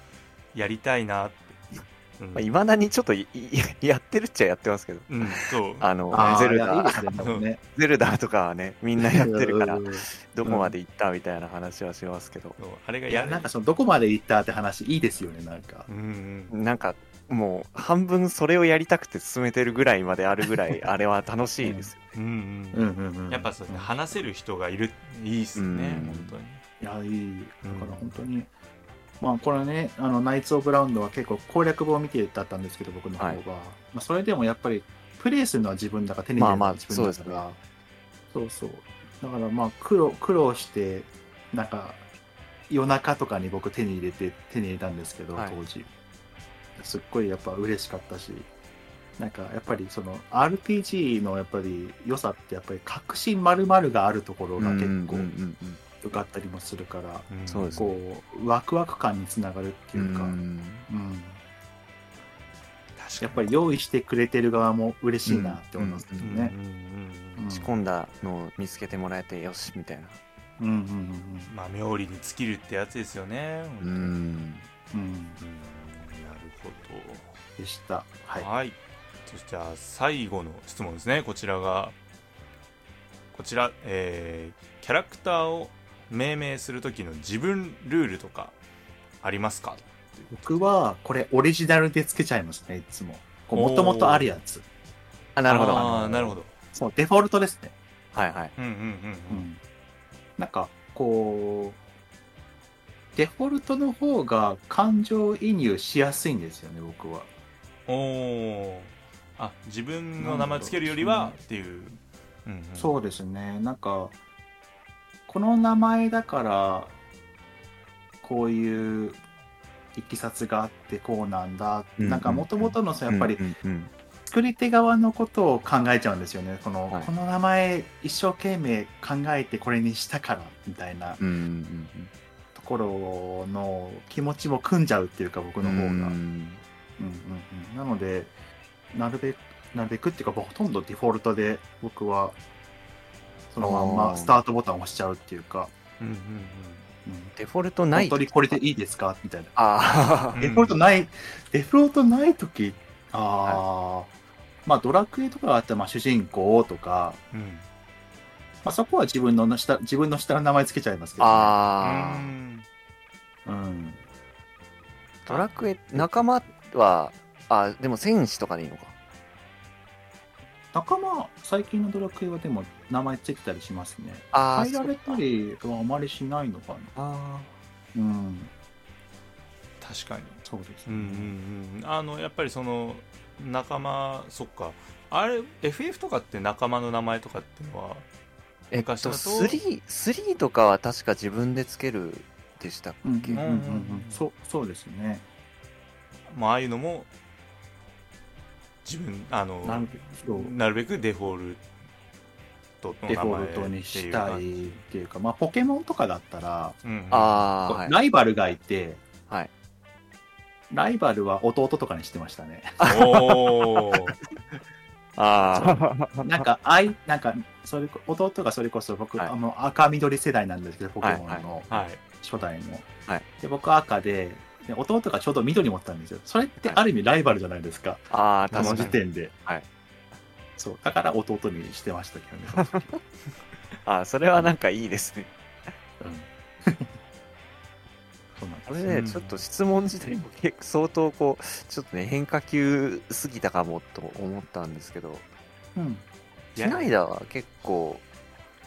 Speaker 2: やりたいなって、うん
Speaker 1: いまだにちょっとい いやってるっちゃやってますけど、
Speaker 2: うんそう
Speaker 1: あの
Speaker 3: あー
Speaker 1: ゼル
Speaker 3: いやいいで
Speaker 1: ダ、
Speaker 3: すねでもね
Speaker 1: ゼルダとかはね、みんなやってるから
Speaker 3: う、ん
Speaker 1: どこまで行ったみたいな話はしますけど、
Speaker 2: そうあれが
Speaker 3: い
Speaker 2: や
Speaker 3: や
Speaker 2: る
Speaker 3: なんかそのどこまで行ったって話いいですよねなんか
Speaker 2: うんうん
Speaker 1: なんかもう半分それをやりたくて進めてるぐらいまであるぐらい、あれは楽しいですよ。
Speaker 2: うんうん
Speaker 3: うんうんうん
Speaker 2: やっぱそうですね、話せる人がいるいいっすね、
Speaker 1: うん
Speaker 2: 本当に。
Speaker 3: いやいいだから本当に、まあこれねあのナイツ・オブ・ラウンドは結構攻略本を見てだったんですけど僕の方は、
Speaker 1: はい
Speaker 3: まあ、それでもやっぱりプレイするのは自分だから手に入れるの
Speaker 1: まあまあ
Speaker 3: は自分だ
Speaker 1: そう
Speaker 3: か
Speaker 1: です
Speaker 3: ら、そうそうだからまあ苦労苦労してなんか夜中とかに僕手に入れて手に入れたんですけど
Speaker 1: はい
Speaker 3: 当時、すっごいやっぱ嬉しかったしなんかやっぱりその RPG のやっぱり良さってやっぱり確信まるがあるところが結構
Speaker 1: うんうんうん
Speaker 3: 良かったりもするから、
Speaker 2: ん
Speaker 1: そうです
Speaker 3: こうワクワク感につながるって
Speaker 1: う
Speaker 3: いうか、
Speaker 1: ん
Speaker 3: うん
Speaker 2: 確か
Speaker 3: やっぱり用意してくれてる側も嬉しいなって思いますけど
Speaker 2: に
Speaker 3: ね。
Speaker 2: うんうんうん
Speaker 3: うん
Speaker 1: 仕込んだのを見つけてもらえてよしみたいな。
Speaker 3: うんうんうん
Speaker 2: まあ、冥利に尽きるってやつですよね。本当
Speaker 1: う
Speaker 2: にうん
Speaker 1: ん
Speaker 3: うん
Speaker 2: なるほど。
Speaker 3: でした。はい。
Speaker 2: はい。そしてじゃあ最後の質問ですね、こちらが。こちら、えーキャラクターを命名するときの自分ルールとかありますか
Speaker 3: 僕はこれオリジナルでつけちゃいますね、いつも。もともとあるやつ。
Speaker 1: あなるほど。
Speaker 2: あーなるほど。
Speaker 3: そう、デフォルトですね。
Speaker 1: はいはい。
Speaker 2: うんうん
Speaker 3: う
Speaker 2: うんうん。
Speaker 3: ん。なんか、こう、デフォルトの方が感情移入しやすいんですよね、僕は。
Speaker 2: おおあ自分の名前つけるよりはっていう、うんうん
Speaker 3: そうですねなんかこの名前だからこういういきさつがあってこうなんだ、
Speaker 1: うん
Speaker 3: なんかもともとのさやっぱり
Speaker 1: うんうん
Speaker 3: 作り手側のことを考えちゃうんですよねこの,、
Speaker 1: はい
Speaker 3: この名前一生懸命考えてこれにしたからみたいな
Speaker 1: うんうんうんうん
Speaker 3: ところの気持ちも組んじゃうっていうか僕の方が、うんうんうん、なのでなるべくなるべくっていうかほとんどデフォルトで僕はそのまん
Speaker 1: あー
Speaker 3: まスタートボタンを押しちゃうっていうか
Speaker 2: うんうん
Speaker 3: うん
Speaker 1: デフォルトない
Speaker 3: 本当にこれでいいですかみたいな。
Speaker 1: あ
Speaker 2: う ん
Speaker 3: デフォルトない、デフォルトないとき、ああ、まあドラクエとかだったらまあ主人公とか、
Speaker 2: うんうん
Speaker 3: まあそこは自分の下、自分の下の名前つけちゃいますけど、ね。
Speaker 1: あー
Speaker 3: うん。
Speaker 1: ドラクエ仲間はあでも戦士とかでいいのか
Speaker 3: 仲間、最近のドラクエはでも名前ついてたりしますね。
Speaker 1: ああ
Speaker 3: 変えられたりはあまりしないのかな。
Speaker 1: あ
Speaker 3: うん。
Speaker 2: 確かに
Speaker 3: そうです
Speaker 2: う
Speaker 3: ね。
Speaker 2: んうんうんあのやっぱりその仲間そっかあれ FF とかって仲間の名前とかってのは
Speaker 1: ーえっと
Speaker 2: 昔だと
Speaker 1: 3 3とかは確か自分でつけるでしたっ
Speaker 3: うんうん
Speaker 1: け、
Speaker 3: うんうん
Speaker 2: う
Speaker 3: うんん、そうそうですね。
Speaker 2: まあああいうのも自分あの
Speaker 3: なんそう
Speaker 2: なるべくデフォルトの名
Speaker 3: デフォ
Speaker 2: 前
Speaker 3: ルトにし
Speaker 2: ったていう
Speaker 3: いっていうか、まあ、ポケモンとかだったら、
Speaker 2: 感じ。うん
Speaker 1: ああ、はい。
Speaker 3: ライバルがいて、
Speaker 1: はい
Speaker 3: ライバルは弟とかにしてましたね。
Speaker 2: おー
Speaker 1: あ
Speaker 3: なんか、あい、なんか、それこ、弟がそれこそ僕、
Speaker 1: はい
Speaker 3: あの、赤緑世代なんですけど、ポケモンの、
Speaker 1: はい
Speaker 2: はい。
Speaker 3: 初代の。
Speaker 1: はい
Speaker 3: で、僕は赤で、で弟がちょうど緑持ってたんですよ。それってある意味ライバルじゃないですか。
Speaker 1: あ、ああ、
Speaker 3: その
Speaker 1: 確か
Speaker 3: 時
Speaker 1: に。
Speaker 3: 点で。
Speaker 1: はい
Speaker 3: そう、だから弟にしてましたけどねその時。
Speaker 1: ああ、それはなんかいいですね。
Speaker 3: うん。 そうなん
Speaker 1: これ
Speaker 3: です
Speaker 1: ね、
Speaker 2: うん
Speaker 1: ちょっと質問自体も結構相当こう、ちょっとね、変化球すぎたかもと思ったんですけど、
Speaker 3: うん。
Speaker 1: シュナイダーは結構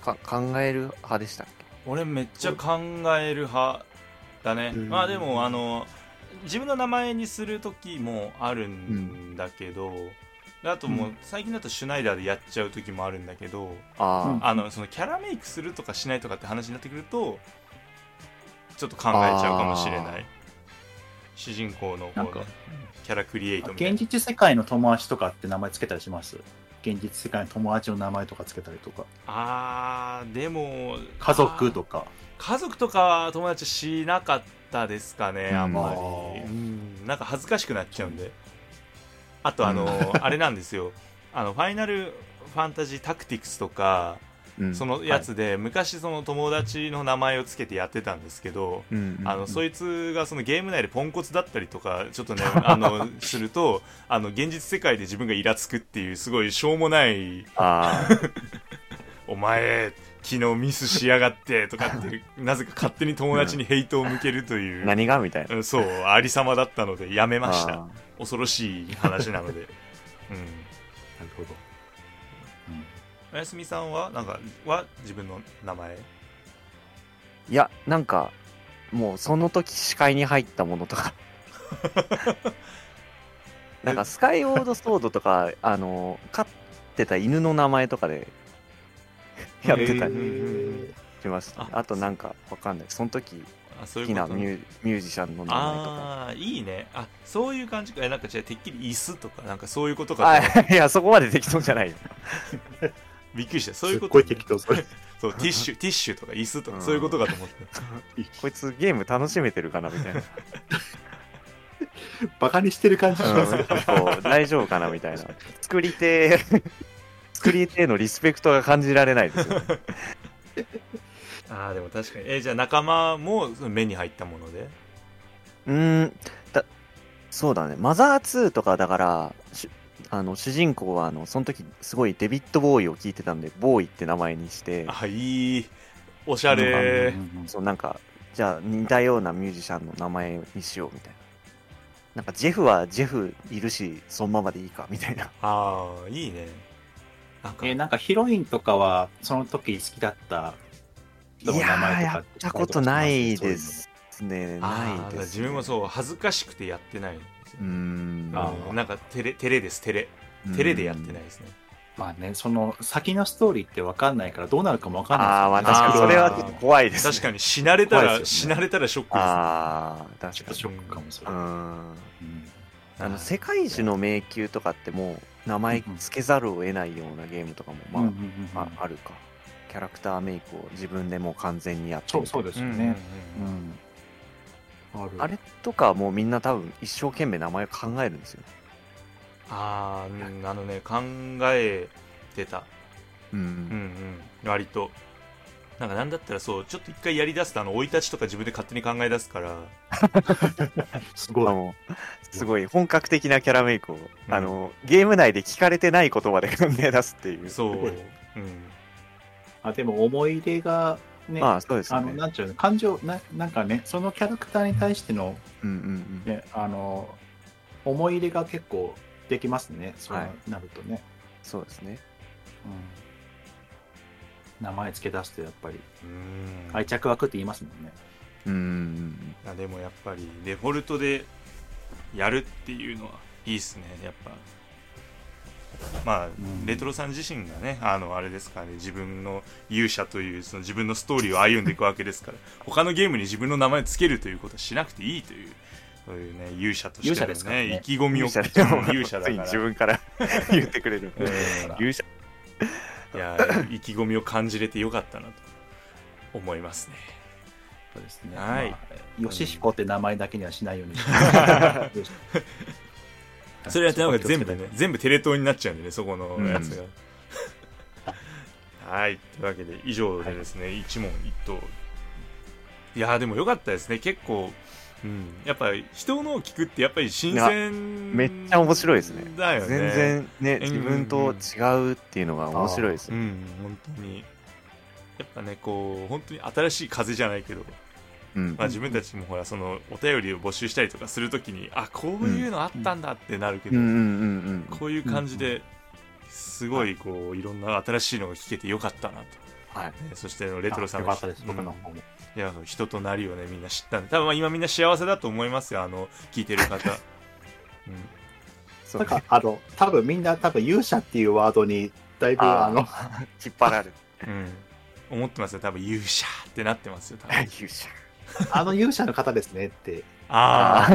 Speaker 1: か考える派でしたっけ
Speaker 2: 俺めっちゃ考える派だね
Speaker 3: うん
Speaker 2: まあでもあの自分の名前にする時もあるんだけど、であともう
Speaker 3: うん
Speaker 2: 最近だとシュナイダーでやっちゃう時もあるんだけど、
Speaker 1: あ
Speaker 2: あのそのキャラメイクするとかしないとかって話になってくるとちょっと考えちゃうかもしれない主人公のこう
Speaker 3: なんか
Speaker 2: キャラクリエイトみたい
Speaker 3: 現
Speaker 2: な
Speaker 3: 実世界の友達とかって名前つけたりします現実世界の友達の名前とかつけたりとか
Speaker 2: あーでも
Speaker 3: 家族とか
Speaker 2: 家族とか友達しなかったですかね、
Speaker 1: うん
Speaker 2: あんまり、
Speaker 3: あー
Speaker 2: うん、なんか恥ずかしくなっちゃうんであとあの、あれなんですよあのファイナルファンタジータクティクスとか、
Speaker 1: あ、
Speaker 2: そのやつで、昔その友達の名前をつけてやってたんですけど、
Speaker 1: うん、
Speaker 2: あのそ
Speaker 1: いう
Speaker 2: いつがそのゲーム内でポンコツだったりとかちょっ とねあのするとあの現実世界で自分がイラつくっていうすごいしょうもない
Speaker 1: あ
Speaker 2: お前昨日ミスしやがってとかって なぜか勝手に友達にヘイトを向けるとい
Speaker 1: あ、
Speaker 2: う
Speaker 1: 何がみ たいな。
Speaker 2: うんそうありさまだったのでやめました
Speaker 1: あ
Speaker 2: 恐ろしい話な ので、うん、
Speaker 3: なるほど、うん
Speaker 2: おやすみさんはなんかは自分の名前
Speaker 1: ーいや、なんか、もうその時視界に入ったものとか。なんか、スカイオードソードとか、あの、飼ってた犬の名前とかでやってた
Speaker 3: へ
Speaker 1: り
Speaker 3: ー
Speaker 1: しましたね、
Speaker 2: あ
Speaker 1: あとなんか、わかんない。その時、
Speaker 2: あそう
Speaker 1: 好
Speaker 2: いうこ
Speaker 1: きな
Speaker 2: と
Speaker 1: ミューミュージシャンの名前とか。
Speaker 2: ああーいいねあそういう感じかえなんかじゃあてっきり椅子とかなんかそういうことかと思った
Speaker 1: あいや、そこまで適当じゃないよ。
Speaker 2: びっくりしたそういう
Speaker 3: すっ
Speaker 2: ことね、
Speaker 3: ごい適 当それ
Speaker 2: そうティッシュティッシュとか椅子と
Speaker 1: う
Speaker 2: か
Speaker 1: ん
Speaker 2: そういうことかと思った
Speaker 1: こいつゲーム楽しめてるかなみたいな。
Speaker 3: バカにしてる感じします
Speaker 1: うん
Speaker 3: ね、
Speaker 1: こう大丈夫かなみたいな。作り手、作り手へのリスペクトが感じられないですよね。
Speaker 2: ああでも確かにえじゃあ仲間もその目に入ったもので
Speaker 1: うーん、だそうだね。マザー2とかだから、しあの主人公はあのその時すごいデビッド・ボーイを聞いてたんで、ボーイって名前にして、
Speaker 2: あいいおしゃれ
Speaker 3: うんうんうん
Speaker 1: そうなんか、じゃあ似たようなミュージシャンの名前にしようみたいな。なんかジェフはジェフいるし、そのままでいいかみたいな。
Speaker 2: ああいいねなんか
Speaker 3: えーなんかヒロインとかはその時好きだった
Speaker 1: い
Speaker 3: 人
Speaker 1: や
Speaker 3: の名
Speaker 1: ー、
Speaker 3: 前と
Speaker 1: や
Speaker 3: か
Speaker 1: ってたことないで
Speaker 3: そう
Speaker 1: すね。
Speaker 2: あ
Speaker 1: ないで
Speaker 2: ー
Speaker 1: す、ね。
Speaker 2: 自分もそう恥ずかしくてやってないんですよ
Speaker 1: うーん。
Speaker 2: あーなんかテレテレですテレテレでやってないですね
Speaker 3: いうのまあねその先のストーリーって分かんないからどうなるかも分かんない
Speaker 1: ああ、まあ
Speaker 3: です
Speaker 1: 確か
Speaker 3: よ
Speaker 1: に
Speaker 3: ね
Speaker 1: それは
Speaker 2: あ
Speaker 1: ちょっ
Speaker 2: ー
Speaker 1: と怖いです、ね。
Speaker 2: 確かに死なれたら、
Speaker 3: 怖いです
Speaker 2: 死
Speaker 3: よね
Speaker 2: なれたらショックです
Speaker 1: ああ、確
Speaker 3: ちょっ
Speaker 1: か
Speaker 3: と
Speaker 1: に。
Speaker 3: ショックかもしれ
Speaker 1: うー
Speaker 3: ない、
Speaker 1: ん。
Speaker 3: うん
Speaker 1: あの、世界一の迷宮とかってもう、名前つけざるを得ないようなゲームとかも、まあ、
Speaker 3: うんうんうん
Speaker 1: まあ、あるか。キャラクターメイクを自分でもう完全にやって
Speaker 3: そ
Speaker 1: み
Speaker 3: う
Speaker 1: たい
Speaker 3: そうですよね、
Speaker 2: うんうんうん
Speaker 3: うん、ある
Speaker 1: あれとかはもうみんな多分一生懸命名前を考えるんですよね。
Speaker 2: あーうんあのね考えてた
Speaker 1: う
Speaker 2: うん
Speaker 1: ん。
Speaker 2: うん割となんかなんだったらそうちょっと一回やりだすとあの生い立ちとか自分で勝手に考え出すから
Speaker 3: す
Speaker 1: あ
Speaker 3: ごい
Speaker 1: のすごい本格的なキャラメイクを、あのゲーム内で聞かれてない言葉で考え出すっていう
Speaker 2: そう、
Speaker 3: す
Speaker 2: う
Speaker 3: ごい
Speaker 2: ん、
Speaker 3: あでも思い入れがね、
Speaker 1: まあそうです
Speaker 3: あ
Speaker 1: よ
Speaker 3: の
Speaker 1: ね
Speaker 3: なんていうの感情ななんかねそのキャラクターに対しての、
Speaker 1: うんうんうん
Speaker 3: ね、あの思い入れが結構できますねそう
Speaker 1: はい
Speaker 3: なるとね、
Speaker 1: そうですね
Speaker 3: うん、名前付け出すとやっぱり
Speaker 2: うん
Speaker 3: 愛着枠って言いますもんね
Speaker 1: うんうんうん
Speaker 2: いやでもやっぱりデフォルトでやるっていうのはいいっすねやっぱまあ、
Speaker 3: ん
Speaker 2: レトロさん自身がねあのあれですからね自分の勇者というその自分のストーリーを歩んでいくわけですから 他のゲームに自分の名前つけるということはしなくていいというそういうね勇者として
Speaker 3: 勇者
Speaker 2: の
Speaker 3: ですからね
Speaker 2: 意 気込みを
Speaker 1: 勇者
Speaker 2: うん勇者
Speaker 1: つ
Speaker 2: だ か
Speaker 1: いに
Speaker 2: ら
Speaker 1: 自分から言ってくれる
Speaker 2: えー
Speaker 1: 勇者
Speaker 2: いや意気込みを感じれてよかったなと思いますね
Speaker 3: そうですね。
Speaker 2: はい
Speaker 3: まあ。よしひこって名前だけにはしないように。
Speaker 2: それやってなんか全部ね
Speaker 3: ね
Speaker 2: 全部テレ東になっちゃうんでねそこのやつが、 はいというわけで以上でですね、一問一答いやーでもよかったですね結構うん、やっぱり人のを聞くってやっぱり新鮮
Speaker 1: めっちゃ面白いですね
Speaker 2: だよね
Speaker 1: 全然ね
Speaker 2: ん
Speaker 1: 自分と違うっていうのが面白いです
Speaker 2: う
Speaker 1: ね
Speaker 2: ん本当にやっぱねこう本当に新しい風じゃないけど、
Speaker 1: うん
Speaker 2: まあ、自分たちもほらそのお便りを募集したりとかするときにあこういうのあったんだってなるけ
Speaker 1: うんう
Speaker 2: ど、
Speaker 1: んうんうん
Speaker 2: こういう感じですごいこういろんな新しいのが聞けてよかったなと、
Speaker 3: はい。
Speaker 2: ねそしてあのレトロさん
Speaker 3: よ
Speaker 2: の
Speaker 3: かったです。僕の方も。
Speaker 2: いや人となりをねみんな知ったんで多分まあ今みんな幸せだと思いますよあの聞いてる方、うん
Speaker 1: そ
Speaker 3: な
Speaker 1: うん
Speaker 3: かあの多分みんな多分勇者っていうワードにだいぶ
Speaker 1: あー
Speaker 3: あの
Speaker 1: 引っ張られる
Speaker 2: うん、思ってますよ多分勇者ってなってますよ多分
Speaker 1: 勇者
Speaker 3: あの勇者の方ですねって
Speaker 2: あ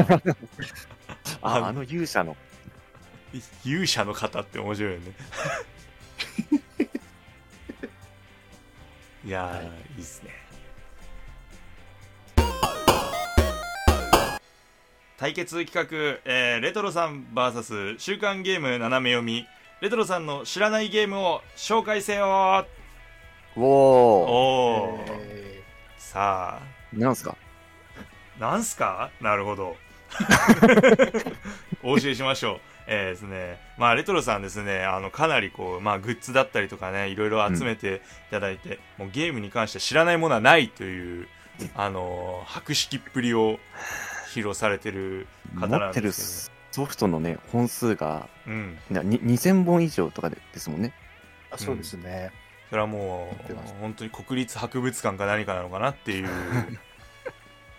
Speaker 2: あ
Speaker 1: ああの勇者の
Speaker 2: 勇者の方って面白いよねいやー、
Speaker 3: はいい、
Speaker 2: いっすね対決企画、えーレトロさん VS 週刊ゲーム斜め読みレトロさんの知らないゲームを紹介せよお
Speaker 1: おお
Speaker 2: おー、
Speaker 3: え
Speaker 2: さあ
Speaker 1: なんすか
Speaker 2: なんすかなるほ ど。お教えしましょう。えーですね、まあレトロさんですね、あのかなりこう、まあグッズだったりとかね、いろいろ集めていただいて、もうゲームに関して知らないものはないという、あのー博識っぷりを披露されてる
Speaker 1: 持
Speaker 2: 方な
Speaker 1: っ
Speaker 2: ん
Speaker 1: てる
Speaker 2: です
Speaker 1: ソフトのね本数が
Speaker 2: けど、うん、
Speaker 1: なに2000本以上とかでですもんね
Speaker 3: ーあそうですね。
Speaker 2: それはも
Speaker 3: 持っ
Speaker 2: う
Speaker 3: てます
Speaker 2: 本当に国立博物館か何かなのかなって いう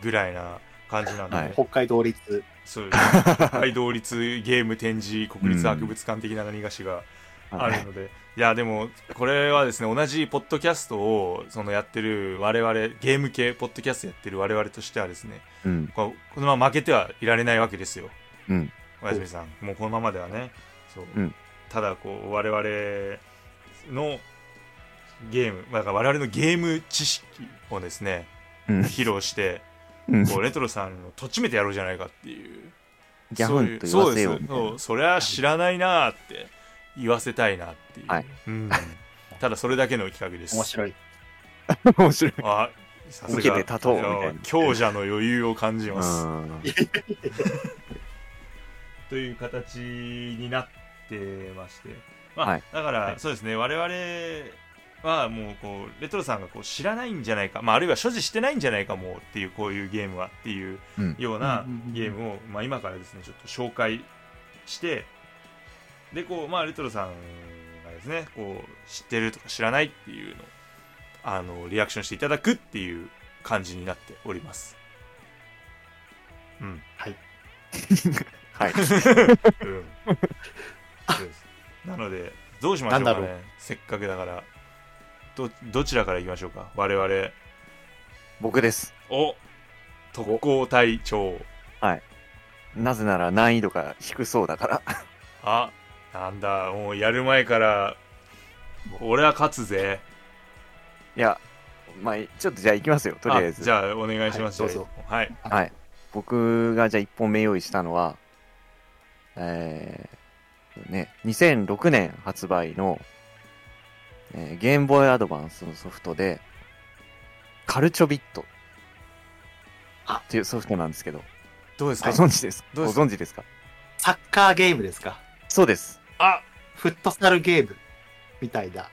Speaker 2: ぐらいな感じなんで、
Speaker 1: はい
Speaker 3: 北海道立
Speaker 2: そう北 海道立ゲーム展示国立博物館的な何がしがあ
Speaker 1: はい
Speaker 2: るので、いやでもこれはですね同じポッドキャストをそのやってる我々ゲーム系ポッドキャストやってる我々としてはですね
Speaker 1: うん
Speaker 2: こうこのまま負けてはいられないわけですよ
Speaker 1: うん
Speaker 2: おやすみさんもうこのままではねそう、
Speaker 1: うん
Speaker 2: ただこう我々のゲームだから我々のゲーム知識をですね
Speaker 1: うん
Speaker 2: 披露して
Speaker 1: うん
Speaker 2: こうレトロさんをとっちめてやろうじゃないかっていう
Speaker 1: ギャフンと言
Speaker 2: そ
Speaker 1: わ
Speaker 2: う
Speaker 1: せ
Speaker 2: です
Speaker 1: よ
Speaker 2: そうう
Speaker 1: み
Speaker 2: です
Speaker 1: たい
Speaker 2: そ
Speaker 1: な
Speaker 2: うそれは知らないなーって言わせたいなっていう、
Speaker 1: はい
Speaker 2: うん、ただそれだけの企画です
Speaker 3: 面白い。
Speaker 1: 面白い
Speaker 2: あさす
Speaker 1: 受け
Speaker 2: が
Speaker 1: て立とうみたいな
Speaker 2: あの強者の余裕を感じますという形になってまして、まあ
Speaker 1: はい
Speaker 2: だから、
Speaker 1: はい
Speaker 2: そうですね我々はもうこうレトロさんがこう知らないんじゃないか、まあ、あるいは所持してないんじゃないかもうっていうこういうゲームはっていう
Speaker 1: うん
Speaker 2: ような
Speaker 3: うんうんうんうん
Speaker 2: ゲームを、まあ、今からですねちょっと紹介してでこう、まあ、レトロさんがですねこう知ってるとか知らないっていうのをあのリアクションしていただくっていう感じになっております。うん
Speaker 3: はい。
Speaker 1: はい
Speaker 2: うん、そうですなのでどうしましょう
Speaker 3: な
Speaker 2: か
Speaker 3: んだ
Speaker 2: ね
Speaker 3: ろ
Speaker 2: せっかくだからどどちらからいきましょうか我々
Speaker 1: 僕です
Speaker 2: お特攻隊長
Speaker 1: なぜなら難易度が低そうだから
Speaker 2: あなんだもうやる前から俺は勝つぜ
Speaker 1: いやまあちょっとじゃあ行きますよとりあえず
Speaker 2: じゃあお願いします、
Speaker 3: はいどうぞ
Speaker 2: はい
Speaker 1: はい。僕がじゃあ1本目用意したのは、えー、ね、2006年発売の、えーゲームボーイアドバンスのソフトで、カルチョビット
Speaker 3: あ
Speaker 1: っていうソフトなんですけど、
Speaker 2: どうです
Speaker 1: ご
Speaker 2: か、
Speaker 1: 存知ですか
Speaker 2: ど
Speaker 1: ご
Speaker 2: うですか
Speaker 1: 存知ですか
Speaker 3: サッカーゲームですか。
Speaker 1: そうです。
Speaker 2: あ
Speaker 3: フットサルゲームみたいな。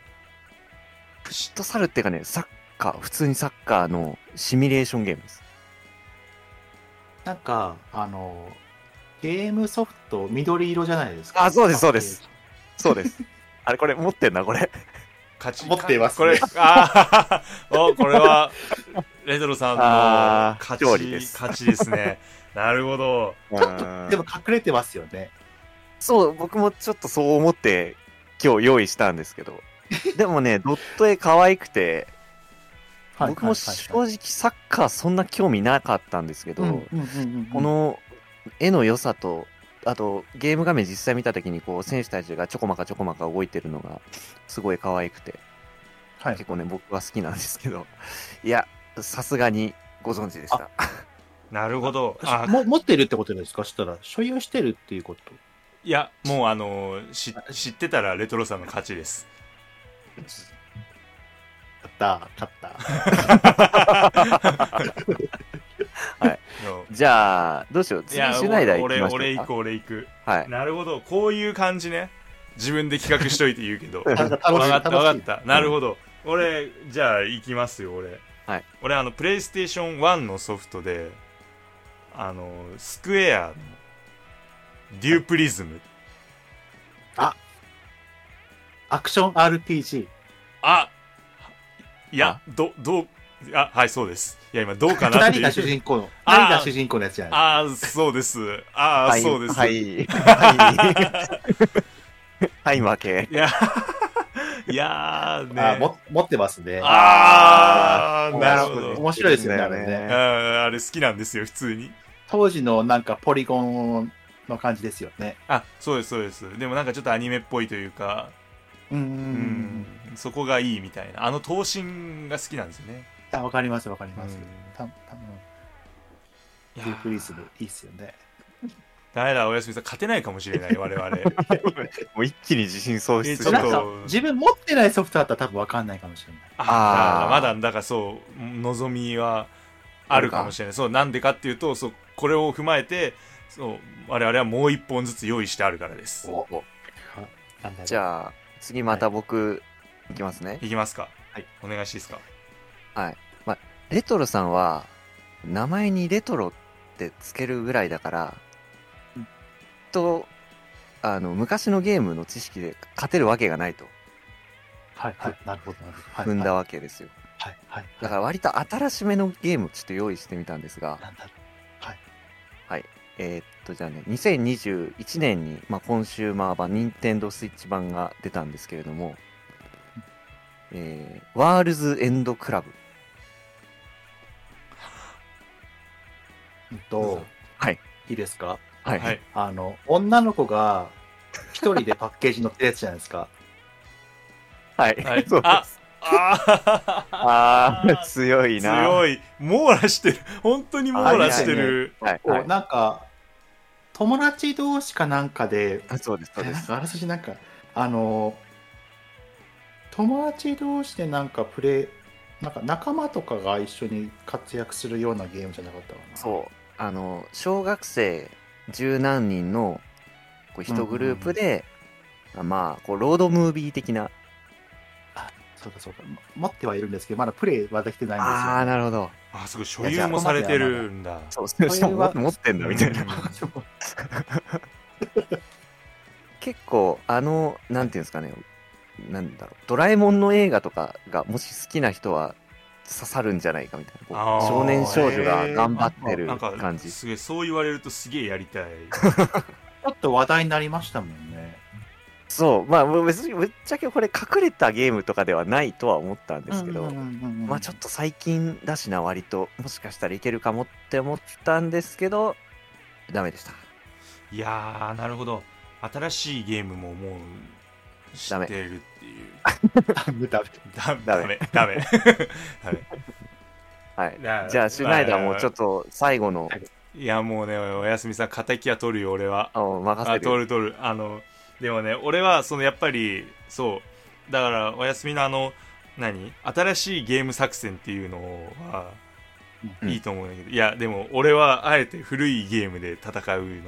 Speaker 1: シットサルっていうかね、サッカー、普通にサッカーのシミュレーションゲームです。
Speaker 3: なんかあのゲームソフト緑色じゃないですか。
Speaker 1: あそうですそうです。そうです。 あれこれ持ってんな、これ。
Speaker 2: 勝 ち
Speaker 3: 持っています
Speaker 2: これあ ーおこれはレトロさんの
Speaker 1: あー
Speaker 2: 勝
Speaker 1: 勝
Speaker 2: ち
Speaker 1: 利です
Speaker 2: 勝ちですねなるほど
Speaker 1: ち
Speaker 3: でも隠れてますよね。
Speaker 1: そう、僕もちょっとそう思って今日用意したんですけど。でも ね、ドット絵可愛くて、僕も正直サッカーそんな興味なかったんですけど、
Speaker 3: うんうんうんうん
Speaker 1: この絵の良さとあとゲーム画面実際見た時にこう選手たちがちょこまかちょこまか動いてるのがすごい可愛くて
Speaker 3: はい
Speaker 1: 結構ね僕は好きなんですけどいやさすがにご存知でした
Speaker 2: なるほどあ
Speaker 3: も持ってるってことですかしたら所有してるっていうこと
Speaker 2: いやもうあのーし知ってたらレトロさんの勝ちです
Speaker 3: 勝った勝った
Speaker 2: の
Speaker 1: じゃあどうしよう
Speaker 2: い
Speaker 1: 次
Speaker 2: や
Speaker 1: シュナイダー行き
Speaker 2: 俺
Speaker 1: ましょうか
Speaker 2: 俺行く俺行く
Speaker 1: はい
Speaker 2: なるほどこういう感じね自分で企画しといて言うけど
Speaker 1: うん
Speaker 2: わ
Speaker 3: 楽しい
Speaker 2: かったわか
Speaker 3: 楽
Speaker 2: っ
Speaker 3: しい
Speaker 2: たなるほど俺じゃあ行きますよ俺
Speaker 1: はい
Speaker 2: 俺あのプレイステーション1のソフトであのスクエアのデュープリズム
Speaker 3: アクション RPG
Speaker 2: あいやどどうあはいそうですいや今どうかな
Speaker 3: 二
Speaker 2: って
Speaker 3: 人
Speaker 2: いう
Speaker 3: が主人公の
Speaker 2: あー
Speaker 3: 二人が主人公のやつじゃない
Speaker 2: ああそうですああ
Speaker 1: はい
Speaker 2: そうです、、
Speaker 1: はいいはい、はい、負け
Speaker 2: や いやーね
Speaker 3: あーも持ってますね
Speaker 2: あー
Speaker 1: ー
Speaker 2: なるほ
Speaker 1: そう
Speaker 2: ど
Speaker 1: です
Speaker 3: 面白いですよね
Speaker 1: そ
Speaker 3: あ
Speaker 1: うです
Speaker 3: れ
Speaker 1: ね
Speaker 2: あ
Speaker 3: ね
Speaker 2: ーあれ好きなんですよ普通に
Speaker 3: 当時のなんかポリゴンの感じですよね
Speaker 2: あそうですそうですでもなんかちょっとアニメっぽいというか
Speaker 3: うんうん
Speaker 2: うん、そこがいいみたいなあの闘身が好きなんですよね
Speaker 3: あわかりますわかります
Speaker 2: うん
Speaker 3: た多分
Speaker 2: い
Speaker 3: デ
Speaker 2: や
Speaker 3: ュープ
Speaker 2: ー
Speaker 3: リズムいいっすよね
Speaker 2: ダメだおやすみさん勝てないかもしれない我々
Speaker 1: もう一気に自信喪失
Speaker 2: え
Speaker 1: し
Speaker 2: ちょっ
Speaker 1: ち
Speaker 2: と
Speaker 1: ゃ
Speaker 3: な
Speaker 1: うん
Speaker 3: か自分持ってないソフトだったら多分わかんないかもしれない
Speaker 2: あ
Speaker 1: あ
Speaker 2: あ
Speaker 1: ー
Speaker 2: まだだからそう望みはあるかもしれないそうなんでかっていうとそうこれを踏まえてそう我々はもう一本ずつ用意してあるからです
Speaker 1: おお
Speaker 3: なんだろう
Speaker 1: じゃあ次また僕いきますね、
Speaker 2: いきますか、
Speaker 3: はい
Speaker 2: お願いしていいですか
Speaker 1: レトロさんは名前にレトロってつけるぐらいだから、
Speaker 3: うん
Speaker 1: とあの昔のゲームの知識で勝てるわけがないと
Speaker 3: はいはいなるほどなるほど
Speaker 1: 踏んだわけですよ、
Speaker 3: はいはい
Speaker 1: だから割と新しめのゲームちょっと用意してみたんですが、
Speaker 3: なんだろ
Speaker 1: えーっとじゃあね2021年に、まあ、コンシューマー版任天堂スイッチ版が出たんですけれども、えーワールズエンドクラブ
Speaker 3: ううんと
Speaker 1: はい
Speaker 3: いいですか
Speaker 1: はい、
Speaker 2: はい
Speaker 3: あの女の子が一人でパッケージ乗ってるやつじゃないですか
Speaker 1: はい
Speaker 2: はい
Speaker 1: そう
Speaker 2: ああー
Speaker 1: あー強いな
Speaker 2: 強い網羅してる本当に網羅してる
Speaker 1: はい
Speaker 3: こう
Speaker 1: はい
Speaker 3: なんか友達同士かなんかで
Speaker 1: あそうですそうで
Speaker 3: なん
Speaker 1: す
Speaker 3: かあらすじなんかあの友達同士でなんかプレイなんか仲間とかが一緒に活躍するようなゲームじゃなかったかな
Speaker 1: そうあの小学生十何人のこう一グループで、まあこうロードムービー的な
Speaker 3: そうだそうだも持ってはいるんですけどまだプレイはできてないんですよ
Speaker 1: ああーなるほど
Speaker 2: あすごい所有もされてるんだ
Speaker 1: そうそう
Speaker 3: そういうわ
Speaker 1: 持ってんだみたいな
Speaker 2: うん
Speaker 3: そう
Speaker 1: 結構あのなんていうんですかねなんだろうドラえもんの映画とかがもし好きな人は刺さるんじゃないかみたいなこ
Speaker 2: あー
Speaker 1: う少年少女が頑張ってる
Speaker 2: なんか
Speaker 1: 感じ
Speaker 2: すげえそう言われるとすげえや りたい
Speaker 3: ちょっと話題になりましたもんね
Speaker 1: そうまあもう別にぶっちゃけこれ隠れたゲームとかではないとは思ったんですけど、
Speaker 3: うんうんうんうん
Speaker 1: まあちょっと最近だしな割ともしかしたらいけるかもって思ったんですけどダメでした
Speaker 2: いやーなるほど新しいゲームももう知ってるっていう
Speaker 3: ダメダメ
Speaker 2: ダメ
Speaker 1: ダ
Speaker 2: ダメダメダメ
Speaker 1: はい
Speaker 2: な
Speaker 1: じゃあシュナイダーもちょっと最後の
Speaker 2: いやもうねおやすみさん敵は取るよ俺は
Speaker 1: あを任
Speaker 2: あ
Speaker 1: せて
Speaker 2: 取る取るあのでもね俺はそのやっぱりそうだからおやすみのあの何新しいゲーム作戦っていうのは
Speaker 1: うん
Speaker 2: いいと思うんだけど、いやでも俺はあえて古いゲームで戦うのよ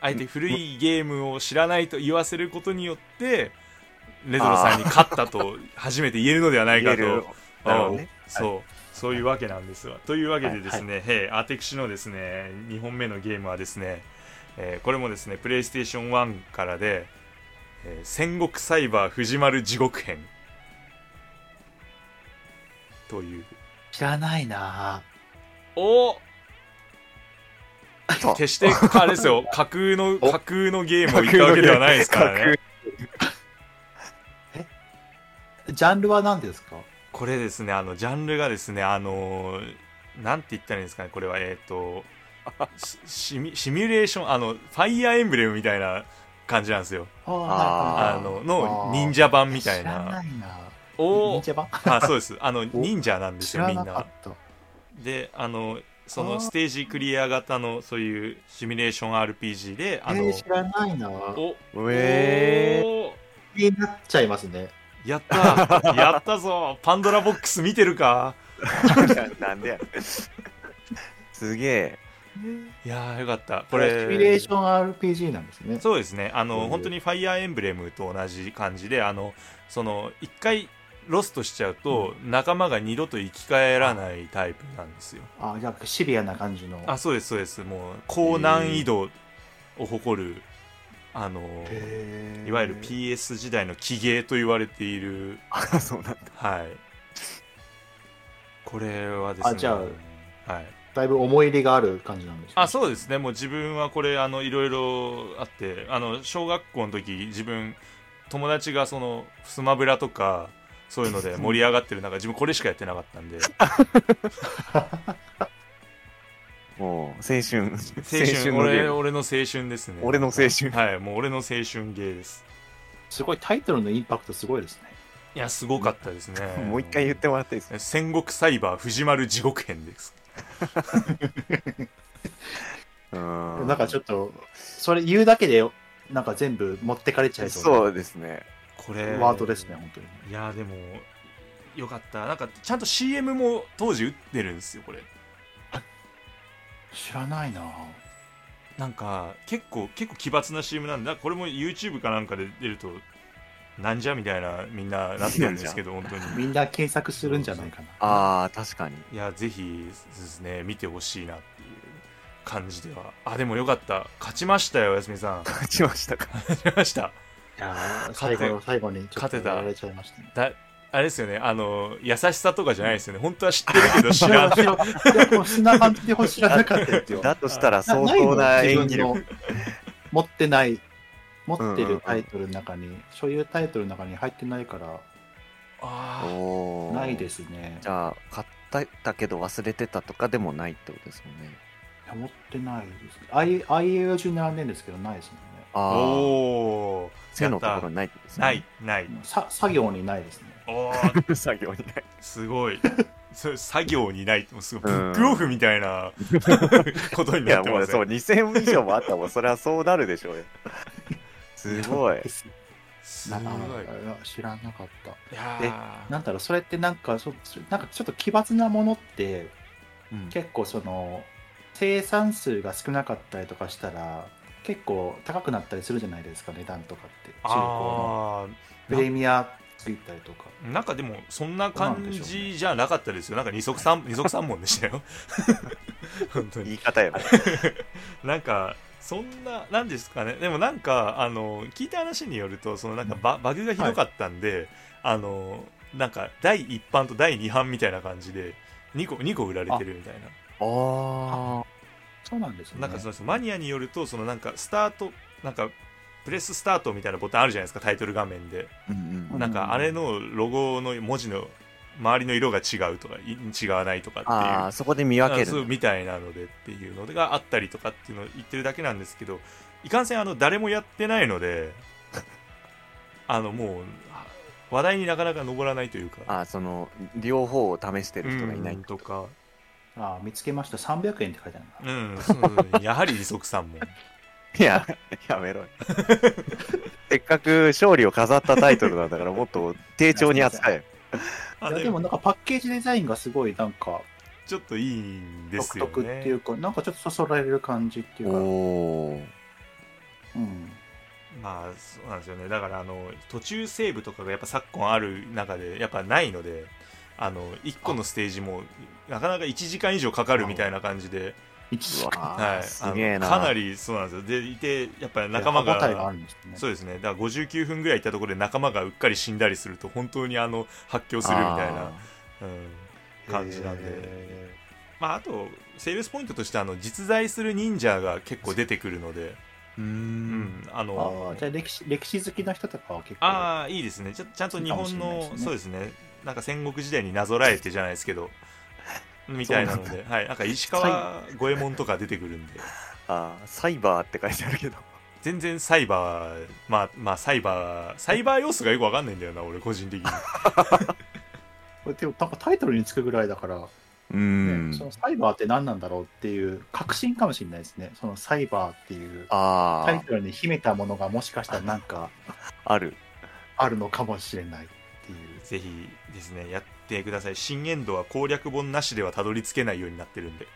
Speaker 2: あえて古いゲームを知らないと言わせることによってレトロさんに勝ったと初めて言えるのではない
Speaker 1: 言え
Speaker 2: か
Speaker 1: る
Speaker 2: と
Speaker 1: なるほどね
Speaker 2: そう、そういうわけなんですわ。というわけでですね、えーアテクシのですね、2本目のゲームはですね、えーこれもですね、プレイステーション1からで、えー戦国サイバー藤丸地獄編という。
Speaker 3: 知らないな
Speaker 2: お
Speaker 1: そう
Speaker 2: 決して、あれですよ、架空の、
Speaker 1: お
Speaker 2: 架空のゲームを言ったわけではないですからね。
Speaker 3: ぁジャンルは何ですか
Speaker 2: こ れですね、あの、ジャンルがですね、あのーなんて言ったらいいんですかね、これは、えっ、と、シシミシミュレーションあのファイアーエンブレムみたいな感じなんですよ
Speaker 1: あー
Speaker 2: あのの忍者版みたい
Speaker 3: 知ら
Speaker 2: な
Speaker 3: ないな
Speaker 2: を
Speaker 3: 忍者版
Speaker 2: あそうですあの忍者なんです
Speaker 3: 知
Speaker 2: よ
Speaker 3: ら
Speaker 2: みん
Speaker 3: なか
Speaker 2: な
Speaker 3: った
Speaker 2: であのそ
Speaker 3: あ
Speaker 2: の
Speaker 3: ー
Speaker 2: ステージクリア型のそういうシミュレーション RPG であの、
Speaker 3: えー知らないな
Speaker 2: お
Speaker 1: うえ
Speaker 2: おー
Speaker 3: 気になっちゃいますね
Speaker 2: やったやったぞパンドラボックス見てるか
Speaker 1: ー、なんでやねんすげえ
Speaker 2: いやーよかったこ
Speaker 3: これシミュレーション RPG なんですね
Speaker 2: そうですねあの、
Speaker 3: うん
Speaker 2: 本当にファイアーエンブレムと同じ感じであのその一回ロストしちゃうと、仲間が二度と生き返らないタイプなんですよ
Speaker 3: あじゃあシビアな感じの
Speaker 2: あそうですそうですもう高難易度を誇る、あの
Speaker 3: へー
Speaker 2: いわゆる PS 時代の奇芸と言われている
Speaker 1: あそうなんだ
Speaker 2: はいこれはですね
Speaker 3: あじゃ
Speaker 2: はい
Speaker 3: だいぶ思い入れがある感じなんでしょうね
Speaker 2: あそうですねもう自分はこれあのいろいろあってあの小学校の時自分友達がそのスマブラとかそういうの で盛り上がってる中自分これしかやってなかったんで
Speaker 1: もう 青春
Speaker 2: 青
Speaker 1: のゲ
Speaker 2: 春俺
Speaker 1: ーム
Speaker 2: 俺の青春ですね
Speaker 1: 俺の青春
Speaker 2: はいもう俺の青春ゲーです
Speaker 3: すごいタイトルのインパクトすごいですね
Speaker 2: いやすごかったですね
Speaker 1: もう一回言ってもらっていいですか
Speaker 2: 戦国サイバー藤丸地獄編です
Speaker 1: うーん
Speaker 3: なんかちょっとそれ言うだけでなんか全部持ってかれちゃいそう
Speaker 1: そ
Speaker 3: な
Speaker 1: うですね
Speaker 2: これ
Speaker 3: ワードですね本当に
Speaker 2: いやでもよかったなんかちゃんと CM も当時打ってるんですよこれ
Speaker 3: 知らないな
Speaker 2: なんか結構結構奇抜な CM なんでなんかこれも YouTube かなんかで出るとなんじゃみたいなみんななってるんですけど本当に
Speaker 3: みんな検索するんじゃないかな
Speaker 1: ああ確かに
Speaker 2: いやぜひですね見てほしいなっていう感じではあでもよかった勝ちましたよおやすみさん
Speaker 1: 勝ちましたか
Speaker 2: 勝ちました
Speaker 3: いやー
Speaker 2: 勝
Speaker 3: 最
Speaker 2: て
Speaker 3: 後の最後にちょっ
Speaker 2: 勝
Speaker 3: と
Speaker 2: てた
Speaker 3: やられちゃいましたね
Speaker 2: だあれですよねあの優しさとかじゃないですよね本当は知ってるけど知 らん
Speaker 3: いやもうそんな感じで知らなかったってよ
Speaker 1: だとしたら相
Speaker 3: ないの
Speaker 1: 当な演技
Speaker 3: 自分
Speaker 1: 力
Speaker 3: の持ってない持ってるタイトルの中に、所有タイトルの中に入ってないから
Speaker 2: あ
Speaker 1: おー
Speaker 3: ないですね
Speaker 1: じゃあ買ったけど忘れてたとかでもないってことですもんね
Speaker 3: いや持ってないですねあいあいうえお順並んでんですけどないですもんね
Speaker 2: あ
Speaker 1: ああ
Speaker 2: おお
Speaker 1: 背のところにないってことですね
Speaker 2: ないない
Speaker 3: さ作業にないですね
Speaker 2: おー
Speaker 1: 作業にない
Speaker 2: すごい それ作業にないってもうすごいブックオフみたい なことに
Speaker 1: い
Speaker 2: な
Speaker 1: や
Speaker 2: って
Speaker 1: も
Speaker 2: ま
Speaker 1: う
Speaker 2: すね
Speaker 1: そう2000以上もあったらもんそれはそうなるでしょうよすごい
Speaker 2: すご。
Speaker 3: ないあ知らなかった
Speaker 2: いや
Speaker 3: なんだろうそれってなんかそそなんかちょっと奇抜なものって結構その生産数が少なかったりとかしたら結構高くなったりするじゃないですか値段とかって中古の
Speaker 2: あ
Speaker 3: プレミアついたりとか
Speaker 2: ーなんかでもそんな感じじゃなかったですよなんか二足三二足三本で したよ本当に
Speaker 1: 言い方や な
Speaker 2: なんかそんななんですかねでもなんかあの聞いた話によるとそのなんかババグがひどかったんで、あのなんか第一版と第二版みたいな感じで2個二個売られてるみたいな
Speaker 1: あ
Speaker 3: そうなんですね
Speaker 2: なんかそのマニアによるとそのなんかスタートなんかプレススタートみたいなボタンあるじゃないですかタイトル画面で
Speaker 1: あうんうん
Speaker 2: なんかあれのロゴの文字の周りの色が違うとかい違わないとかっていう
Speaker 1: ああそこで見分け
Speaker 2: あそう
Speaker 1: る
Speaker 2: みたいなのでっていうのがあったりとかっていうのを言ってるだけなんですけどいかんせんあの誰もやってないので あのもうあ話題になかなか上らないというか
Speaker 1: ああその両方を試してる人がいな
Speaker 2: う
Speaker 1: い
Speaker 2: んとか、
Speaker 3: あ見つけました300円って書いてある
Speaker 2: う
Speaker 3: な、
Speaker 2: ん、そうやはり二足三本
Speaker 1: いややめろよ せっかく勝利を飾ったタイトルなんだからもっと丁重に扱え
Speaker 2: あ
Speaker 3: いやでもなんかパッケージデザインがすごいなんか
Speaker 2: ちょっといいんです
Speaker 3: 独
Speaker 2: よ
Speaker 3: 特って
Speaker 2: ね
Speaker 3: いうか、なんかちょっとそそられる感じってい
Speaker 1: お
Speaker 3: うか、
Speaker 1: おー
Speaker 3: うん、
Speaker 2: まあそうなんですよねだからあの途中セーブとかがやっぱ昨今ある中でやっぱないのであの1個のステージもなかなか1時間以上かかるみたいな感じで、
Speaker 3: 一
Speaker 1: うわ
Speaker 2: はい、
Speaker 1: ーす
Speaker 2: あの
Speaker 1: げえな
Speaker 2: かなりそうなんですよでいてやっぱり仲間
Speaker 3: 歯応えがあ
Speaker 2: が
Speaker 3: るんですね
Speaker 2: そうですねだから59分ぐらい行ったところで仲間がうっかり死んだりすると本当にあの発狂するみたいな、うん、感じなんで、
Speaker 3: へ
Speaker 2: まあ、あとセールスポイントとしてあの実在する忍者が結構出てくるので、
Speaker 1: う
Speaker 2: うんん、あ
Speaker 3: ー
Speaker 2: の
Speaker 3: あーじゃあ歴史歴史好きな人とかは結構
Speaker 2: ああいいですねちゃちゃんと日本の
Speaker 3: いいかもしれないですね
Speaker 2: そうですねなんか戦国時代になぞらえてじゃないですけど みたいなので、はい、なんか石川五右衛門とか出てくるんで、
Speaker 1: あーサイバーって書いてあるけど
Speaker 2: 全然サイバー、まあ、まあ、サイバー、サイバー要素がよくわかんないんだよな、俺、個人的 に。
Speaker 3: これでもなんかタイトルにつくぐらいだから、ね
Speaker 1: う
Speaker 3: そのサイバーって何なんだろうっていう確信かもしれないですね。そのサイバーっていう
Speaker 1: あ
Speaker 3: タイ
Speaker 1: あ
Speaker 3: トルに秘めたものがもしかしたらな んか
Speaker 1: ある
Speaker 3: あるのかもしれないっていう。
Speaker 2: ぜひですね、やってください。新エンドは攻略本なしではたどり着けないようになってるんで、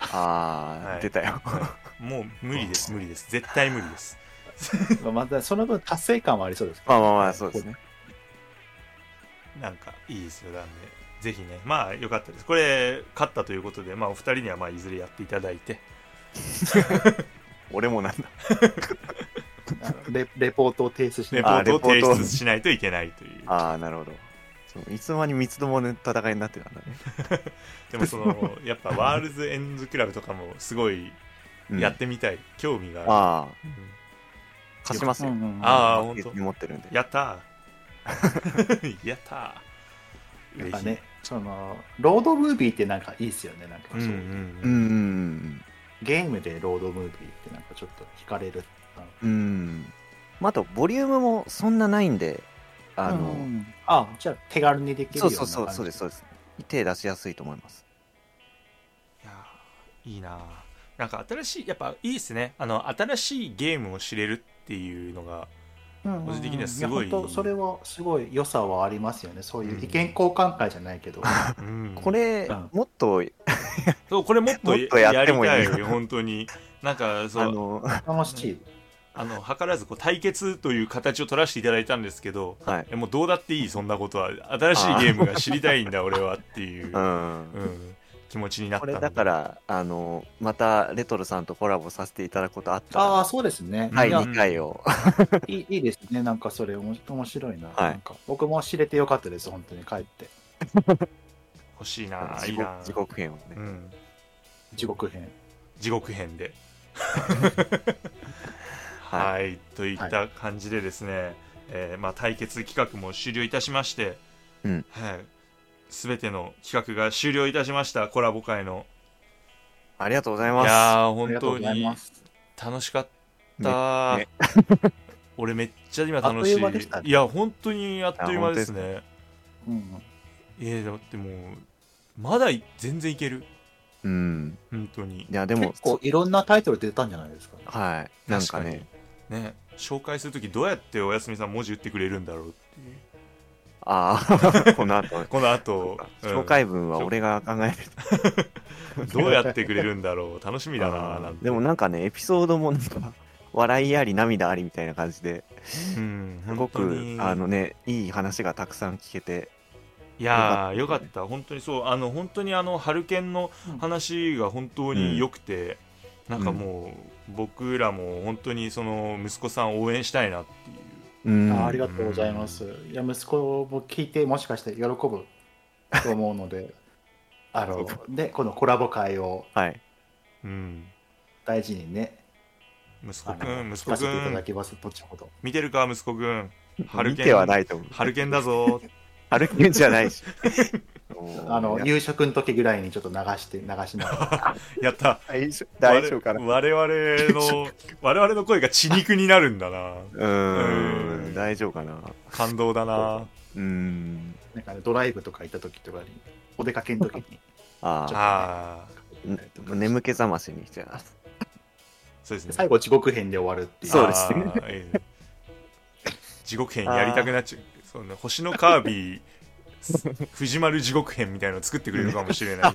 Speaker 1: あー、
Speaker 2: はい
Speaker 1: 出たよ
Speaker 2: はいもう無理です、無理です。絶対無理です。
Speaker 3: まあまたその分達成感はありそうですけ
Speaker 1: ま
Speaker 3: ど
Speaker 1: あまあまあそうですね
Speaker 2: なんかいいですよ、なんで、ぜひね、まあよかったです。これ、勝ったということで、まあお二人にはまあいずれやっていただいて、
Speaker 1: 俺もなんだ
Speaker 3: あのレレポートを提出し
Speaker 2: レ
Speaker 3: て
Speaker 2: ポートを
Speaker 1: あレ
Speaker 2: 提
Speaker 1: ポート
Speaker 2: 出しないといけないという。
Speaker 1: ああなるほどそういつの間に三つどもの戦いになってたんだね、
Speaker 2: でも その、やっぱワールズエンズクラブとかもすごい
Speaker 1: うん
Speaker 2: やってみたい、興味がある。
Speaker 1: ああ
Speaker 2: うん
Speaker 1: 貸しますよ、
Speaker 2: あ
Speaker 3: あ
Speaker 2: あ本当
Speaker 1: 持ってるんで
Speaker 2: やったー やったー
Speaker 3: やっ
Speaker 2: 嬉
Speaker 3: ぱ
Speaker 2: しい、
Speaker 3: ね、そのロードムービーってなんかいいですよね。なんか
Speaker 2: う
Speaker 3: そ
Speaker 2: ん
Speaker 3: う、
Speaker 1: う
Speaker 2: うんうん
Speaker 1: ん
Speaker 3: ゲームでロードムービーってなんかちょっと惹かれる。
Speaker 1: うんうんまああとボリュームもそんなないんであの、
Speaker 3: うんあじゃあ手軽にできる
Speaker 1: そう
Speaker 3: よ
Speaker 1: う
Speaker 3: な
Speaker 1: そ
Speaker 3: 感
Speaker 1: う
Speaker 3: じ
Speaker 1: そうそうですそうです手出しやすいと思います
Speaker 2: いやーいいなーなんか新しいやっぱいいですねあの新しいゲームを知れるっていうの が
Speaker 3: うん
Speaker 2: 個人的にはすごい
Speaker 3: や本当それはすごい良さはありますよねそういう意見交換会じゃないけど、
Speaker 2: うん
Speaker 1: これ、
Speaker 3: うん
Speaker 1: もっと
Speaker 2: そうこれもっと
Speaker 1: もっとやってもいい
Speaker 2: やりたいよ本当になんかそう
Speaker 1: あ
Speaker 2: あの
Speaker 1: の
Speaker 3: 楽しい
Speaker 2: 図らずこう対決という形を取らせていただいたんですけど
Speaker 1: はい
Speaker 2: えもうどうだっていいそんなことは新しいゲームが知りたいんだ俺はっていう、
Speaker 1: う
Speaker 2: うん
Speaker 1: ん、
Speaker 2: 気持ちになっ
Speaker 1: こ
Speaker 2: たの
Speaker 1: れ
Speaker 2: で
Speaker 1: だからあのまたレトロさんとコラボさせていただくことあったら
Speaker 3: ああそうですね、
Speaker 1: はい
Speaker 3: いや
Speaker 1: 2回を
Speaker 3: いいいいですねなんかそれおも面白いな,、
Speaker 1: はい
Speaker 3: なんか僕も知れてよかったです本当に帰って
Speaker 2: 欲しいなー
Speaker 1: 地
Speaker 2: いいな
Speaker 1: 獄
Speaker 2: ー
Speaker 1: 地獄編をね、
Speaker 2: うん
Speaker 3: 地獄編
Speaker 2: 地獄編で
Speaker 1: はい、
Speaker 2: はい、といった感じでですね、えーまあ、対決企画も終了いたしまして、
Speaker 1: うん
Speaker 2: はい、全ての企画が終了いたしましたコラボ会の
Speaker 1: ありがとうござい
Speaker 2: い
Speaker 1: ます
Speaker 2: やー
Speaker 3: あ
Speaker 2: 本
Speaker 3: りがとう
Speaker 2: 当
Speaker 3: ござい
Speaker 2: に
Speaker 3: ます
Speaker 2: 楽しかった、
Speaker 1: ねね
Speaker 2: 俺めっちゃ今楽し
Speaker 3: あっとい
Speaker 2: いう
Speaker 3: 間でしたね
Speaker 2: いや本当にあっという間ですね
Speaker 3: うん
Speaker 2: えだってもうまだい全然いける
Speaker 1: うん
Speaker 2: 本当に
Speaker 1: いやで
Speaker 3: でも
Speaker 1: も
Speaker 3: 結構いろんなタイトル出たんじゃないですか、
Speaker 1: はいなんかね
Speaker 2: 確かにね紹介するときどうやっておやすみさん文字打ってくれるんだろうっていう
Speaker 1: ああこの後
Speaker 2: この後、うん
Speaker 1: 紹介文は俺が考えて
Speaker 2: どうやってくれるんだろう楽しみだななんて
Speaker 1: でもなんかねエピソードもなんか 笑いあり涙ありみたいな感じで
Speaker 2: うん
Speaker 1: すご
Speaker 2: 本当
Speaker 1: く
Speaker 2: に
Speaker 1: あのねいい話がたくさん聞けて
Speaker 2: いやーよかった本当にそうあの本当にあのハルケンの話が本当に良くて、なんかもう、僕らも本当にその息子さんを応援したいなっていう
Speaker 1: うん
Speaker 3: あありがとうございますいや息子も聞いてもしかして喜ぶと思うのであのでこのコラボ会を
Speaker 1: はい
Speaker 2: うん
Speaker 3: 大事にね
Speaker 2: 息子
Speaker 3: あ
Speaker 2: く
Speaker 3: の
Speaker 2: ん息
Speaker 3: 聞
Speaker 2: 子
Speaker 3: かせ
Speaker 2: く
Speaker 3: ていただ
Speaker 2: ん
Speaker 3: きます後ほど
Speaker 2: 見てるか息子くんハル
Speaker 1: 見
Speaker 2: ケ
Speaker 1: ては
Speaker 2: ン
Speaker 1: ないと思う
Speaker 2: ハルケン だぞ
Speaker 1: ハルケンじゃないし
Speaker 3: あの
Speaker 1: いや
Speaker 3: 夕食の時ぐらいにちょっと流して流しなが
Speaker 2: やった
Speaker 1: 大丈夫大丈夫かな
Speaker 2: 我我々 の我々の声が血肉になるんだな
Speaker 1: うー
Speaker 2: うん
Speaker 1: ん大丈夫かな
Speaker 2: 感動だな
Speaker 1: うーん
Speaker 3: らなんか、ね、ドライブとか行った時とかにお出かけの時に
Speaker 1: あ
Speaker 2: あー
Speaker 1: あ眠気覚ましにじゃ
Speaker 2: そうですね
Speaker 3: 最後地獄編で終わるっていう
Speaker 1: そうですね
Speaker 2: あー。ええ地獄編やりたくなっちゃう。その星のカービ ィ、す藤丸地獄編みたいなの作ってくれるかもし れない。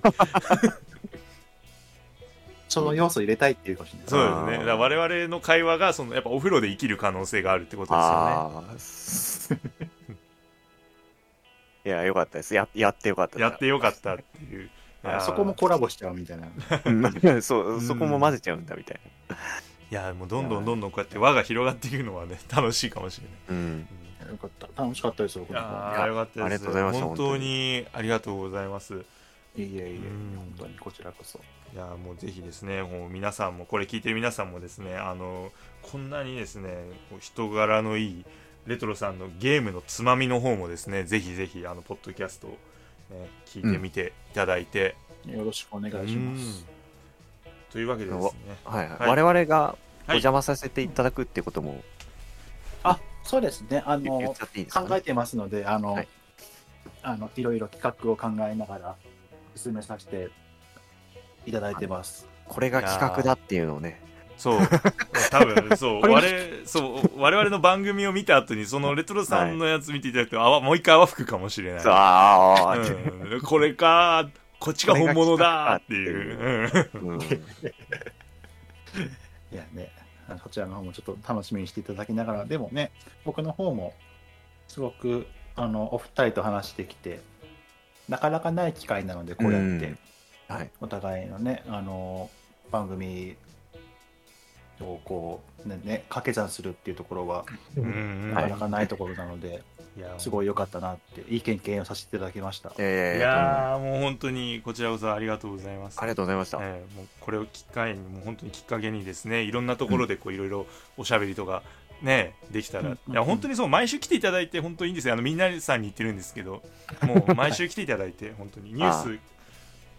Speaker 3: その要素入れたいっていうかもしれない
Speaker 2: そうです
Speaker 1: あ
Speaker 2: ね。
Speaker 1: ー
Speaker 2: だから我々の会話がそのやっぱお風呂で生きる可能性があるってことですよ
Speaker 1: ああー いやよかったですややってよかった
Speaker 2: ね。やってよかったっていう。いやー
Speaker 3: そこもコラボしちゃうみたいな
Speaker 1: うん そうそこも混ぜちゃうんだみたい
Speaker 2: いやーもうどんどんどんどんこうやって輪が広がっていくのはね楽しいかもしれない。
Speaker 1: なうん
Speaker 2: うん
Speaker 3: よかった楽しかったですよ
Speaker 2: い
Speaker 3: この
Speaker 2: や
Speaker 1: い
Speaker 2: ー
Speaker 1: や
Speaker 2: よかった
Speaker 1: ありが
Speaker 2: です
Speaker 1: とうございました
Speaker 2: 本当にありがとうございます。
Speaker 3: いえいえいえ
Speaker 2: うん
Speaker 3: 本当にこちらこそ
Speaker 2: いやーもうぜひですねもう皆さんもこれ聞いてる皆さんもですねあのこんなにですねこう人柄のいいレトロさんのゲームのつまみの方もですねぜひぜひあのポッドキャストね、聞いてみていただいて、
Speaker 3: よろしくお願いしま
Speaker 2: う
Speaker 3: す。
Speaker 2: んというわけでですね
Speaker 1: はいはい
Speaker 2: はい
Speaker 1: 我々がお邪魔させていただくってことも
Speaker 3: あ、そうですね。あ
Speaker 1: 言っ
Speaker 3: の
Speaker 1: ちゃっていいですか、
Speaker 3: 考
Speaker 1: ね
Speaker 3: えてますので、あの、
Speaker 1: はい
Speaker 3: い、あのいろいろ企画を考えながら進めさせていただいてます。
Speaker 1: これが企画だっていうのをね
Speaker 2: そう多分そ う
Speaker 1: これ
Speaker 2: 我々そう我々の番組を見た後にそのレトロさんのやつ見ていただくと、あわもう一回泡吹くかもしれない
Speaker 1: あー
Speaker 2: うんこれかこっちが本物だっていう
Speaker 1: うん
Speaker 3: いやね、あのこちらの方もちょっと楽しみにしていただきながら、でもね、僕の方もすごくあのお二人と話してきて、なかなかない機会なので、こうやっ
Speaker 1: う
Speaker 3: て
Speaker 1: んはい
Speaker 3: お互いのね、あの番組をこうねね掛け算するっていうところは
Speaker 2: うんうん
Speaker 3: なかなかないところなので、
Speaker 2: いや
Speaker 3: すごい良かったなっていい経験をさせていただきました。
Speaker 1: えー
Speaker 2: いやーもう本当にこちらこそありがとうございます
Speaker 1: ありがとうございました、
Speaker 2: ええもうこれをきっかけにもう本当にきっかけにですねいろんなところでこういろいろおしゃべりとかねできたら、
Speaker 3: うん
Speaker 2: いや本当にそう毎週来ていただいて本当にいいんですよあのみんなさんに言ってるんですけどもう毎週来ていただいて本当にニュース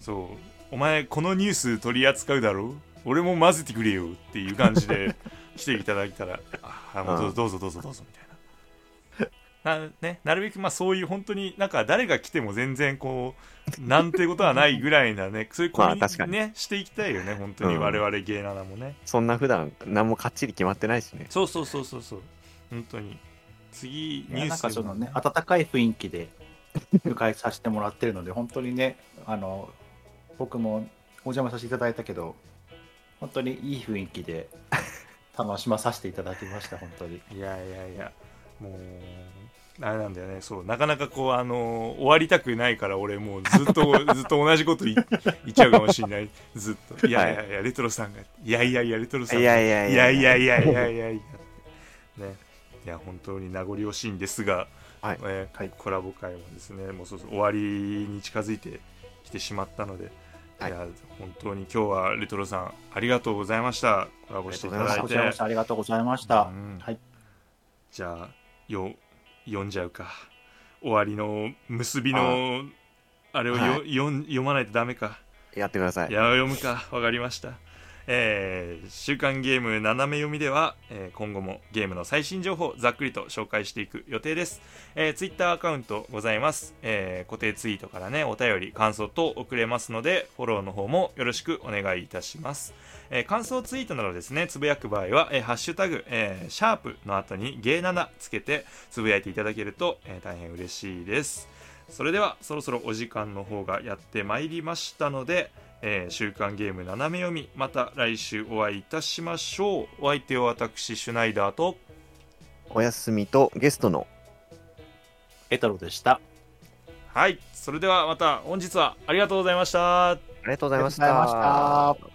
Speaker 2: そうお前このニュース取り扱うだろ俺も混ぜてくれよっていう感じで来ていただいたらあもうどう
Speaker 1: うん
Speaker 2: ぞどうぞどうぞどうぞみたいな。なね、なるべくまあそういう本当になんか誰が来ても全然こうなんてことはないぐらいなねそういうコミュニ
Speaker 1: まあ確かに
Speaker 2: ねしていきたいよね本当に
Speaker 1: うん
Speaker 2: 我々芸ナナもね、
Speaker 1: そんな普段何もかっちり決まってないしね
Speaker 2: そうそうそうそうそう本当に次
Speaker 3: いや
Speaker 2: ニュー
Speaker 3: なん
Speaker 2: スで
Speaker 3: か
Speaker 2: も
Speaker 3: そのね温かい雰囲気で迎えさせてもらってるので本当にねあの僕もお邪魔させていただいたけど本当にいい雰囲気で楽しまさせていただきました本当に
Speaker 2: いやいやいやもうあれなんだよねそうなかなかこうあのー終わりたくないから俺もうずっとずっと同じこと言い言っちゃうかもしれないずっといやいやいやレトロさんがいやいやいやレトロさんが
Speaker 1: いやいやい
Speaker 2: い
Speaker 1: や
Speaker 2: やいやいやいやいやいやねいや本当に名残惜しいんですが、
Speaker 1: はい
Speaker 2: えー
Speaker 3: はい
Speaker 2: コラボ会もですねもうそうそう終わりに近づいてきてしまったので、
Speaker 1: はい
Speaker 2: い、や本当に今日はレトロさんありがとうございましたコラボしていただい
Speaker 3: こ
Speaker 2: て
Speaker 3: ちらこそありがとうございました、
Speaker 2: うん
Speaker 3: はい
Speaker 2: じゃあよ読んじゃうか終わりの結びのあれをよ、
Speaker 1: は
Speaker 2: 読ん読まないとダメか
Speaker 1: やってください
Speaker 2: いや読むかわかりましたえー週刊ゲーム斜め読みでは、えー今後もゲームの最新情報をざっくりと紹介していく予定です、えー、ツイッターアカウントございます、えー固定ツイートからねお便り感想等送れますのでフォローの方もよろしくお願いいたします、えー感想ツイートなどですねつぶやく場合は、えーハッシュタグ、えーシャープの後にゲー7つけてつぶやいていただけると、えー大変嬉しいですそれではそろそろお時間の方がやってまいりましたので、えー週刊ゲーム斜め読みまた来週お会いいたしましょうお相手は私シュナイダーと
Speaker 1: お休みとゲストの
Speaker 3: エトロでした
Speaker 2: はいそれではまた本日はありがとうございました
Speaker 1: ありがとうございまし
Speaker 3: ありがとうございました
Speaker 1: た。